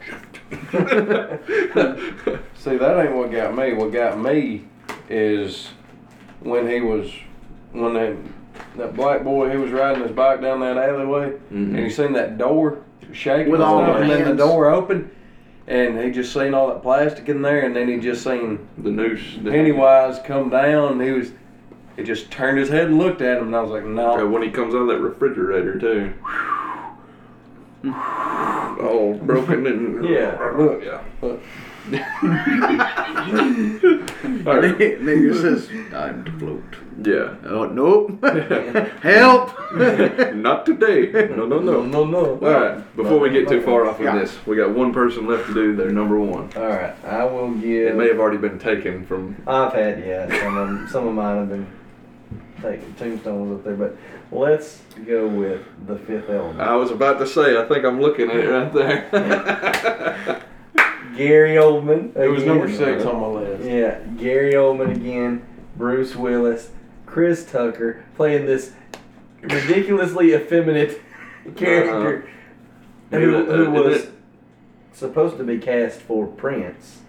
Speaker 3: see that ain't what got me. What got me is when he was when that that black boy he was riding his bike down that alleyway and
Speaker 4: Mm-hmm.
Speaker 3: he seen that door shaking
Speaker 17: With
Speaker 3: and
Speaker 17: all
Speaker 3: stuff,
Speaker 17: the
Speaker 3: and then the
Speaker 17: hands.
Speaker 3: door opened and he just seen all that plastic in there and then he just seen
Speaker 4: the noose.
Speaker 3: Pennywise come down. And he was, he just turned his head and looked at him, and I was like,
Speaker 4: Uh,
Speaker 3: no.
Speaker 4: when he comes out of that refrigerator too. All broken and
Speaker 6: Yeah.
Speaker 3: Look,
Speaker 4: yeah. All right.
Speaker 17: Nigga says, "Time to float."
Speaker 4: yeah.
Speaker 17: Oh nope! Help!
Speaker 4: Not today. No, no, no.
Speaker 6: No, no.
Speaker 4: All right. Before we get too far off on this, we got one person left to do their number one.
Speaker 6: All right. I will
Speaker 4: It may
Speaker 6: give.
Speaker 4: have already been taken from.
Speaker 6: I've had yeah. Some of, 'em- some of mine have been taken tombstones up there, but let's go with the Fifth Element.
Speaker 4: I was about to say. I think I'm looking at it right there.
Speaker 6: Gary Oldman.
Speaker 3: it was number
Speaker 6: again.
Speaker 3: six on my list.
Speaker 6: Yeah, Gary Oldman again, Bruce Willis, Chris Tucker playing this ridiculously effeminate character who, who
Speaker 4: Uh,
Speaker 6: was
Speaker 4: Uh-huh. isn't it-
Speaker 6: supposed to be cast for Prince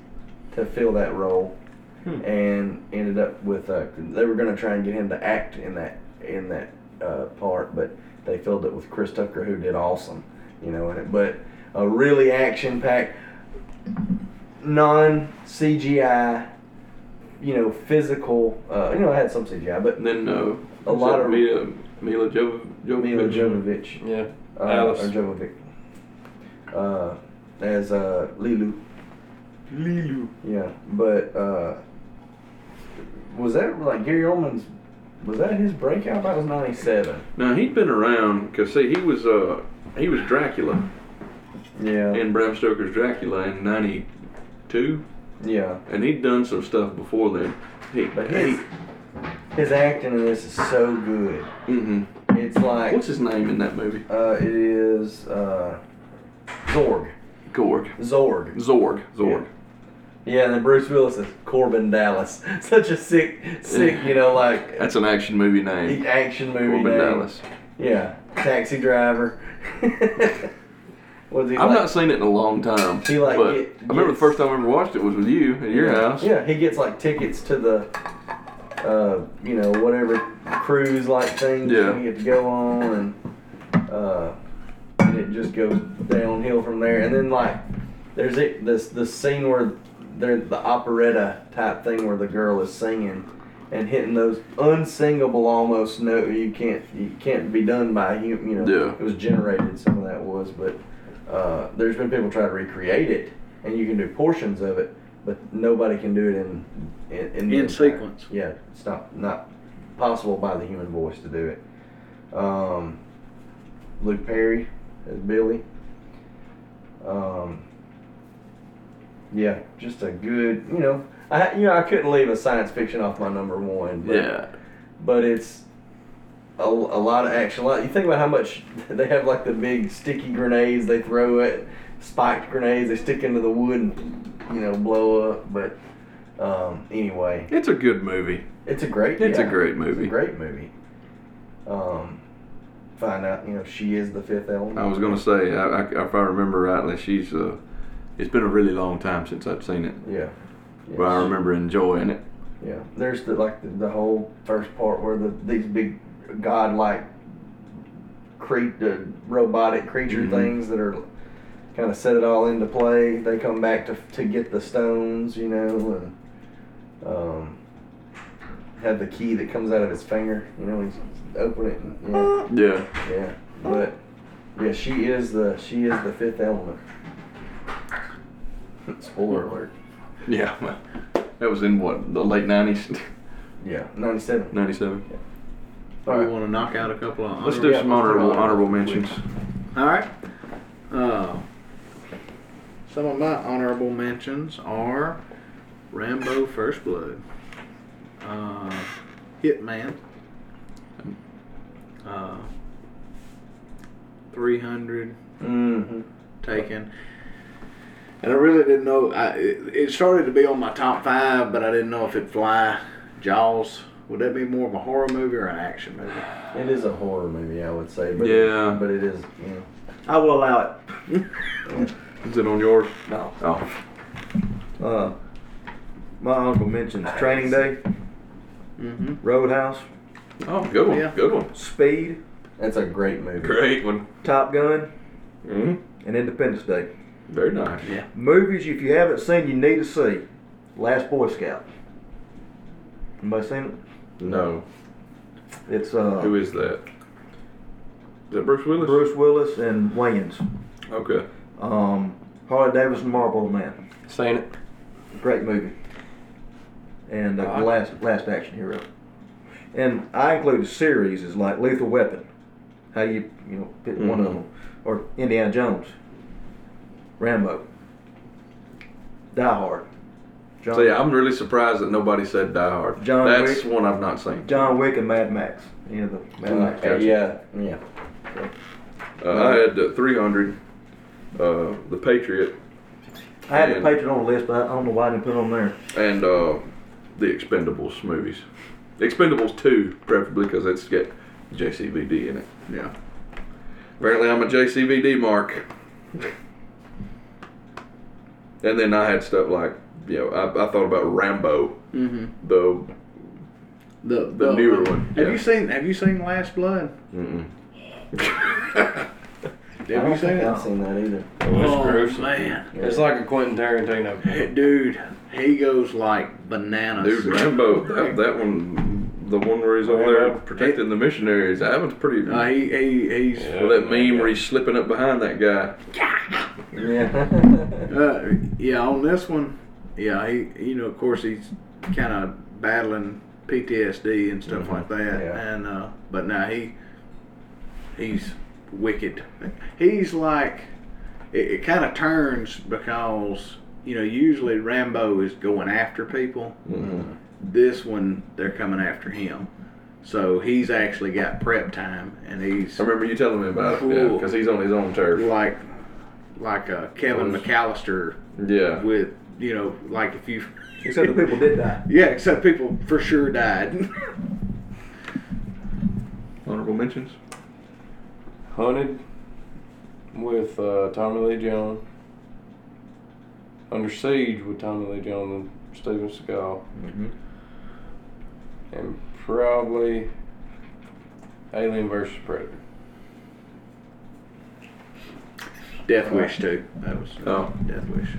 Speaker 6: to fill that role, and ended up with uh, they were going to try and get him to act in that in that uh, part, but they filled it with Chris Tucker who did awesome, you know. And it, but a really action packed, non CGI. You know, physical. Uh, you know, I had some CGI, but
Speaker 4: and then no.
Speaker 6: A lot of-
Speaker 4: Mila, Mila Jo- Jovovich.
Speaker 6: Mila Jovovich
Speaker 3: Yeah.
Speaker 6: uh,
Speaker 3: Alice.
Speaker 6: or Jovovic. Uh, as uh, Lilu. Lilu. Yeah, but uh, was that like Gary Oldman's? Was that his breakout? That was '97.
Speaker 4: Now he'd been around, cause see he was uh he was Dracula
Speaker 6: Yeah.
Speaker 4: in Bram Stoker's Dracula in '92,
Speaker 6: yeah.
Speaker 4: and he'd done some stuff before then. He,
Speaker 6: But
Speaker 4: he
Speaker 6: his his acting in this is so good.
Speaker 4: hmm
Speaker 6: It's like
Speaker 4: what's his name in that movie?
Speaker 6: uh, it is uh, Zorg.
Speaker 4: Gorg.
Speaker 6: Zorg.
Speaker 4: Zorg. Zorg.
Speaker 6: Yeah, and then Bruce Willis is Corbin Dallas. Such a sick, sick, you know, like
Speaker 4: That's an action movie name.
Speaker 6: action movie.
Speaker 4: Corbin
Speaker 6: name.
Speaker 4: Dallas.
Speaker 6: Yeah, taxi driver. what is he
Speaker 4: I've
Speaker 6: like?
Speaker 4: not seen it in a long time.
Speaker 6: He, like,
Speaker 4: but
Speaker 6: get-
Speaker 4: I remember the
Speaker 6: gets-
Speaker 4: first time I ever watched it was with you at your house.
Speaker 6: Yeah, he gets like tickets to the, uh, you know, whatever cruise like thing
Speaker 4: Yeah.
Speaker 6: you get to go on, and uh, and it just goes downhill from there. And then like, there's it this this scene where they're the operetta type thing where the girl is singing and hitting those unsingable almost note you can't you can't be done by you you know
Speaker 4: Yeah.
Speaker 6: it was generated some of that was but uh, there's been people trying to recreate it and you can do portions of it but nobody can do it in in, in, the
Speaker 9: In
Speaker 6: entire-
Speaker 9: sequence.
Speaker 6: yeah it's not not possible by the human voice to do it um, Luke Perry as Billy um, yeah just a good you know I you know I couldn't leave a science fiction off my number one but,
Speaker 4: Yeah.
Speaker 6: but it's a, a lot of action. A lot, you think about how much they have, like the big sticky grenades they throw at spiked grenades. They stick into the wood and you know blow up. But um, anyway,
Speaker 4: It's a good movie.
Speaker 6: it's a great.
Speaker 4: It's a
Speaker 6: yeah,
Speaker 4: great
Speaker 6: It's
Speaker 4: movie.
Speaker 6: a great movie. Um, find out you know she is the fifth element.
Speaker 4: I was gonna say, I, I, if I remember rightly, she's. Uh, it's been a really long time since I've seen it,
Speaker 6: Yeah. Yeah.
Speaker 4: but I remember enjoying it.
Speaker 6: Yeah, there's the like the, the whole first part where the these big godlike creep the robotic creature
Speaker 4: Mhm.
Speaker 6: things that are kind of set it all into play. They come back to to get the stones, you know, and um, have the key that comes out of his finger. You know, he's open it. And, yeah,
Speaker 4: Yeah.
Speaker 6: yeah, but yeah, she is the she is the fifth element. Spoiler alert.
Speaker 4: Yeah. well, That was in what the late nineties,
Speaker 6: Yeah, ninety-seven.
Speaker 4: ninety seven.
Speaker 9: I want to knock out a couple of.
Speaker 4: Let's do
Speaker 6: Yeah,
Speaker 4: some
Speaker 6: let's do
Speaker 4: honorable
Speaker 6: honorable
Speaker 4: honorable mentions.
Speaker 9: All right. Uh, some of my honorable mentions are Rambo: First Blood, uh, Hitman, uh, 300
Speaker 6: Mm-hmm.
Speaker 9: Taken. And I really didn't know. I, it, it started to be on my top five, but I didn't know if it'd fly. Jaws. Would that be more of a horror movie or an action movie?
Speaker 6: It is a horror movie, I would say. But
Speaker 4: Yeah.
Speaker 6: but it is, you know.
Speaker 5: I will allow it.
Speaker 4: Is it on yours?
Speaker 6: No.
Speaker 4: Oh.
Speaker 5: Uh, my honorable mentions: Training Day,
Speaker 9: Mm-hmm.
Speaker 5: Roadhouse,
Speaker 4: Oh, good one.
Speaker 9: Yeah.
Speaker 4: Good one.
Speaker 5: Speed,
Speaker 6: That's a great movie.
Speaker 4: Great one.
Speaker 5: Top Gun,
Speaker 4: hmm
Speaker 5: and Independence Day.
Speaker 4: Very nice.
Speaker 5: Movies, if you haven't seen, you need to see. Last Boy Scout. Anybody seen it?
Speaker 4: No.
Speaker 5: It's
Speaker 7: Oh.
Speaker 5: uh,
Speaker 4: Who is that? Is that Bruce Willis?
Speaker 5: Bruce Willis and Wayans.
Speaker 4: Okay.
Speaker 5: Um, Harley Davidson, Marlboro Man.
Speaker 10: Seen it.
Speaker 5: Great movie. And uh,
Speaker 4: Alright.
Speaker 5: last last action hero. And I include series as like Lethal Weapon. How you you know pick one of
Speaker 4: Mhm.
Speaker 5: them, or Indiana Jones, Rambo, Die Hard, John
Speaker 4: So yeah, I'm really surprised that nobody said Die Hard.
Speaker 5: John
Speaker 4: That's
Speaker 5: Wick.
Speaker 4: one I've not seen.
Speaker 5: John Wick and Mad Max. You know the Mad
Speaker 6: Uh,
Speaker 5: Max.
Speaker 6: yeah, yeah.
Speaker 4: Uh, I had uh, 300, uh, The Patriot,
Speaker 5: I had to
Speaker 4: And-
Speaker 5: page it on the list, but I don't know why I didn't put it on there.
Speaker 4: and uh, the Expendables movies. Expendables 2, preferably, because it's got JCVD in it. Yeah. Apparently, I'm a JCVD mark. and then I had stuff like, you know, I, I thought about Rambo,
Speaker 9: Mm-hmm.
Speaker 4: the
Speaker 9: The,
Speaker 4: the newer one.
Speaker 9: Have
Speaker 4: yeah.
Speaker 9: you seen Have you seen Last Blood?
Speaker 4: Mm-mm.
Speaker 9: Have you seen
Speaker 6: I
Speaker 9: it?
Speaker 6: haven't seen that either.
Speaker 9: Oh man,
Speaker 10: It's like a Quentin Tarantino.
Speaker 9: Hey, dude, he goes like bananas.
Speaker 4: Dude, Rambo, that, that one, the one where he's over there protecting the missionaries, that one's pretty.
Speaker 9: Uh, he, he he's
Speaker 4: Well, that meme where he's slipping up behind that guy.
Speaker 6: Yeah.
Speaker 9: uh, yeah on this one. Yeah, he you know of course he's kind of battling PTSD and stuff like that,
Speaker 6: yeah.
Speaker 9: and uh, but now he he's wicked. He's like it, it kind of turns because you know usually Rambo is going after people.
Speaker 4: Mm-hmm.
Speaker 9: This one they're coming after him. So he's actually got prep time, and he's
Speaker 4: I remember you telling me about it, yeah,
Speaker 9: Cool.
Speaker 4: because he's on his own turf.
Speaker 9: like like uh, Kevin McAllister
Speaker 4: Yeah,
Speaker 9: with
Speaker 17: you know, like if you,
Speaker 5: Except the people did die.
Speaker 17: yeah, except people for sure died.
Speaker 4: Honorable mentions.
Speaker 3: Hunted with uh, Tommy Lee Jones. Under Siege with Tommy Lee Jones and Steven Seagal.
Speaker 4: Mm-hmm.
Speaker 3: And probably Alien versus Predator.
Speaker 17: Death Wish too. That was
Speaker 4: Oh.
Speaker 17: Death Wish.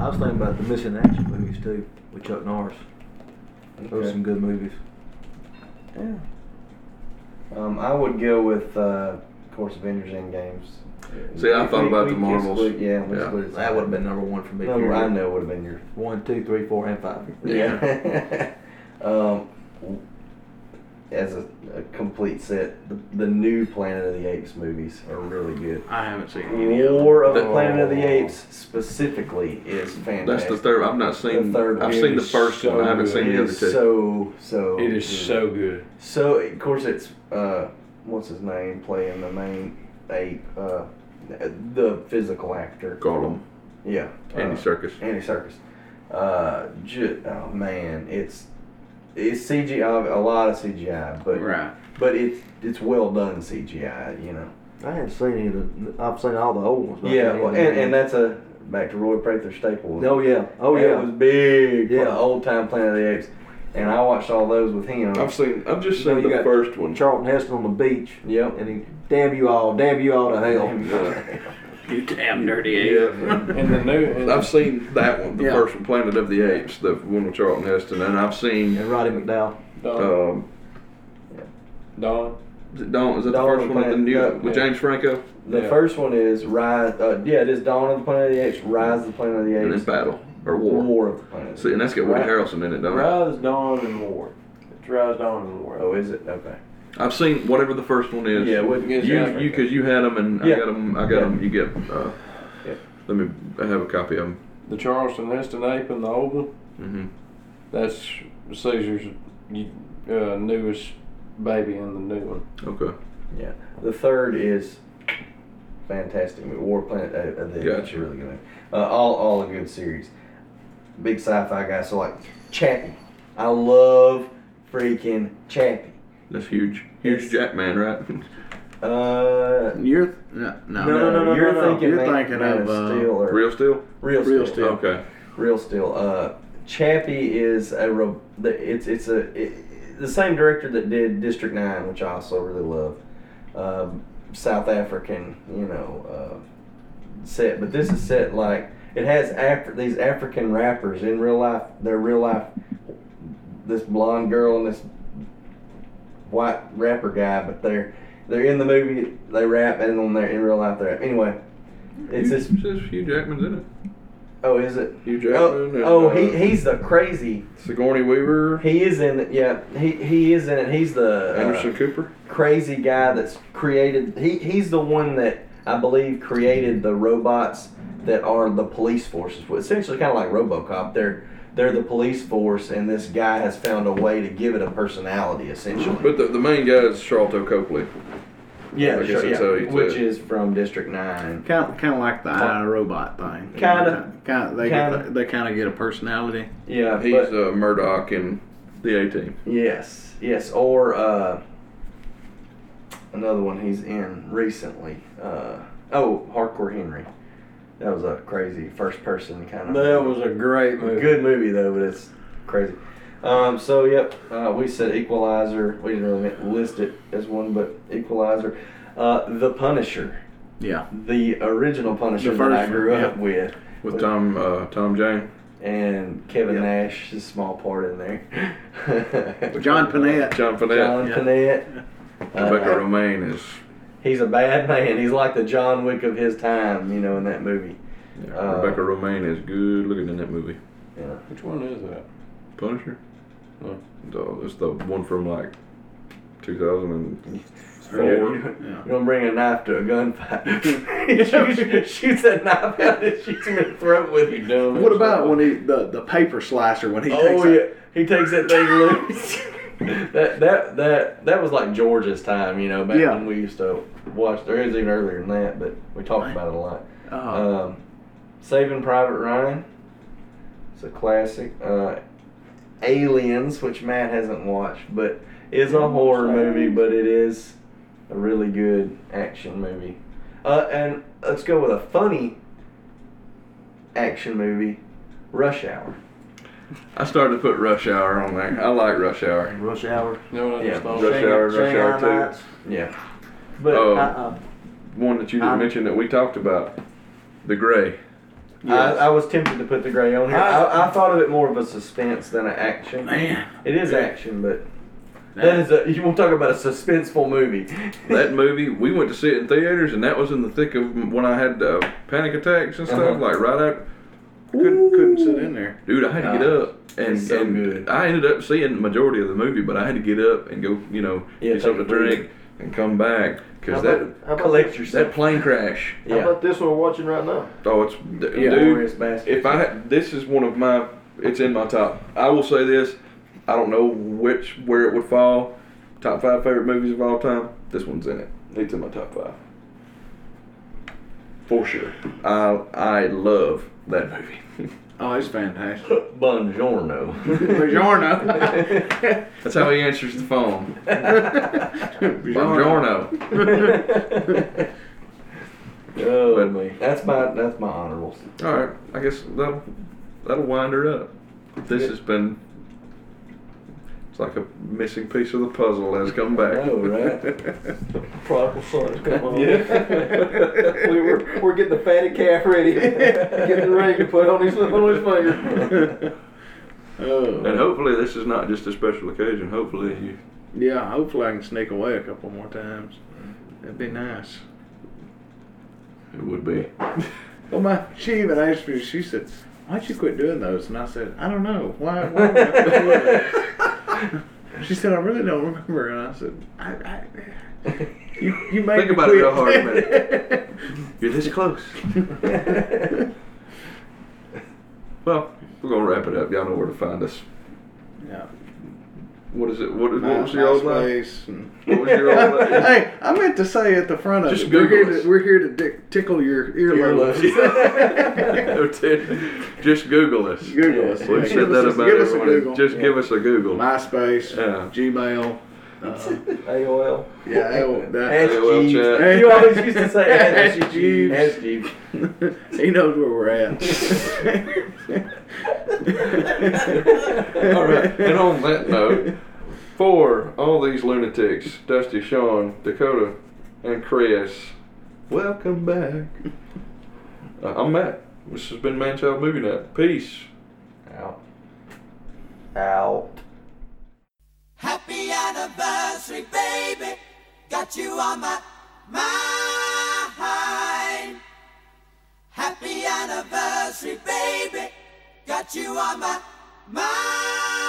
Speaker 5: I was thinking about the missing action movies too with Chuck Norris. Those are some good movies.
Speaker 6: Yeah. Um, I would go with, uh, of course, Avengers End Games.
Speaker 4: See, I thought about the Marvels.
Speaker 6: Exclude, yeah, we
Speaker 4: Yeah.
Speaker 6: excluded
Speaker 5: That would have been number one for me.
Speaker 6: No,
Speaker 5: period.
Speaker 6: I know it would have been your.
Speaker 5: One, two, three, four, and five.
Speaker 6: Yeah. um, as a, a complete set, the, the new Planet of the Apes movies are really good.
Speaker 17: I haven't seen any of them.
Speaker 6: War of the
Speaker 4: That-
Speaker 6: Planet of the Apes specifically is fantastic.
Speaker 4: Oh. That's the third. I've not seen.
Speaker 6: The third one
Speaker 4: I've seen the
Speaker 6: is
Speaker 4: first
Speaker 3: so
Speaker 4: one. I haven't
Speaker 3: good.
Speaker 4: seen
Speaker 6: It
Speaker 4: the other
Speaker 6: is
Speaker 4: two.
Speaker 6: so so.
Speaker 3: It is
Speaker 6: good.
Speaker 3: so good.
Speaker 6: So of course it's uh, what's his name playing the main ape, uh, the physical actor.
Speaker 4: Gollum,
Speaker 6: Yeah.
Speaker 4: Andy
Speaker 6: uh,
Speaker 4: Circus.
Speaker 6: Andy Circus. Uh, ju- oh man, it's it's CGI, a lot of CGI, but
Speaker 17: Right.
Speaker 6: but it's it's well done CGI, you know.
Speaker 5: I haven't seen any of the. I've seen all the old ones. but I
Speaker 6: Yeah,
Speaker 5: haven't
Speaker 6: well,
Speaker 5: seen
Speaker 6: and, and
Speaker 5: any of
Speaker 6: that's a back to Roy Prather staple.
Speaker 5: the- Oh yeah. Oh
Speaker 6: That was
Speaker 5: yeah.
Speaker 6: big.
Speaker 5: Yeah.
Speaker 6: Yeah, old time Planet of the Apes, and I watched all those with him.
Speaker 4: I've seen. I've just
Speaker 5: No,
Speaker 4: seen
Speaker 5: you
Speaker 4: the
Speaker 5: got
Speaker 4: first one.
Speaker 5: Charlton Heston on the beach,
Speaker 6: Yep.
Speaker 5: and he damn you all, damn you all to hell.
Speaker 17: You damn dirty ape.
Speaker 4: Yeah.
Speaker 3: And the new. And
Speaker 4: I've seen that one, the
Speaker 17: Yeah.
Speaker 4: first one, Planet of the Apes, the one with Charlton Heston, and I've seen.
Speaker 5: And Roddy McDowell.
Speaker 3: Dawn.
Speaker 6: uh,
Speaker 4: Um,
Speaker 3: Dawn.
Speaker 4: is it Dawn? Is that the
Speaker 6: Dawn
Speaker 4: first
Speaker 6: of
Speaker 4: one with the
Speaker 6: Planet-
Speaker 4: new
Speaker 6: yeah,
Speaker 4: with
Speaker 3: yeah.
Speaker 4: James Franco?
Speaker 6: The
Speaker 3: Yeah.
Speaker 6: first one is Rise. Uh, yeah, it is Dawn of the Planet of the Apes. Rise of the Planet of
Speaker 4: And
Speaker 6: the
Speaker 4: then
Speaker 6: Apes.
Speaker 4: Battle or
Speaker 6: War.
Speaker 4: War.
Speaker 6: of the Planet. of the
Speaker 4: See, and that's got Woody
Speaker 6: Right.
Speaker 4: Harrelson in it, don't it?
Speaker 3: Rise, Dawn, and War. It's Rise, Dawn, and War.
Speaker 6: Oh, is it? Okay.
Speaker 4: I've seen whatever the first one is.
Speaker 6: Yeah, what-
Speaker 4: you you because you had them and I
Speaker 6: Yeah.
Speaker 4: got them. I got
Speaker 6: Yeah.
Speaker 4: 'em, You get. Uh,
Speaker 6: Yeah.
Speaker 4: Let me. I have a copy of them.
Speaker 3: The Charleston Heston Ape and the old one.
Speaker 4: Mm-hmm.
Speaker 3: That's Caesar's uh, newest baby in the new one.
Speaker 4: Okay.
Speaker 6: Yeah. The third is fantastic. movie. War Planet uh, uh, the
Speaker 4: Gotcha.
Speaker 6: it's a really good. movie. Uh, all all a good series. Big sci-fi guy. So like Chappie. I love freaking Chappie.
Speaker 4: That's huge. Huge
Speaker 6: It's-
Speaker 4: Jackman, right?
Speaker 6: Uh.
Speaker 17: You're no no.
Speaker 5: No, no, no, no,
Speaker 6: you're
Speaker 5: no, no.
Speaker 6: thinking,
Speaker 17: You're
Speaker 6: Man-
Speaker 17: thinking
Speaker 6: Man
Speaker 17: of, uh,
Speaker 6: Steel or
Speaker 4: Real Steel.
Speaker 6: Real,
Speaker 17: Real
Speaker 6: Steel.
Speaker 17: Steel.
Speaker 4: Okay.
Speaker 6: Real Steel. Uh, Chappie is a ro- the- it's it's a it, the same director that did District Nine, which I also really love. Um, South African, you know, uh, set, but this is set like it has Af- these African rappers in real life. They're real life. This blonde girl and this white rapper guy, but they're they're in the movie. They rap, and then they're in real life. They rap anyway. It's
Speaker 4: Hugh-
Speaker 6: this.
Speaker 4: it says Hugh Jackman's in it.
Speaker 6: Oh, is it?
Speaker 4: Hugh
Speaker 6: Oh,
Speaker 4: Jackman. and,
Speaker 6: oh,
Speaker 4: uh,
Speaker 6: he he's the crazy.
Speaker 4: Sigourney Weaver.
Speaker 6: He is in. it, Yeah, he he is in it. He's the uh,
Speaker 4: Anderson Cooper.
Speaker 6: crazy guy that's created. He he's the one that I believe created the robots that are the police forces. Well, Essentially, kind of like RoboCop. They're they're the police force, and this guy has found a way to give it a personality. Essentially,
Speaker 4: But the, the main guy is Charlton Copley. I
Speaker 6: yeah,
Speaker 4: guess
Speaker 6: sure,
Speaker 4: that's
Speaker 6: yeah,
Speaker 4: how you
Speaker 6: which
Speaker 4: said.
Speaker 6: is from District Nine.
Speaker 17: Kind of, kind of like the I robot thing.
Speaker 6: Kinda.
Speaker 17: kind of, they get
Speaker 6: Kinda.
Speaker 17: the- they kind of get a personality.
Speaker 6: Yeah,
Speaker 4: He's
Speaker 6: but-
Speaker 4: uh, Murdoch in the A Team.
Speaker 6: Yes, yes, or uh, another one he's in recently. Uh, oh, Hardcore Henry. That was a crazy first person kind of.
Speaker 3: That was a great movie.
Speaker 6: good movie though, but it's crazy. Um, so yep, uh, we said Equalizer. We didn't really meant- list it as one, but Equalizer, uh, The Punisher,
Speaker 17: Yeah.
Speaker 6: the original Punisher
Speaker 17: The
Speaker 6: that I
Speaker 17: first one,
Speaker 6: grew
Speaker 17: yeah.
Speaker 6: up with,
Speaker 4: With Tom uh, Tom Jane.
Speaker 6: and Kevin Nash, his small part in there.
Speaker 17: John Panette.
Speaker 4: John Finette.
Speaker 6: John
Speaker 17: Yeah.
Speaker 6: Panette.
Speaker 4: Rebecca
Speaker 6: Uh,
Speaker 4: Romaine is
Speaker 6: he's a bad man. He's like the John Wick of his time, you know, in that movie.
Speaker 4: yeah,
Speaker 6: Uh,
Speaker 4: Rebecca Romaine is good looking in that movie.
Speaker 6: Yeah.
Speaker 3: Which one is that?
Speaker 4: Punisher.
Speaker 3: No.
Speaker 4: No, it's the one from like 2004.
Speaker 6: You, you don't bring a knife to a gunfight. Shoot- shoots that knife out and shoots him in the throat with
Speaker 3: You
Speaker 6: it.
Speaker 3: dumb.
Speaker 17: What about when he the, the paper slicer when he takes
Speaker 6: Oh yeah, he takes that thing loose. that that that that was like George's time, you know, back
Speaker 17: Yeah.
Speaker 6: when we used to watch. There is even earlier than Uh, that, but we talked about it a lot.
Speaker 17: Oh,
Speaker 6: Um, Saving Private Ryan. It's a classic. Uh, Aliens, which Matt hasn't watched, but is a horror movie, but it is a really good action movie. Uh, and let's go with a funny action movie, Rush Hour.
Speaker 4: I started to put Rush Hour on there. I like Rush Hour.
Speaker 5: Rush hour.
Speaker 10: You know what I
Speaker 6: Yeah,
Speaker 10: just thought?
Speaker 4: Rush Hour, Rush
Speaker 5: Shanghai
Speaker 4: Hour Two.
Speaker 5: Nights.
Speaker 6: Yeah, but
Speaker 4: Oh.
Speaker 5: Uh-uh.
Speaker 4: One that you didn't
Speaker 5: Um,
Speaker 4: mention that we talked about, The Gray.
Speaker 6: I, I was tempted to put the gray on here. I, I thought of it more of a suspense than an action.
Speaker 9: Man.
Speaker 6: It is action, but that is a, you want to talk about a suspenseful movie.
Speaker 4: That movie, we went to see it in theaters, and that was in the thick of when I had uh, panic attacks and stuff.
Speaker 6: Uh-huh.
Speaker 4: Like right after,
Speaker 9: Couldn't, couldn't sit in there.
Speaker 4: dude, I had to get
Speaker 6: Gosh,
Speaker 4: up, and,
Speaker 6: it's Ah, so
Speaker 4: and
Speaker 6: good.
Speaker 4: I ended up seeing the majority of the movie, but I had to get up and go, you know,
Speaker 6: Yeah,
Speaker 4: get
Speaker 6: take a
Speaker 4: something to
Speaker 6: breather.
Speaker 4: drink and come back
Speaker 5: How
Speaker 4: because
Speaker 5: about-
Speaker 4: that
Speaker 5: how about
Speaker 6: Collect
Speaker 5: this-
Speaker 4: that
Speaker 6: yourself.
Speaker 4: plane crash.
Speaker 5: How
Speaker 6: yeah,
Speaker 5: about this one we're watching right now?
Speaker 4: Oh, it's
Speaker 6: yeah.
Speaker 4: dude.
Speaker 6: Glorious Bastards.
Speaker 4: If I had, this is one of my, it's in my top. I will say this. I don't know which where it would fall. Top five favorite movies of all time. This one's in it. It's in my top five. For sure. I I love that movie.
Speaker 9: Oh, it's fantastic.
Speaker 6: Buongiorno.
Speaker 9: Buongiorno.
Speaker 4: That's how he answers the phone.
Speaker 9: Buongiorno.
Speaker 4: Buongiorno.
Speaker 6: oh, that's my that's my honorables.
Speaker 4: All right. I guess that'll that'll wind her up. This has been. It's like a missing piece of the puzzle has come back.
Speaker 6: I know, right?
Speaker 5: Prodigal Son's come on.
Speaker 4: Yeah.
Speaker 5: we were, we're getting the fatty calf ready. Getting the ring to put on his, on his finger.
Speaker 4: And
Speaker 9: Oh.
Speaker 4: hopefully this is not just a special occasion. Hopefully you
Speaker 9: Yeah, hopefully I can sneak away a couple more times. That'd be nice.
Speaker 4: it would be.
Speaker 9: Well, my she even asked me. She said, "Why'd you quit doing those?" And I said, "I don't know. Why?" why would I quit doing those?" she said, "I really don't remember." And I said, "I, I you, you made
Speaker 4: Think
Speaker 9: me
Speaker 4: about it
Speaker 9: quit.
Speaker 4: real hard a minute. You're this close. well, we're gonna wrap it up. Y'all know where to find us.
Speaker 9: yeah.
Speaker 4: What is it? What, what
Speaker 9: My-
Speaker 4: was your old
Speaker 9: my
Speaker 4: line?
Speaker 9: space and-
Speaker 4: What was your old line?
Speaker 9: hey, I meant to say at the front of
Speaker 4: Just
Speaker 9: it, we're here,
Speaker 4: Google us.
Speaker 9: to, we're here to dick, tickle your earlobes.
Speaker 4: just Google us.
Speaker 9: Google us.
Speaker 4: We've
Speaker 9: yeah,
Speaker 4: said
Speaker 9: give
Speaker 4: that
Speaker 9: us a-
Speaker 4: about
Speaker 9: give us a
Speaker 4: everyone.
Speaker 9: Google.
Speaker 4: Just
Speaker 9: yeah.
Speaker 4: give us a Google.
Speaker 9: MySpace,
Speaker 4: Yeah.
Speaker 9: Gmail. Uh,
Speaker 6: AOL.
Speaker 9: yeah, that- that,
Speaker 4: AOL
Speaker 6: SG.
Speaker 4: chat.
Speaker 6: You always used to say SG.
Speaker 9: Jeeves.
Speaker 6: SG.
Speaker 9: he knows where we're at.
Speaker 4: All right. And on that note, for all these lunatics, Dusty, Sean, Dakota, and Chris, welcome back. Uh, I'm Matt. This has been Man Child Movie Night. Peace.
Speaker 6: Out. Out.
Speaker 2: Happy anniversary, baby. Got you on my mind. Happy anniversary, baby. Got you on my mind.